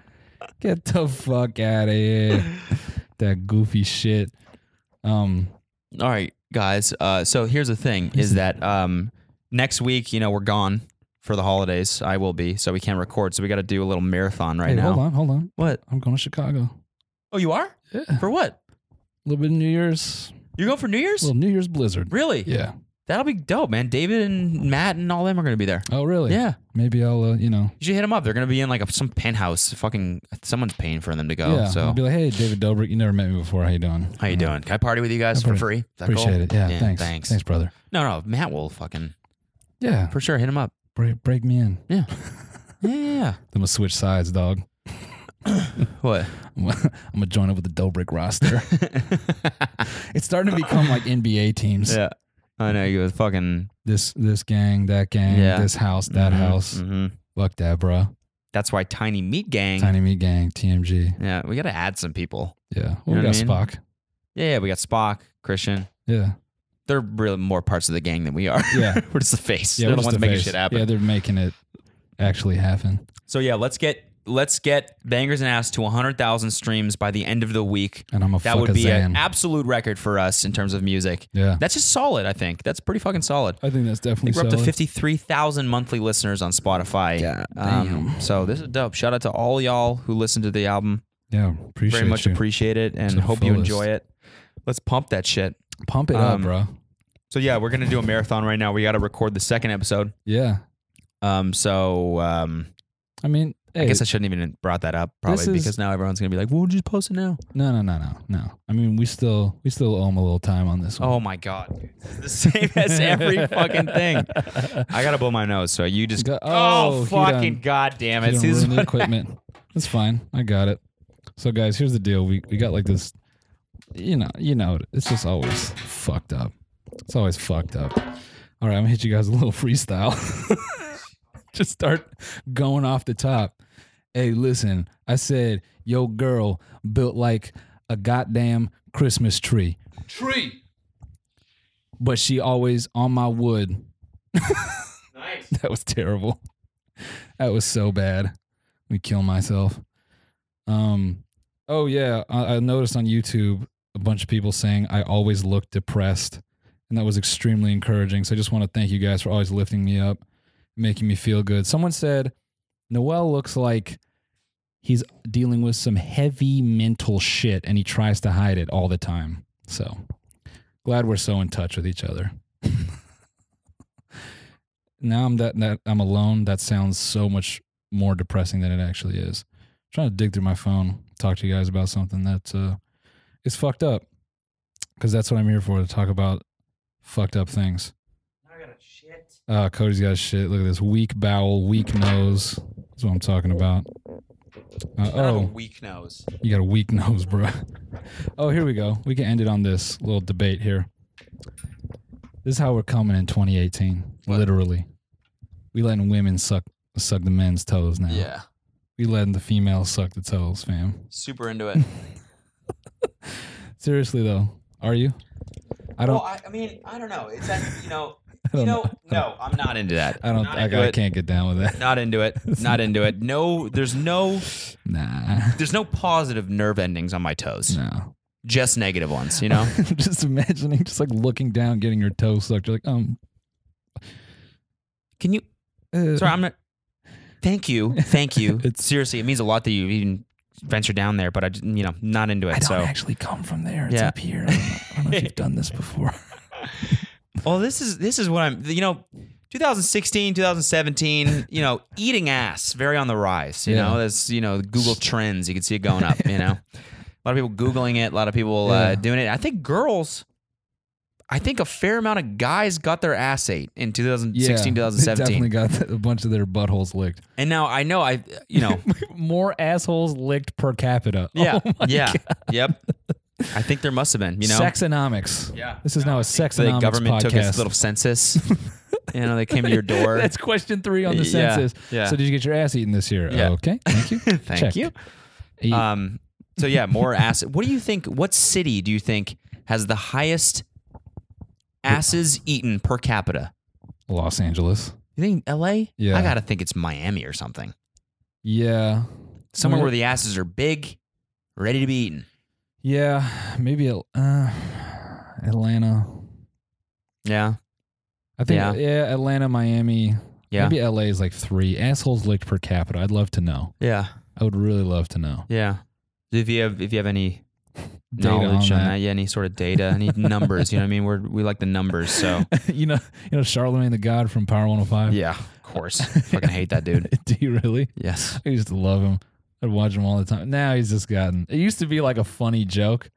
[SPEAKER 2] Get the fuck out of here. that goofy shit. Um,
[SPEAKER 1] before. All right, guys. Uh, so here's the thing: is that um, next week, you know, we're gone for the holidays. I will be, so we can't record. So we got to do a little marathon right
[SPEAKER 2] hey,
[SPEAKER 1] now.
[SPEAKER 2] hold on, hold on.
[SPEAKER 1] What?
[SPEAKER 2] I'm going to Chicago.
[SPEAKER 1] Oh, you are?
[SPEAKER 2] Yeah.
[SPEAKER 1] For what?
[SPEAKER 2] A little bit of New Year's,
[SPEAKER 1] You're going for New Year's?
[SPEAKER 2] little New Year's blizzard.
[SPEAKER 1] really?
[SPEAKER 2] Yeah.
[SPEAKER 1] That'll be dope, man. David and Matt and all them are going to be there.
[SPEAKER 2] Oh, really?
[SPEAKER 1] Yeah.
[SPEAKER 2] Maybe I'll, uh, you know,
[SPEAKER 1] You should hit them up. They're going to be in like a, some penthouse. Fucking someone's paying for them to go.
[SPEAKER 2] yeah.
[SPEAKER 1] Oh, so
[SPEAKER 2] I'll be like, hey, David Dobrik, you never met me before. How you doing?
[SPEAKER 1] how you doing? Can I party with you guys
[SPEAKER 2] I'll
[SPEAKER 1] for
[SPEAKER 2] party.
[SPEAKER 1] free? Is that cool?
[SPEAKER 2] Appreciate it. Yeah, thanks.
[SPEAKER 1] Thanks.
[SPEAKER 2] Thanks, brother.
[SPEAKER 1] No, no. Matt will fucking
[SPEAKER 2] Yeah.
[SPEAKER 1] for sure hit him up.
[SPEAKER 2] Break, break me in.
[SPEAKER 1] Yeah. yeah. yeah,
[SPEAKER 2] I'm gonna switch sides, dog.
[SPEAKER 1] yeah. What?
[SPEAKER 2] I'm gonna, I'm gonna join up with the Dobrik roster. it's starting to become like NBA teams.
[SPEAKER 1] yeah. I know you were fucking
[SPEAKER 2] This this gang, that gang,
[SPEAKER 1] Yeah.
[SPEAKER 2] this house, that
[SPEAKER 1] Mhm,
[SPEAKER 2] house.
[SPEAKER 1] mhm.
[SPEAKER 2] Fuck that, bro.
[SPEAKER 1] That's why Tiny Meat Gang.
[SPEAKER 2] Tiny Me Gang, TMG.
[SPEAKER 1] yeah, we got to add some people.
[SPEAKER 2] Yeah,
[SPEAKER 1] You
[SPEAKER 2] well,
[SPEAKER 1] know
[SPEAKER 2] we
[SPEAKER 1] what
[SPEAKER 2] got
[SPEAKER 1] I mean?
[SPEAKER 2] Spock.
[SPEAKER 1] Yeah, yeah, we got Spock, Christian.
[SPEAKER 2] Yeah,
[SPEAKER 1] they're really more parts of the gang than we are.
[SPEAKER 2] yeah,
[SPEAKER 1] we're just the face.
[SPEAKER 2] yeah.
[SPEAKER 1] they're
[SPEAKER 2] we're
[SPEAKER 1] the
[SPEAKER 2] just
[SPEAKER 1] ones
[SPEAKER 2] the
[SPEAKER 1] making
[SPEAKER 2] face.
[SPEAKER 1] shit happen.
[SPEAKER 2] Yeah, they're making it actually happen.
[SPEAKER 1] so yeah, let's get let's get bangers and ass to 100,000 streams by the end of the week.
[SPEAKER 2] And I'm a
[SPEAKER 1] That would
[SPEAKER 2] fuck a
[SPEAKER 1] be an
[SPEAKER 2] Zan.
[SPEAKER 1] absolute record for us in terms of music.
[SPEAKER 2] Yeah.
[SPEAKER 1] That's just solid, I think. That's pretty fucking solid.
[SPEAKER 2] I think that's
[SPEAKER 1] I
[SPEAKER 2] definitely
[SPEAKER 1] think we're up to
[SPEAKER 2] solid.
[SPEAKER 1] 53,000 monthly listeners on Spotify.
[SPEAKER 2] God
[SPEAKER 1] Um, so this is dope. Shout out to all y'all who listened to the album.
[SPEAKER 2] Yeah, appreciate
[SPEAKER 1] Very much
[SPEAKER 2] you.
[SPEAKER 1] appreciate it and
[SPEAKER 2] To the
[SPEAKER 1] hope you
[SPEAKER 2] fullest.
[SPEAKER 1] enjoy it. Let's pump that shit.
[SPEAKER 2] Pump it
[SPEAKER 1] um,
[SPEAKER 2] up, bro.
[SPEAKER 1] So yeah, we're going to do a marathon right now. We got to record the second episode.
[SPEAKER 2] Yeah,
[SPEAKER 1] Um, so um,
[SPEAKER 2] I mean, hey,
[SPEAKER 1] I guess I shouldn't even have brought that up probably
[SPEAKER 2] This is-
[SPEAKER 1] because now everyone's gonna be like, "Well, just post it now."
[SPEAKER 2] no, no, no, no, no. I mean, we still we still owe him a little time on this one.
[SPEAKER 1] Oh my god, dude. It's the same as every fucking thing. I gotta blow my nose, so you just
[SPEAKER 2] Go-
[SPEAKER 1] oh,
[SPEAKER 2] oh, he done-
[SPEAKER 1] fucking god damn
[SPEAKER 2] You
[SPEAKER 1] it!
[SPEAKER 2] don't
[SPEAKER 1] This is
[SPEAKER 2] ruin the equipment. That's fine. I got it. So guys, here's the deal. We we got like this you know, you know, it's just always fucked up. It's always fucked up. All right, I'm gonna hit you guys a little freestyle. just start going off the top. Hey, listen, I said yo girl built like a goddamn Christmas tree. Tree. But she always on my wood. nice. That was terrible. That was so bad. Me kill myself. Um. Oh yeah, I, I noticed on YouTube a bunch of people saying I always look depressed, and that was extremely encouraging. So I just want to thank you guys for always lifting me up, making me feel good. Someone said Noel looks like he's dealing with some heavy mental shit, and he tries to hide it all the time. So glad we're so in touch with each other. now I'm that that I'm alone. That sounds so much more depressing than it actually is. trying to dig through my phone, talk to you guys about something that uh, is fucked up, because that's what I'm here for to talk about fucked up things. I got a shit. Uh, Cody's got a shit. Look at this weak bowel, weak nose. That's what I'm talking about. Uh,
[SPEAKER 1] a
[SPEAKER 2] oh,
[SPEAKER 1] weak nose.
[SPEAKER 2] you got a weak nose, bro. Oh, here we go. We can end it on this little debate here. This is how we're coming in 2018. Literally, we letting women suck suck the men's toes now.
[SPEAKER 1] Yeah.
[SPEAKER 2] we letting the females suck the toes, fam.
[SPEAKER 1] Super into it.
[SPEAKER 2] Seriously though, are you? I don't.
[SPEAKER 1] well, I, I mean, I don't know. It's that, you know,
[SPEAKER 2] don't
[SPEAKER 1] you know, no, I'm not into that.
[SPEAKER 2] I don't.
[SPEAKER 1] Not
[SPEAKER 2] I,
[SPEAKER 1] into
[SPEAKER 2] I
[SPEAKER 1] it.
[SPEAKER 2] can't get down with that.
[SPEAKER 1] Not into it. Not into it. No, there's no,
[SPEAKER 2] Nah.
[SPEAKER 1] there's no positive nerve endings on my toes.
[SPEAKER 2] No.
[SPEAKER 1] Just negative ones. You know.
[SPEAKER 2] just imagining, just like looking down, getting your toe sucked. You're like, um.
[SPEAKER 1] Can you?
[SPEAKER 2] uh,
[SPEAKER 1] Sorry, I'm not. Thank you, thank you.
[SPEAKER 2] It's-
[SPEAKER 1] Seriously, it means a lot that you even venture down there, but I, just, you know, not into it.
[SPEAKER 4] I don't
[SPEAKER 1] so,
[SPEAKER 4] actually come from there. It's
[SPEAKER 1] Yeah.
[SPEAKER 4] up here. I don't, know, I don't know if you've done this before.
[SPEAKER 1] well, this is this is what I'm. You know, 2016, 2017. You know, eating ass very on the rise. You
[SPEAKER 2] Yeah.
[SPEAKER 1] know, that's you know Google trends. You can see it going up. You know, a lot of people googling it. A lot of people uh,
[SPEAKER 2] Yeah.
[SPEAKER 1] doing it. I think girls. I think a fair amount of guys got their ass ate in 2016,
[SPEAKER 2] they
[SPEAKER 1] 2017.
[SPEAKER 2] Definitely got a bunch of their buttholes licked.
[SPEAKER 1] and now I know I, you know,
[SPEAKER 2] More assholes licked per capita.
[SPEAKER 1] Yeah.
[SPEAKER 2] Oh my
[SPEAKER 1] yeah. Yep. I think there must have been, you know.
[SPEAKER 2] Sexonomics.
[SPEAKER 3] Yeah.
[SPEAKER 2] This is now a
[SPEAKER 1] the
[SPEAKER 2] sexonomics
[SPEAKER 1] government
[SPEAKER 2] podcast.
[SPEAKER 1] took its little census. you know, they came to your door.
[SPEAKER 2] That's question three on the
[SPEAKER 1] Yeah,
[SPEAKER 2] census.
[SPEAKER 1] yeah.
[SPEAKER 2] So did you get your ass eaten this year?
[SPEAKER 1] Yeah.
[SPEAKER 2] Okay. Thank you.
[SPEAKER 1] Thank
[SPEAKER 2] Check.
[SPEAKER 1] you.
[SPEAKER 2] Eat.
[SPEAKER 1] Um so yeah, more ass. What do you think what city do you think has the highest asses eaten per capita?
[SPEAKER 2] Los Angeles.
[SPEAKER 1] You think LA?
[SPEAKER 2] Yeah.
[SPEAKER 1] I got to think it's Miami or something.
[SPEAKER 2] Yeah.
[SPEAKER 1] Somewhere
[SPEAKER 2] Well,
[SPEAKER 1] where the asses are big, ready to be eaten.
[SPEAKER 2] Yeah. Maybe Al- uh, Atlanta.
[SPEAKER 1] Yeah.
[SPEAKER 2] I think
[SPEAKER 1] Yeah.
[SPEAKER 2] yeah. Atlanta, Miami.
[SPEAKER 1] Yeah.
[SPEAKER 2] Maybe LA is like three assholes licked per capita. I'd love to know.
[SPEAKER 1] Yeah.
[SPEAKER 2] I would really love to know.
[SPEAKER 1] Yeah. If you have if you have any
[SPEAKER 2] Data on
[SPEAKER 1] knowledge on
[SPEAKER 2] that.
[SPEAKER 1] that, yeah, any sort of data, any numbers, you know what I mean? We're we like the numbers, so
[SPEAKER 2] you know, you know Charlemagne the God from Power 105.
[SPEAKER 1] Yeah, of course. Fucking hate that dude.
[SPEAKER 2] Do you really?
[SPEAKER 1] Yes.
[SPEAKER 2] I used to love him. I'd watch him all the time. Now he's just gotten. It used to be like a funny joke.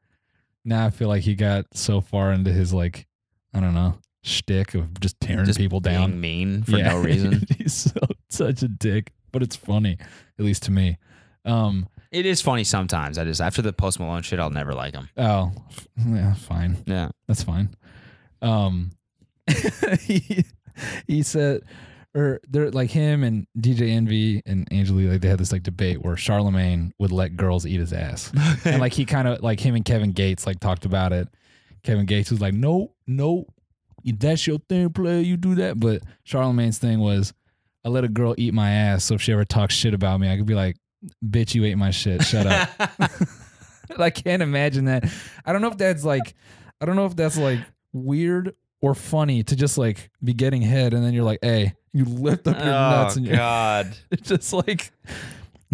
[SPEAKER 2] Now I feel like he got so far into his like, I don't know, shtick of just tearing
[SPEAKER 1] Just
[SPEAKER 2] people down
[SPEAKER 1] Being mean for
[SPEAKER 2] Yeah.
[SPEAKER 1] no reason.
[SPEAKER 2] he's so, such a dick, but it's funny, at least to me. Um.
[SPEAKER 1] it is funny sometimes. I just after the Post Malone shit, I'll never like him.
[SPEAKER 2] Oh, f- yeah, fine.
[SPEAKER 1] Yeah.
[SPEAKER 2] That's fine. Um, he, he said, or they're like him and DJ Envy and Angelique, like they had this like debate where Charlemagne would let girls eat his ass, and like he kind of like him and Kevin Gates like talked about it. Kevin Gates was like, no, no, that's your thing, player. You do that. But Charlemagne's thing was, I let a girl eat my ass, so if she ever talks shit about me, I could be like, bitch, you ate my shit. Shut up. I can't imagine that. I don't know if that's like, I don't know if that's like weird or funny to just like be getting head and then you're like, hey, you lift up your nuts and you're
[SPEAKER 1] Oh, God.
[SPEAKER 2] just like,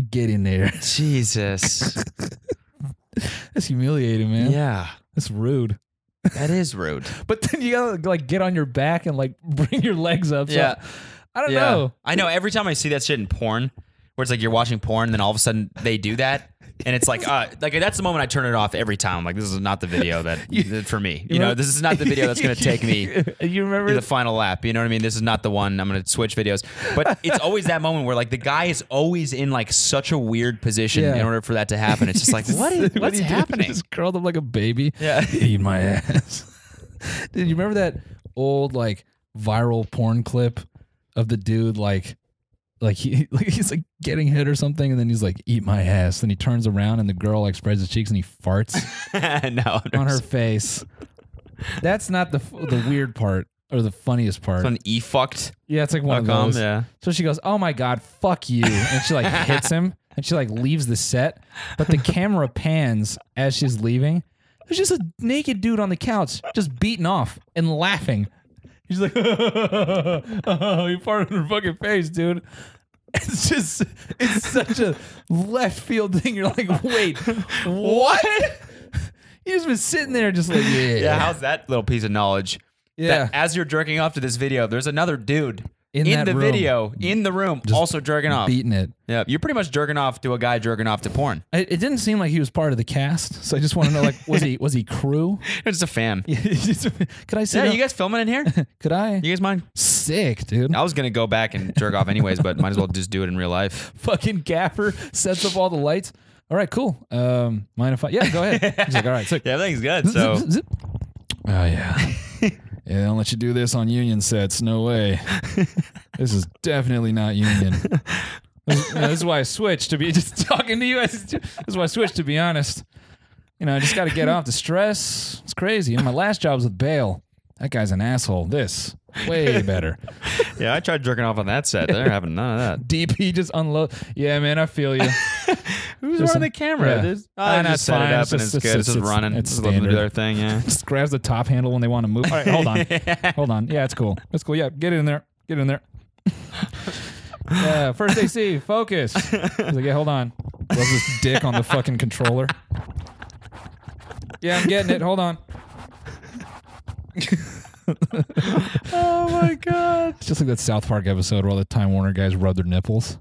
[SPEAKER 2] get in there.
[SPEAKER 1] Jesus.
[SPEAKER 2] That's humiliating, man.
[SPEAKER 1] yeah.
[SPEAKER 2] That's rude.
[SPEAKER 1] That is rude.
[SPEAKER 2] But then you gotta like get on your back and like bring your legs up. So
[SPEAKER 1] Yeah.
[SPEAKER 2] I don't know.
[SPEAKER 1] I know every time I see that shit in porn, where it's like you're watching porn, and then all of a sudden they do that. And it's like, uh, like that's the moment I turn it off every time. Like this is not the video that for me. You know, this is not the video that's going to take me
[SPEAKER 2] you remember
[SPEAKER 1] the final lap. You know what I mean? This is not the one. I'm going to switch videos. But it's always that moment where like the guy is always in like such a weird position
[SPEAKER 2] Yeah.
[SPEAKER 1] in order for that to happen. It's just like what is
[SPEAKER 2] What
[SPEAKER 1] what's
[SPEAKER 2] do you do?
[SPEAKER 1] happening?
[SPEAKER 2] Just curled up like a baby.
[SPEAKER 1] Yeah.
[SPEAKER 2] Eat my ass. Dude, you remember that old like viral porn clip of the dude like like he like he's like getting hit or something and then he's like eat my ass then he turns around and the girl like spreads his cheeks and he farts
[SPEAKER 1] no, I've never
[SPEAKER 2] on her
[SPEAKER 1] seen-
[SPEAKER 2] face that's not the f- the weird part or the funniest part
[SPEAKER 1] on e fucked.
[SPEAKER 2] yeah it's like one of
[SPEAKER 1] com,
[SPEAKER 2] those
[SPEAKER 1] yeah.
[SPEAKER 2] so she goes oh my god fuck you and she like hits him and she like leaves the set but the camera pans as she's leaving there's just a naked dude on the couch just beating off and laughing he's like oh you farted in her fucking face dude it's just it's such a left field thing you're like wait what you just been sitting there just like yeah
[SPEAKER 1] Yeah, how's that little piece of knowledge?
[SPEAKER 2] Yeah.
[SPEAKER 1] That as you're jerking off to this video, there's another dude
[SPEAKER 2] In
[SPEAKER 1] in,
[SPEAKER 2] that
[SPEAKER 1] the
[SPEAKER 2] room.
[SPEAKER 1] video in the room also jerking off.
[SPEAKER 2] beating it
[SPEAKER 1] yeah, you're pretty much jerking off to a guy jerking off to porn.
[SPEAKER 2] It, it didn't seem like he was part of the cast, so I just want to know like was he was he crew?
[SPEAKER 1] It's a fan. Yeah,
[SPEAKER 2] could I sit? up?
[SPEAKER 1] you guys filming in here? You
[SPEAKER 2] could I?
[SPEAKER 1] guys mind?
[SPEAKER 2] Sick, dude.
[SPEAKER 1] I was gonna go back and jerk off anyways, but might as well just do it in real life.
[SPEAKER 2] Fucking gaffer sets up all the lights. All right, cool. Um, mind if I? Yeah, go ahead. He's like, all right, sick.
[SPEAKER 1] Yeah, everything's good.
[SPEAKER 2] Zip, zip. Oh yeah. Yeah, they don't let you do this on union sets. No way. this is definitely not union. this, yeah, this is why I switched to be just talking to you. This is why I switched to be honest. You know, I just got to get off the stress. It's crazy. And my last job's with Bale. That guy's an asshole. This way better.
[SPEAKER 1] Yeah, I tried jerking off on that set. They're having none of that.
[SPEAKER 2] DP just unload. Yeah, man, I feel you.
[SPEAKER 1] Who's
[SPEAKER 2] Just-
[SPEAKER 1] running the camera?
[SPEAKER 2] yeah.
[SPEAKER 1] This-
[SPEAKER 2] Ah,
[SPEAKER 1] I
[SPEAKER 2] that's
[SPEAKER 1] just set
[SPEAKER 2] fine.
[SPEAKER 1] it up
[SPEAKER 2] It's
[SPEAKER 1] and
[SPEAKER 2] just-
[SPEAKER 1] it's,
[SPEAKER 2] it's-
[SPEAKER 1] good. It's,
[SPEAKER 2] it's-
[SPEAKER 1] just running.
[SPEAKER 2] it's
[SPEAKER 1] Just let them do
[SPEAKER 2] standard.
[SPEAKER 1] their thing. Yeah.
[SPEAKER 2] just grabs the top handle when they want to move. All right, hold on, hold on. Yeah, it's cool. That's cool. Yeah, get in there. Get in there. Yeah, first AC, focus. He's like, yeah, hold on. Rubs his dick on the fucking controller. Yeah, I'm getting it. Hold on.
[SPEAKER 1] oh my god.
[SPEAKER 2] It's just like that South Park episode where all the Time Warner guys rub their nipples.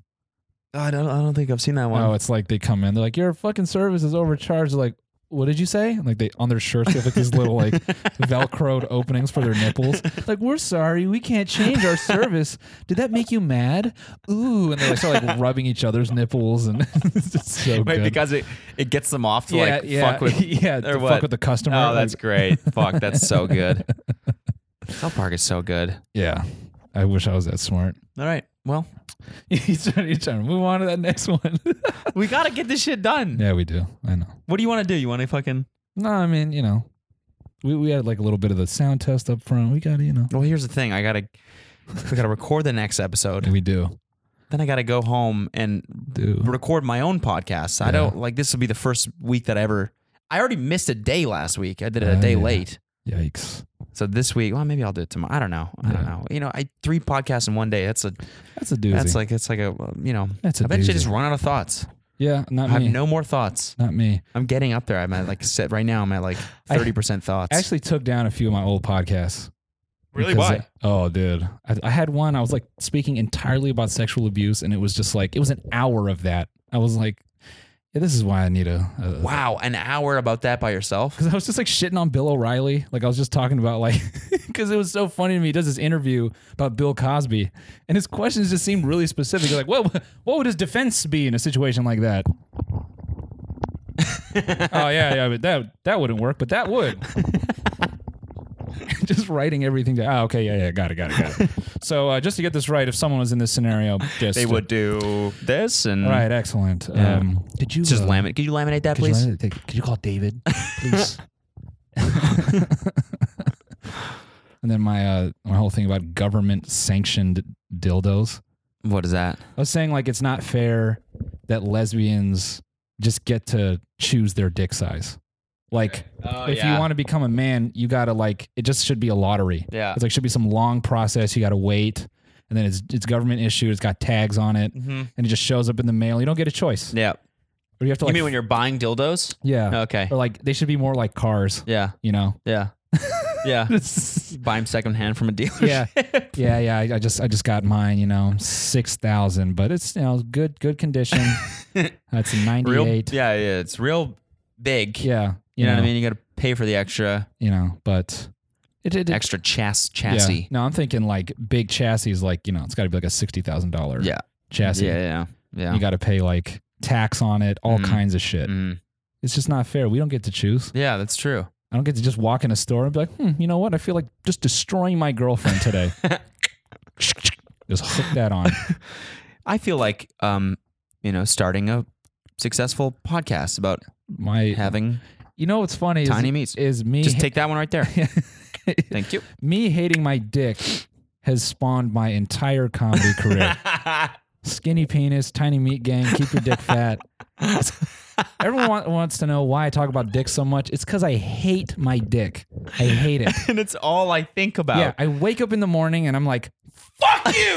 [SPEAKER 1] I don't. I don't think I've seen that one.
[SPEAKER 2] Oh, it's like they come in. They're like, your fucking service is overcharged. They're like, what did you say? And like they on their shirts they have like these little like velcroed openings for their nipples. Like we're sorry, we can't change our service. Did that make you mad? Ooh, and they like start like rubbing each other's nipples and it's just so
[SPEAKER 1] Wait,
[SPEAKER 2] good.
[SPEAKER 1] because it, it gets them off to
[SPEAKER 2] yeah,
[SPEAKER 1] like
[SPEAKER 2] yeah,
[SPEAKER 1] fuck with
[SPEAKER 2] yeah,
[SPEAKER 1] or
[SPEAKER 2] to
[SPEAKER 1] what?
[SPEAKER 2] fuck with the customer.
[SPEAKER 1] Oh,
[SPEAKER 2] Like,
[SPEAKER 1] that's great. Fuck, that's so good. South Park is so good.
[SPEAKER 2] yeah. I wish I was that smart.
[SPEAKER 1] All right. Well,
[SPEAKER 2] he's, trying, he's trying to move on to that next one.
[SPEAKER 1] we gotta get this shit done.
[SPEAKER 2] yeah, we do. I know.
[SPEAKER 1] What do you want to do? You want to fucking?
[SPEAKER 2] No, I mean, you know, we, we had like a little bit of the sound test up front. We got to, you know,
[SPEAKER 1] Well, here's the thing. I gotta. We gotta record the next episode.
[SPEAKER 2] we do.
[SPEAKER 1] Then I gotta go home and
[SPEAKER 2] Do.
[SPEAKER 1] record my own podcast. I
[SPEAKER 2] Yeah.
[SPEAKER 1] don't like this. Will be the first week that I ever. I already missed a day last week. I did it a
[SPEAKER 2] Oh,
[SPEAKER 1] day
[SPEAKER 2] yeah.
[SPEAKER 1] late.
[SPEAKER 2] Yikes.
[SPEAKER 1] So this week, well, maybe I'll do it tomorrow. I don't know. I don't
[SPEAKER 2] Yeah.
[SPEAKER 1] know. You know, I three podcasts in one day. That's a.
[SPEAKER 2] That's a doozy.
[SPEAKER 1] That's like it's like a. You know.
[SPEAKER 2] That's
[SPEAKER 1] I
[SPEAKER 2] a
[SPEAKER 1] bet you
[SPEAKER 2] doozy.
[SPEAKER 1] just run out of thoughts.
[SPEAKER 2] yeah, not
[SPEAKER 1] I have
[SPEAKER 2] me.
[SPEAKER 1] no more thoughts.
[SPEAKER 2] not me.
[SPEAKER 1] I'm getting up there. I'm at like set right now. I'm at like
[SPEAKER 2] I-
[SPEAKER 1] thirty percent thoughts.
[SPEAKER 2] I actually took down a few of my old podcasts.
[SPEAKER 1] Really?
[SPEAKER 2] because
[SPEAKER 1] Why?
[SPEAKER 2] I- oh, dude. I, I had one. I was like speaking entirely about sexual abuse, and it was just like, it was an hour of that. I was like, yeah, this is why I need a. a
[SPEAKER 1] wow, an hour about that by yourself.
[SPEAKER 2] because I was just like shitting on Bill O'Reilly. Like I was just talking about like because it was so funny to me. He does this interview about Bill Cosby, and his questions just seemed really specific. Like, what what would his defense be in a situation like that? oh yeah, yeah, but that that wouldn't work, but that would. just writing everything down. Ah, okay, yeah, yeah, got it, got it, got it. so uh, just to get this right, if someone was in this scenario, just
[SPEAKER 1] They would do this and
[SPEAKER 2] Right, excellent.
[SPEAKER 1] Yeah.
[SPEAKER 2] Um, did you
[SPEAKER 1] Just
[SPEAKER 2] uh,
[SPEAKER 1] laminate. Could you laminate that,
[SPEAKER 2] could you
[SPEAKER 1] please?
[SPEAKER 2] let it take- could you call David, please? and then my uh, my whole thing about government sanctioned dildos.
[SPEAKER 1] What is that?
[SPEAKER 2] I was saying like it's not fair that lesbians just get to choose their dick size. Like
[SPEAKER 1] Oh,
[SPEAKER 2] if you want to become a man, you gotta like it just should be a lottery.
[SPEAKER 1] Yeah.
[SPEAKER 2] It's like should be some long process. You gotta wait, and then it's it's government issued. It's got tags on it,
[SPEAKER 1] Mhm.
[SPEAKER 2] and it just shows up in the mail. You don't get a choice.
[SPEAKER 1] Yeah.
[SPEAKER 2] Or you have to
[SPEAKER 1] you
[SPEAKER 2] like
[SPEAKER 1] mean when you're buying dildos?
[SPEAKER 2] yeah.
[SPEAKER 1] Okay.
[SPEAKER 2] Or like they should be more like cars.
[SPEAKER 1] Yeah.
[SPEAKER 2] You know.
[SPEAKER 1] Yeah. Yeah. Buy them secondhand from a dealer.
[SPEAKER 2] yeah yeah yeah I, I just i just got mine you know 6000 but it's you know good good condition that's a
[SPEAKER 1] Real.
[SPEAKER 2] 98
[SPEAKER 1] Yeah. Yeah. It's real big.
[SPEAKER 2] yeah
[SPEAKER 1] You know what I mean? You got to pay for the extra
[SPEAKER 2] you know but it did
[SPEAKER 1] extra chas- chassis.
[SPEAKER 2] no i'm thinking like big chassis is like you know it's got to be like a $60000
[SPEAKER 1] Yeah.
[SPEAKER 2] chassis
[SPEAKER 1] Yeah. Yeah. Yeah.
[SPEAKER 2] you got to pay like tax on it all
[SPEAKER 1] Mm.
[SPEAKER 2] kinds of shit
[SPEAKER 1] Mm.
[SPEAKER 2] it's just not fair we don't get to choose
[SPEAKER 1] Yeah. That's true.
[SPEAKER 2] i don't get to just walk in a store and be like hmm you know what i feel like just destroying my girlfriend today just hook that on
[SPEAKER 1] I feel like, um, you know, starting a successful podcast about
[SPEAKER 2] my
[SPEAKER 1] having
[SPEAKER 2] you know what's funny is-
[SPEAKER 1] tiny meats.
[SPEAKER 2] is me
[SPEAKER 1] Just take that one right there. Thank you.
[SPEAKER 2] me hating my dick has spawned my entire comedy career. Skinny penis, tiny meat gang, keep your dick fat. Everyone wa- wants to know why I talk about dick so much. It's because I hate my dick. I hate it.
[SPEAKER 1] and it's all I think about.
[SPEAKER 2] Yeah, I wake up in the morning and I'm like,
[SPEAKER 3] Fuck you!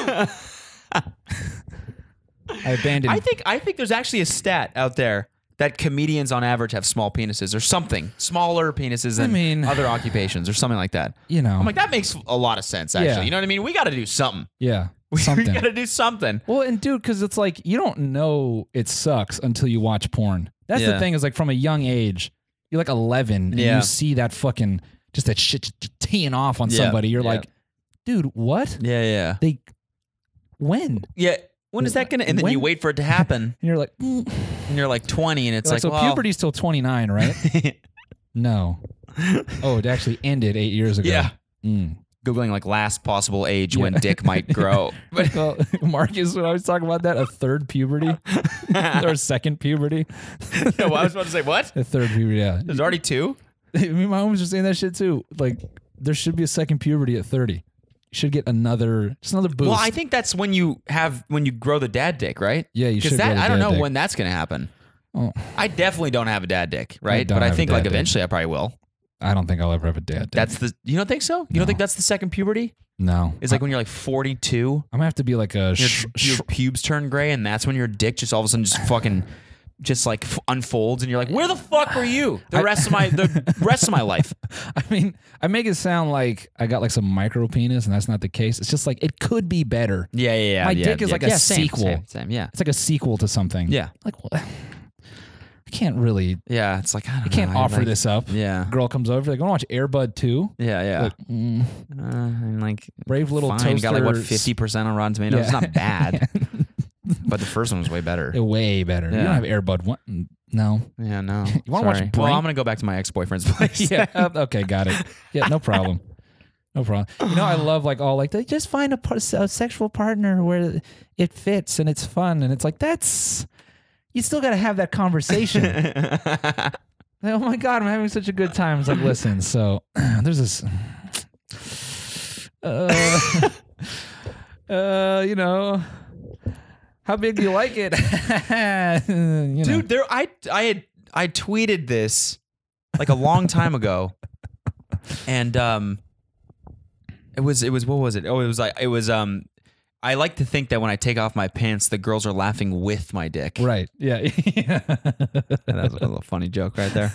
[SPEAKER 2] I abandoned.
[SPEAKER 1] I think I think there's actually a stat out there that comedians on average have small penises or something, smaller penises than
[SPEAKER 2] mean-
[SPEAKER 1] other occupations or something like that.
[SPEAKER 2] you know,
[SPEAKER 1] I'm like that makes a lot of sense actually.
[SPEAKER 2] Yeah.
[SPEAKER 1] You know what I mean? We got to do something.
[SPEAKER 2] yeah,
[SPEAKER 1] We
[SPEAKER 2] something.
[SPEAKER 1] got to do something.
[SPEAKER 2] Well, and dude, because it's like you don't know it sucks until you watch porn. That's
[SPEAKER 1] Yeah.
[SPEAKER 2] the thing is like from a young age, you're like 11 and
[SPEAKER 1] Yeah.
[SPEAKER 2] you see that fucking just that shit just teeing off on
[SPEAKER 1] Yeah.
[SPEAKER 2] somebody. You're
[SPEAKER 1] Yeah.
[SPEAKER 2] like, dude, what?
[SPEAKER 1] Yeah, yeah.
[SPEAKER 2] They when?
[SPEAKER 1] Yeah. When is that going to and then you
[SPEAKER 2] When-
[SPEAKER 1] wait for it to happen
[SPEAKER 2] And you're like, mm.
[SPEAKER 1] and you're like 20 and it's
[SPEAKER 2] like,
[SPEAKER 1] like,
[SPEAKER 2] so
[SPEAKER 1] well,
[SPEAKER 2] puberty's till 29, right? no. Oh, it actually ended eight years ago.
[SPEAKER 1] Yeah. Googling like last possible age when dick might grow. But
[SPEAKER 2] Well, Marcus, when I was talking about that, a third puberty or a second puberty,
[SPEAKER 1] no, I was about to say what?
[SPEAKER 2] a third puberty. Yeah,
[SPEAKER 1] There's already two.
[SPEAKER 2] I mean, my homies were saying that shit too. Like, there should be a second puberty at thirty. You should get another, just another boost.
[SPEAKER 1] Well, I think that's when you have when you grow the dad dick, right?
[SPEAKER 2] Yeah, you should
[SPEAKER 1] Because that
[SPEAKER 2] grow the
[SPEAKER 1] I don't
[SPEAKER 2] dad
[SPEAKER 1] know
[SPEAKER 2] dick.
[SPEAKER 1] when that's gonna happen.
[SPEAKER 2] Oh.
[SPEAKER 1] I definitely don't have a dad dick, right?
[SPEAKER 2] don't
[SPEAKER 1] but I
[SPEAKER 2] have a
[SPEAKER 1] think like
[SPEAKER 2] dad dick.
[SPEAKER 1] eventually I probably will.
[SPEAKER 2] I don't think I'll ever have a dad. That's
[SPEAKER 1] That's the you don't think so? You don't think that's the second puberty?
[SPEAKER 2] no.
[SPEAKER 1] It's like when you're like 42,
[SPEAKER 2] I'm gonna have to be like a.
[SPEAKER 1] your,
[SPEAKER 2] Sh-
[SPEAKER 1] your
[SPEAKER 2] sh-
[SPEAKER 1] pubes turn gray, and that's when your dick just all of a sudden just fucking just like f- unfolds, and you're like, where the fuck were you the rest of my the rest of my life?
[SPEAKER 2] I mean, I make it sound like I got like some micro penis, and that's not the case. It's just like it could be better.
[SPEAKER 1] Yeah, yeah, yeah.
[SPEAKER 2] My
[SPEAKER 1] yeah,
[SPEAKER 2] dick is
[SPEAKER 1] yeah.
[SPEAKER 2] like a
[SPEAKER 1] Yeah, same,
[SPEAKER 2] sequel.
[SPEAKER 1] Same, same, yeah,
[SPEAKER 2] It's like a sequel to something.
[SPEAKER 1] yeah,
[SPEAKER 2] Like what? I can't really.
[SPEAKER 1] yeah. It's like I, don't
[SPEAKER 2] I can't
[SPEAKER 1] know,
[SPEAKER 2] offer
[SPEAKER 1] like-
[SPEAKER 2] this up.
[SPEAKER 1] Yeah,
[SPEAKER 2] Girl comes over. They're gonna watch Airbud Two.
[SPEAKER 1] yeah, yeah.
[SPEAKER 2] Like, mm,
[SPEAKER 1] uh, and like
[SPEAKER 2] brave little
[SPEAKER 1] fine.
[SPEAKER 2] toaster.
[SPEAKER 1] Got like what fifty percent on Rotten Tomatoes. It's
[SPEAKER 2] Yeah.
[SPEAKER 1] not bad, but the first one was way better.
[SPEAKER 2] Yeah, Way better. You
[SPEAKER 1] Yeah.
[SPEAKER 2] don't have Airbud One. No.
[SPEAKER 1] yeah, no.
[SPEAKER 2] You wanna watch
[SPEAKER 1] Sorry.
[SPEAKER 2] Brink?
[SPEAKER 1] Well, I'm gonna go back to my ex boyfriend's place.
[SPEAKER 2] yeah. uh, Okay, got it. Yeah, no problem. No problem. You know, I love like all like they just find a, par- a sexual partner where it fits and it's fun and it's like that's you still got to have that conversation. Like, oh my god, I'm having such a good time. It's like listen, so there's this. Uh, uh, you know, how big do you like it, You know.
[SPEAKER 1] dude there i i had i tweeted this like a long time ago and um it was it was what was it oh it was like it was um i like to think that when i take off my pants the girls are laughing with my dick
[SPEAKER 2] Right? Yeah.
[SPEAKER 1] that was a little funny joke right there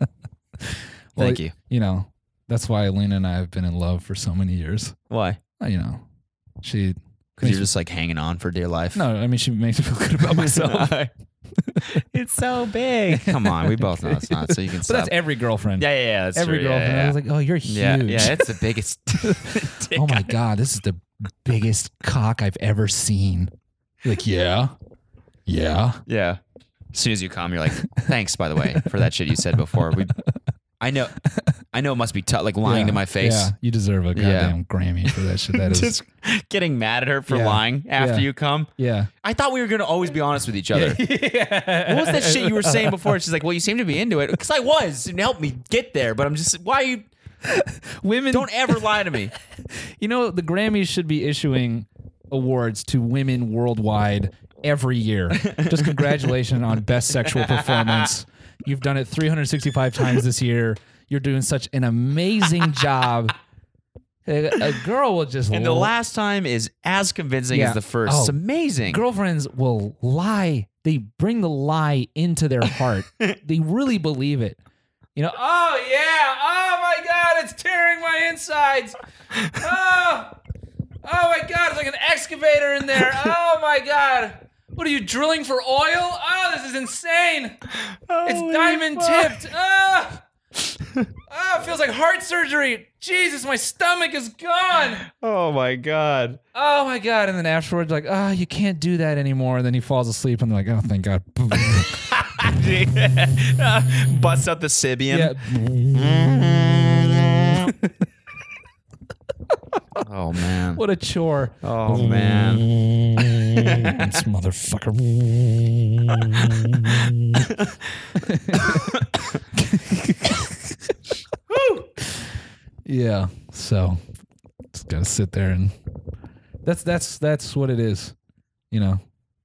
[SPEAKER 2] Well,
[SPEAKER 1] thank you
[SPEAKER 2] you know, that's why Elena and I have been in love for so many years.
[SPEAKER 1] why
[SPEAKER 2] Uh, You know, she.
[SPEAKER 1] because you're just like hanging on for dear life
[SPEAKER 2] no, I mean she makes me feel good about myself. but
[SPEAKER 1] it's so big come on we both know it's not so you can stop
[SPEAKER 2] that's every girlfriend.
[SPEAKER 1] yeah yeah yeah that's
[SPEAKER 2] every
[SPEAKER 1] true. Yeah,
[SPEAKER 2] girlfriend. I
[SPEAKER 1] yeah,
[SPEAKER 2] was like, oh, you're huge.
[SPEAKER 1] yeah. yeah yeah it's the biggest dick
[SPEAKER 2] oh my god, this is the biggest cock I've ever seen. Like, yeah, yeah.
[SPEAKER 1] Yeah. As soon as you come, you're like, "Thanks, by the way, for that shit you said before." We, I know, I know, it must be tough, like lying
[SPEAKER 2] Yeah,
[SPEAKER 1] to my face.
[SPEAKER 2] Yeah, you deserve a
[SPEAKER 1] Yeah.
[SPEAKER 2] goddamn Grammy for that shit. That is.
[SPEAKER 1] Just getting mad at her for
[SPEAKER 2] Yeah.
[SPEAKER 1] lying after
[SPEAKER 2] Yeah.
[SPEAKER 1] you come.
[SPEAKER 2] yeah.
[SPEAKER 1] I thought we were gonna always be honest with each other. What was that shit you were saying before? She's like, "Well, you seem to be into it," because I was. It helped me get there, but I'm just, why you?
[SPEAKER 2] Women
[SPEAKER 1] Don't ever lie to me.
[SPEAKER 2] You know, the Grammys should be issuing awards to women worldwide every year. Just congratulations on best sexual performance. You've done it 365 times this year. You're doing such an amazing job. A, a girl will just
[SPEAKER 1] And the
[SPEAKER 2] l-
[SPEAKER 1] last time is as convincing
[SPEAKER 2] Yeah.
[SPEAKER 1] as the first.
[SPEAKER 2] Oh.
[SPEAKER 1] It's amazing.
[SPEAKER 2] girlfriends will lie. They bring the lie into their heart. they really believe it. You know, oh yeah, oh my god, it's tearing my insides. Oh,
[SPEAKER 3] Oh my god, it's like an excavator in there. Oh my god. What are you drilling for oil? Oh, this is insane. it's diamond tipped. Ah. Ah, it feels like heart surgery. Jesus, my stomach is gone.
[SPEAKER 1] Oh my god.
[SPEAKER 2] oh my god and then afterwards like ah you can't do that anymore and then he falls asleep and they're like oh thank god
[SPEAKER 1] Busts out the Sibian.
[SPEAKER 2] yeah
[SPEAKER 1] Oh man.
[SPEAKER 2] what a chore
[SPEAKER 1] Oh man.
[SPEAKER 2] this motherfucker yeah so just gotta sit there and that's that's that's what it is you know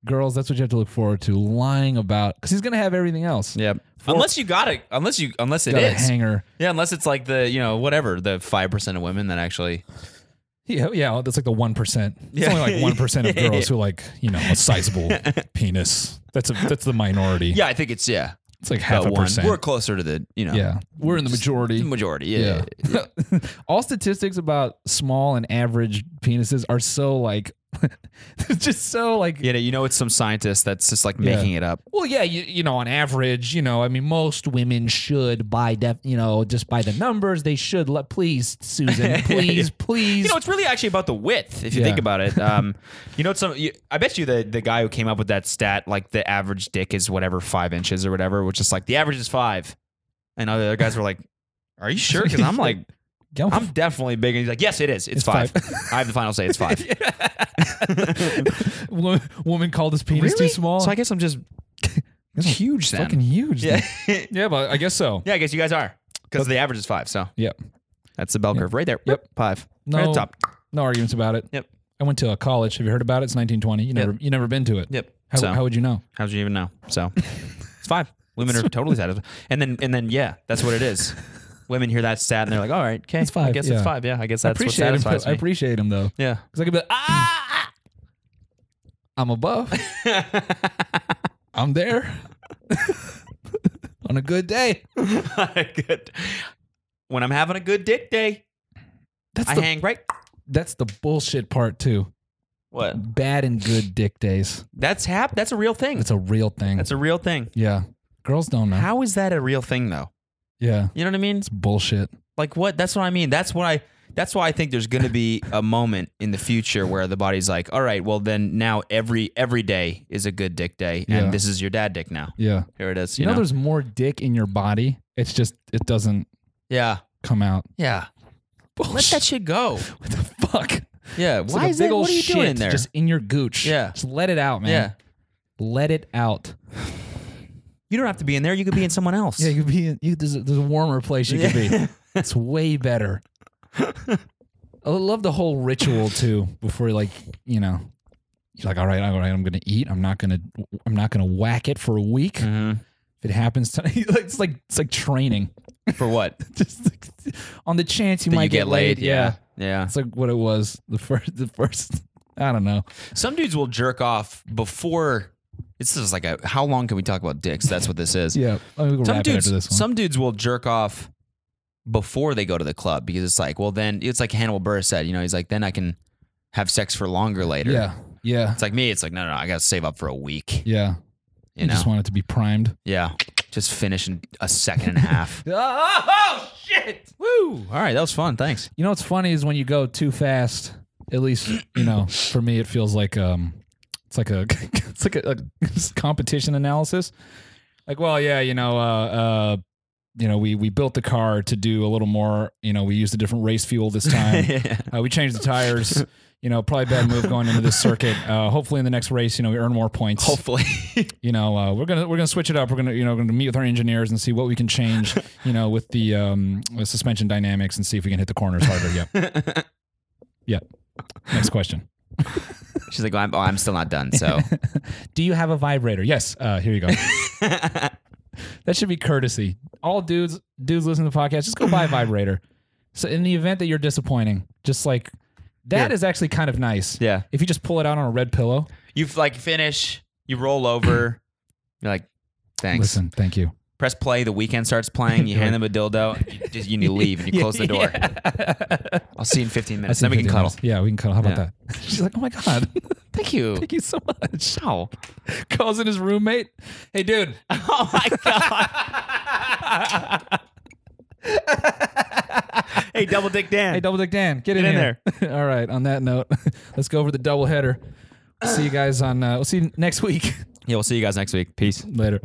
[SPEAKER 2] girls that's what you have to look forward to lying about because he's gonna have everything else
[SPEAKER 1] Yep. unless you got it. Unless you. Unless it
[SPEAKER 2] got a
[SPEAKER 1] is.
[SPEAKER 2] hanger
[SPEAKER 1] Yeah. Unless it's like the you know whatever the five percent of women that actually.
[SPEAKER 2] Yeah, yeah, that's like the one percent. It's
[SPEAKER 1] Yeah.
[SPEAKER 2] only like one percent of girls who like you know a sizable penis. That's a that's the minority.
[SPEAKER 1] Yeah, I think it's yeah.
[SPEAKER 2] it's like half a
[SPEAKER 1] about one.
[SPEAKER 2] percent.
[SPEAKER 1] We're closer to the you know.
[SPEAKER 2] yeah, we're in the majority.
[SPEAKER 1] Majority. Yeah. yeah.
[SPEAKER 2] Yeah. All statistics about small and average penises are so like, just so like.
[SPEAKER 1] You know, you know, it's some scientist that's just like
[SPEAKER 2] Yeah.
[SPEAKER 1] making it up.
[SPEAKER 2] Well, yeah, you, you know, on average, you know, I mean, most women should by def, you know, just by the numbers, they should let. Please, Susan, please, please.
[SPEAKER 1] You know, it's really actually about the width if you
[SPEAKER 2] Yeah.
[SPEAKER 1] think about it. Um, you know, it's some. You, I bet you the the guy who came up with that stat, like the average dick is whatever five inches or whatever, which is like the average is five, and other guys were like, "Are you sure?" Because I'm like,
[SPEAKER 2] I'm,
[SPEAKER 1] I'm definitely bigger. He's like, yes, it is. It's, five. I have the final say. It's five.
[SPEAKER 2] wo- woman called his penis too small.
[SPEAKER 1] So I guess I'm just huge then.
[SPEAKER 2] fucking huge.
[SPEAKER 1] yeah.
[SPEAKER 2] then. yeah, but I guess so.
[SPEAKER 1] yeah, I guess you guys are because the average is five. So
[SPEAKER 2] Yep.
[SPEAKER 1] that's the bell curve right there. Yep, five.
[SPEAKER 2] No,
[SPEAKER 1] Right at the top.
[SPEAKER 2] no arguments about it.
[SPEAKER 1] Yep.
[SPEAKER 2] I went to a college. Have you heard about it? It's 1920. You never, you never been to it.
[SPEAKER 1] Yep.
[SPEAKER 2] How,
[SPEAKER 1] so
[SPEAKER 2] how would you know?
[SPEAKER 1] how would you even know? So it's five. Women are totally satisfied. And then and then yeah, that's what it is. Women hear that stat and they're like, all right, okay,
[SPEAKER 2] It's five,
[SPEAKER 1] I guess
[SPEAKER 2] yeah.
[SPEAKER 1] it's five. Yeah, I guess
[SPEAKER 2] I
[SPEAKER 1] that's what
[SPEAKER 2] appreciate him.
[SPEAKER 1] satisfies
[SPEAKER 2] but- I
[SPEAKER 1] me.
[SPEAKER 2] appreciate him though.
[SPEAKER 1] yeah.
[SPEAKER 2] Because I could be like, ah, I'm above. I'm there. On a good day.
[SPEAKER 1] good. When I'm having a good dick day,
[SPEAKER 2] That's
[SPEAKER 1] I
[SPEAKER 2] the,
[SPEAKER 1] hang right.
[SPEAKER 2] that's the bullshit part too.
[SPEAKER 1] What?
[SPEAKER 2] Bad and good dick days.
[SPEAKER 1] That's hap. That's a real thing.
[SPEAKER 2] That's a real thing.
[SPEAKER 1] Hmm. That's a real thing.
[SPEAKER 2] yeah. Girls don't know.
[SPEAKER 1] How is that a real thing though?
[SPEAKER 2] Yeah.
[SPEAKER 1] You know what I mean?
[SPEAKER 2] Bullshit.
[SPEAKER 1] Like what? That's what I mean. That's what I. That's why I think there's going to be a moment in the future where the body's like, all right, well then now every every day is a good dick day,
[SPEAKER 2] Yeah.
[SPEAKER 1] and this is your dad dick now.
[SPEAKER 2] Yeah.
[SPEAKER 1] Here it is.
[SPEAKER 2] You,
[SPEAKER 1] You,
[SPEAKER 2] know,
[SPEAKER 1] know,
[SPEAKER 2] there's more dick in your body. It's just it doesn't
[SPEAKER 1] yeah,
[SPEAKER 2] come out.
[SPEAKER 1] yeah. Let that shit go.
[SPEAKER 2] What the fuck?
[SPEAKER 1] Yeah.
[SPEAKER 2] It's
[SPEAKER 1] why
[SPEAKER 2] like a
[SPEAKER 1] is
[SPEAKER 2] big
[SPEAKER 1] that?
[SPEAKER 2] old
[SPEAKER 1] What are you
[SPEAKER 2] shit
[SPEAKER 1] doing there?
[SPEAKER 2] Just in your gooch.
[SPEAKER 1] Yeah.
[SPEAKER 2] Just let it out, man.
[SPEAKER 1] yeah.
[SPEAKER 2] Let it out.
[SPEAKER 1] You don't have to be in there. You could be in someone else.
[SPEAKER 2] Yeah, you could be in, you, there's, a, there's a warmer place you could be. It's way better. I love the whole ritual too. Before like you know, you're like, all right, all right, I'm gonna eat. I'm not gonna I'm not gonna whack it for a week.
[SPEAKER 1] Mm. Mm-hmm.
[SPEAKER 2] If it happens, to, it's like it's like training.
[SPEAKER 1] For what? That
[SPEAKER 2] Just like, on the chance you
[SPEAKER 1] you
[SPEAKER 2] might
[SPEAKER 1] get, laid.
[SPEAKER 2] yeah.
[SPEAKER 1] Yeah. Yeah.
[SPEAKER 2] That's like what it was the first the first. I don't know.
[SPEAKER 1] Some dudes will jerk off before. This is like a how long can we talk about dicks? That's what this is.
[SPEAKER 2] Yeah, I mean, we'll
[SPEAKER 1] some
[SPEAKER 2] wrap it
[SPEAKER 1] dudes,
[SPEAKER 2] after this one.
[SPEAKER 1] some dudes will jerk off before they go to the club because it's like, well, then it's like Hannibal Buress said, you know, he's like, then I can have sex for longer later.
[SPEAKER 2] yeah, yeah,
[SPEAKER 1] It's like me. It's like, no, no, no, I got to save up for a week.
[SPEAKER 2] yeah.
[SPEAKER 1] You know,
[SPEAKER 2] just want it to be primed.
[SPEAKER 1] yeah, just finish in a second and a half.
[SPEAKER 3] Oh, oh shit!
[SPEAKER 1] Woo! All right, that was fun. Thanks.
[SPEAKER 2] You know what's funny is when you go too fast. At least you know for me, it feels like um, it's like a it's like a, a competition analysis. Like, well, yeah, you know, uh, uh, you know, we we built the car to do a little more. You know, we used a different race fuel this time. Uh, we changed the tires. You know, probably bad move going into this circuit. Uh, hopefully, in the next race, you know, we earn more points.
[SPEAKER 1] Hopefully,
[SPEAKER 2] You know, uh, we're gonna we're gonna switch it up. We're gonna you know gonna meet with our engineers and see what we can change. You know, with the um, with suspension dynamics and see if we can hit the corners harder. Yep. yep. Next question.
[SPEAKER 1] she's like, well, I'm, oh, I'm still not done. So
[SPEAKER 2] Do you have a vibrator? Yes. Uh, here you go. that should be courtesy. All dudes dudes listen to the podcast. Just go buy a vibrator. So in the event that you're disappointing, just like that is
[SPEAKER 1] Here.
[SPEAKER 2] actually kind of nice.
[SPEAKER 1] yeah,
[SPEAKER 2] If you just pull it out on a red pillow.
[SPEAKER 1] you like finish, you roll over, you're like, thanks.
[SPEAKER 2] Listen, thank you.
[SPEAKER 1] press play. The weekend starts playing. You hand them a dildo. And you just you need to leave and you close the door. I'll see you in 15 minutes.
[SPEAKER 2] That's
[SPEAKER 1] Then we can
[SPEAKER 2] $15.
[SPEAKER 1] cuddle.
[SPEAKER 2] Yeah, we can cuddle. How about
[SPEAKER 1] Yeah.
[SPEAKER 2] that? She's like, oh my god,
[SPEAKER 1] Thank you.
[SPEAKER 2] thank you so much.
[SPEAKER 1] Wow.
[SPEAKER 2] Calls in his roommate. Hey, dude.
[SPEAKER 1] Oh my god. hey, double dick Dan.
[SPEAKER 2] Hey, Double Dick Dan, get, in,
[SPEAKER 1] in
[SPEAKER 2] here. All right. On that note, let's go over the double header. See you guys on. Uh, we'll see you next week.
[SPEAKER 1] yeah, we'll see you guys next week. Peace.
[SPEAKER 2] Later.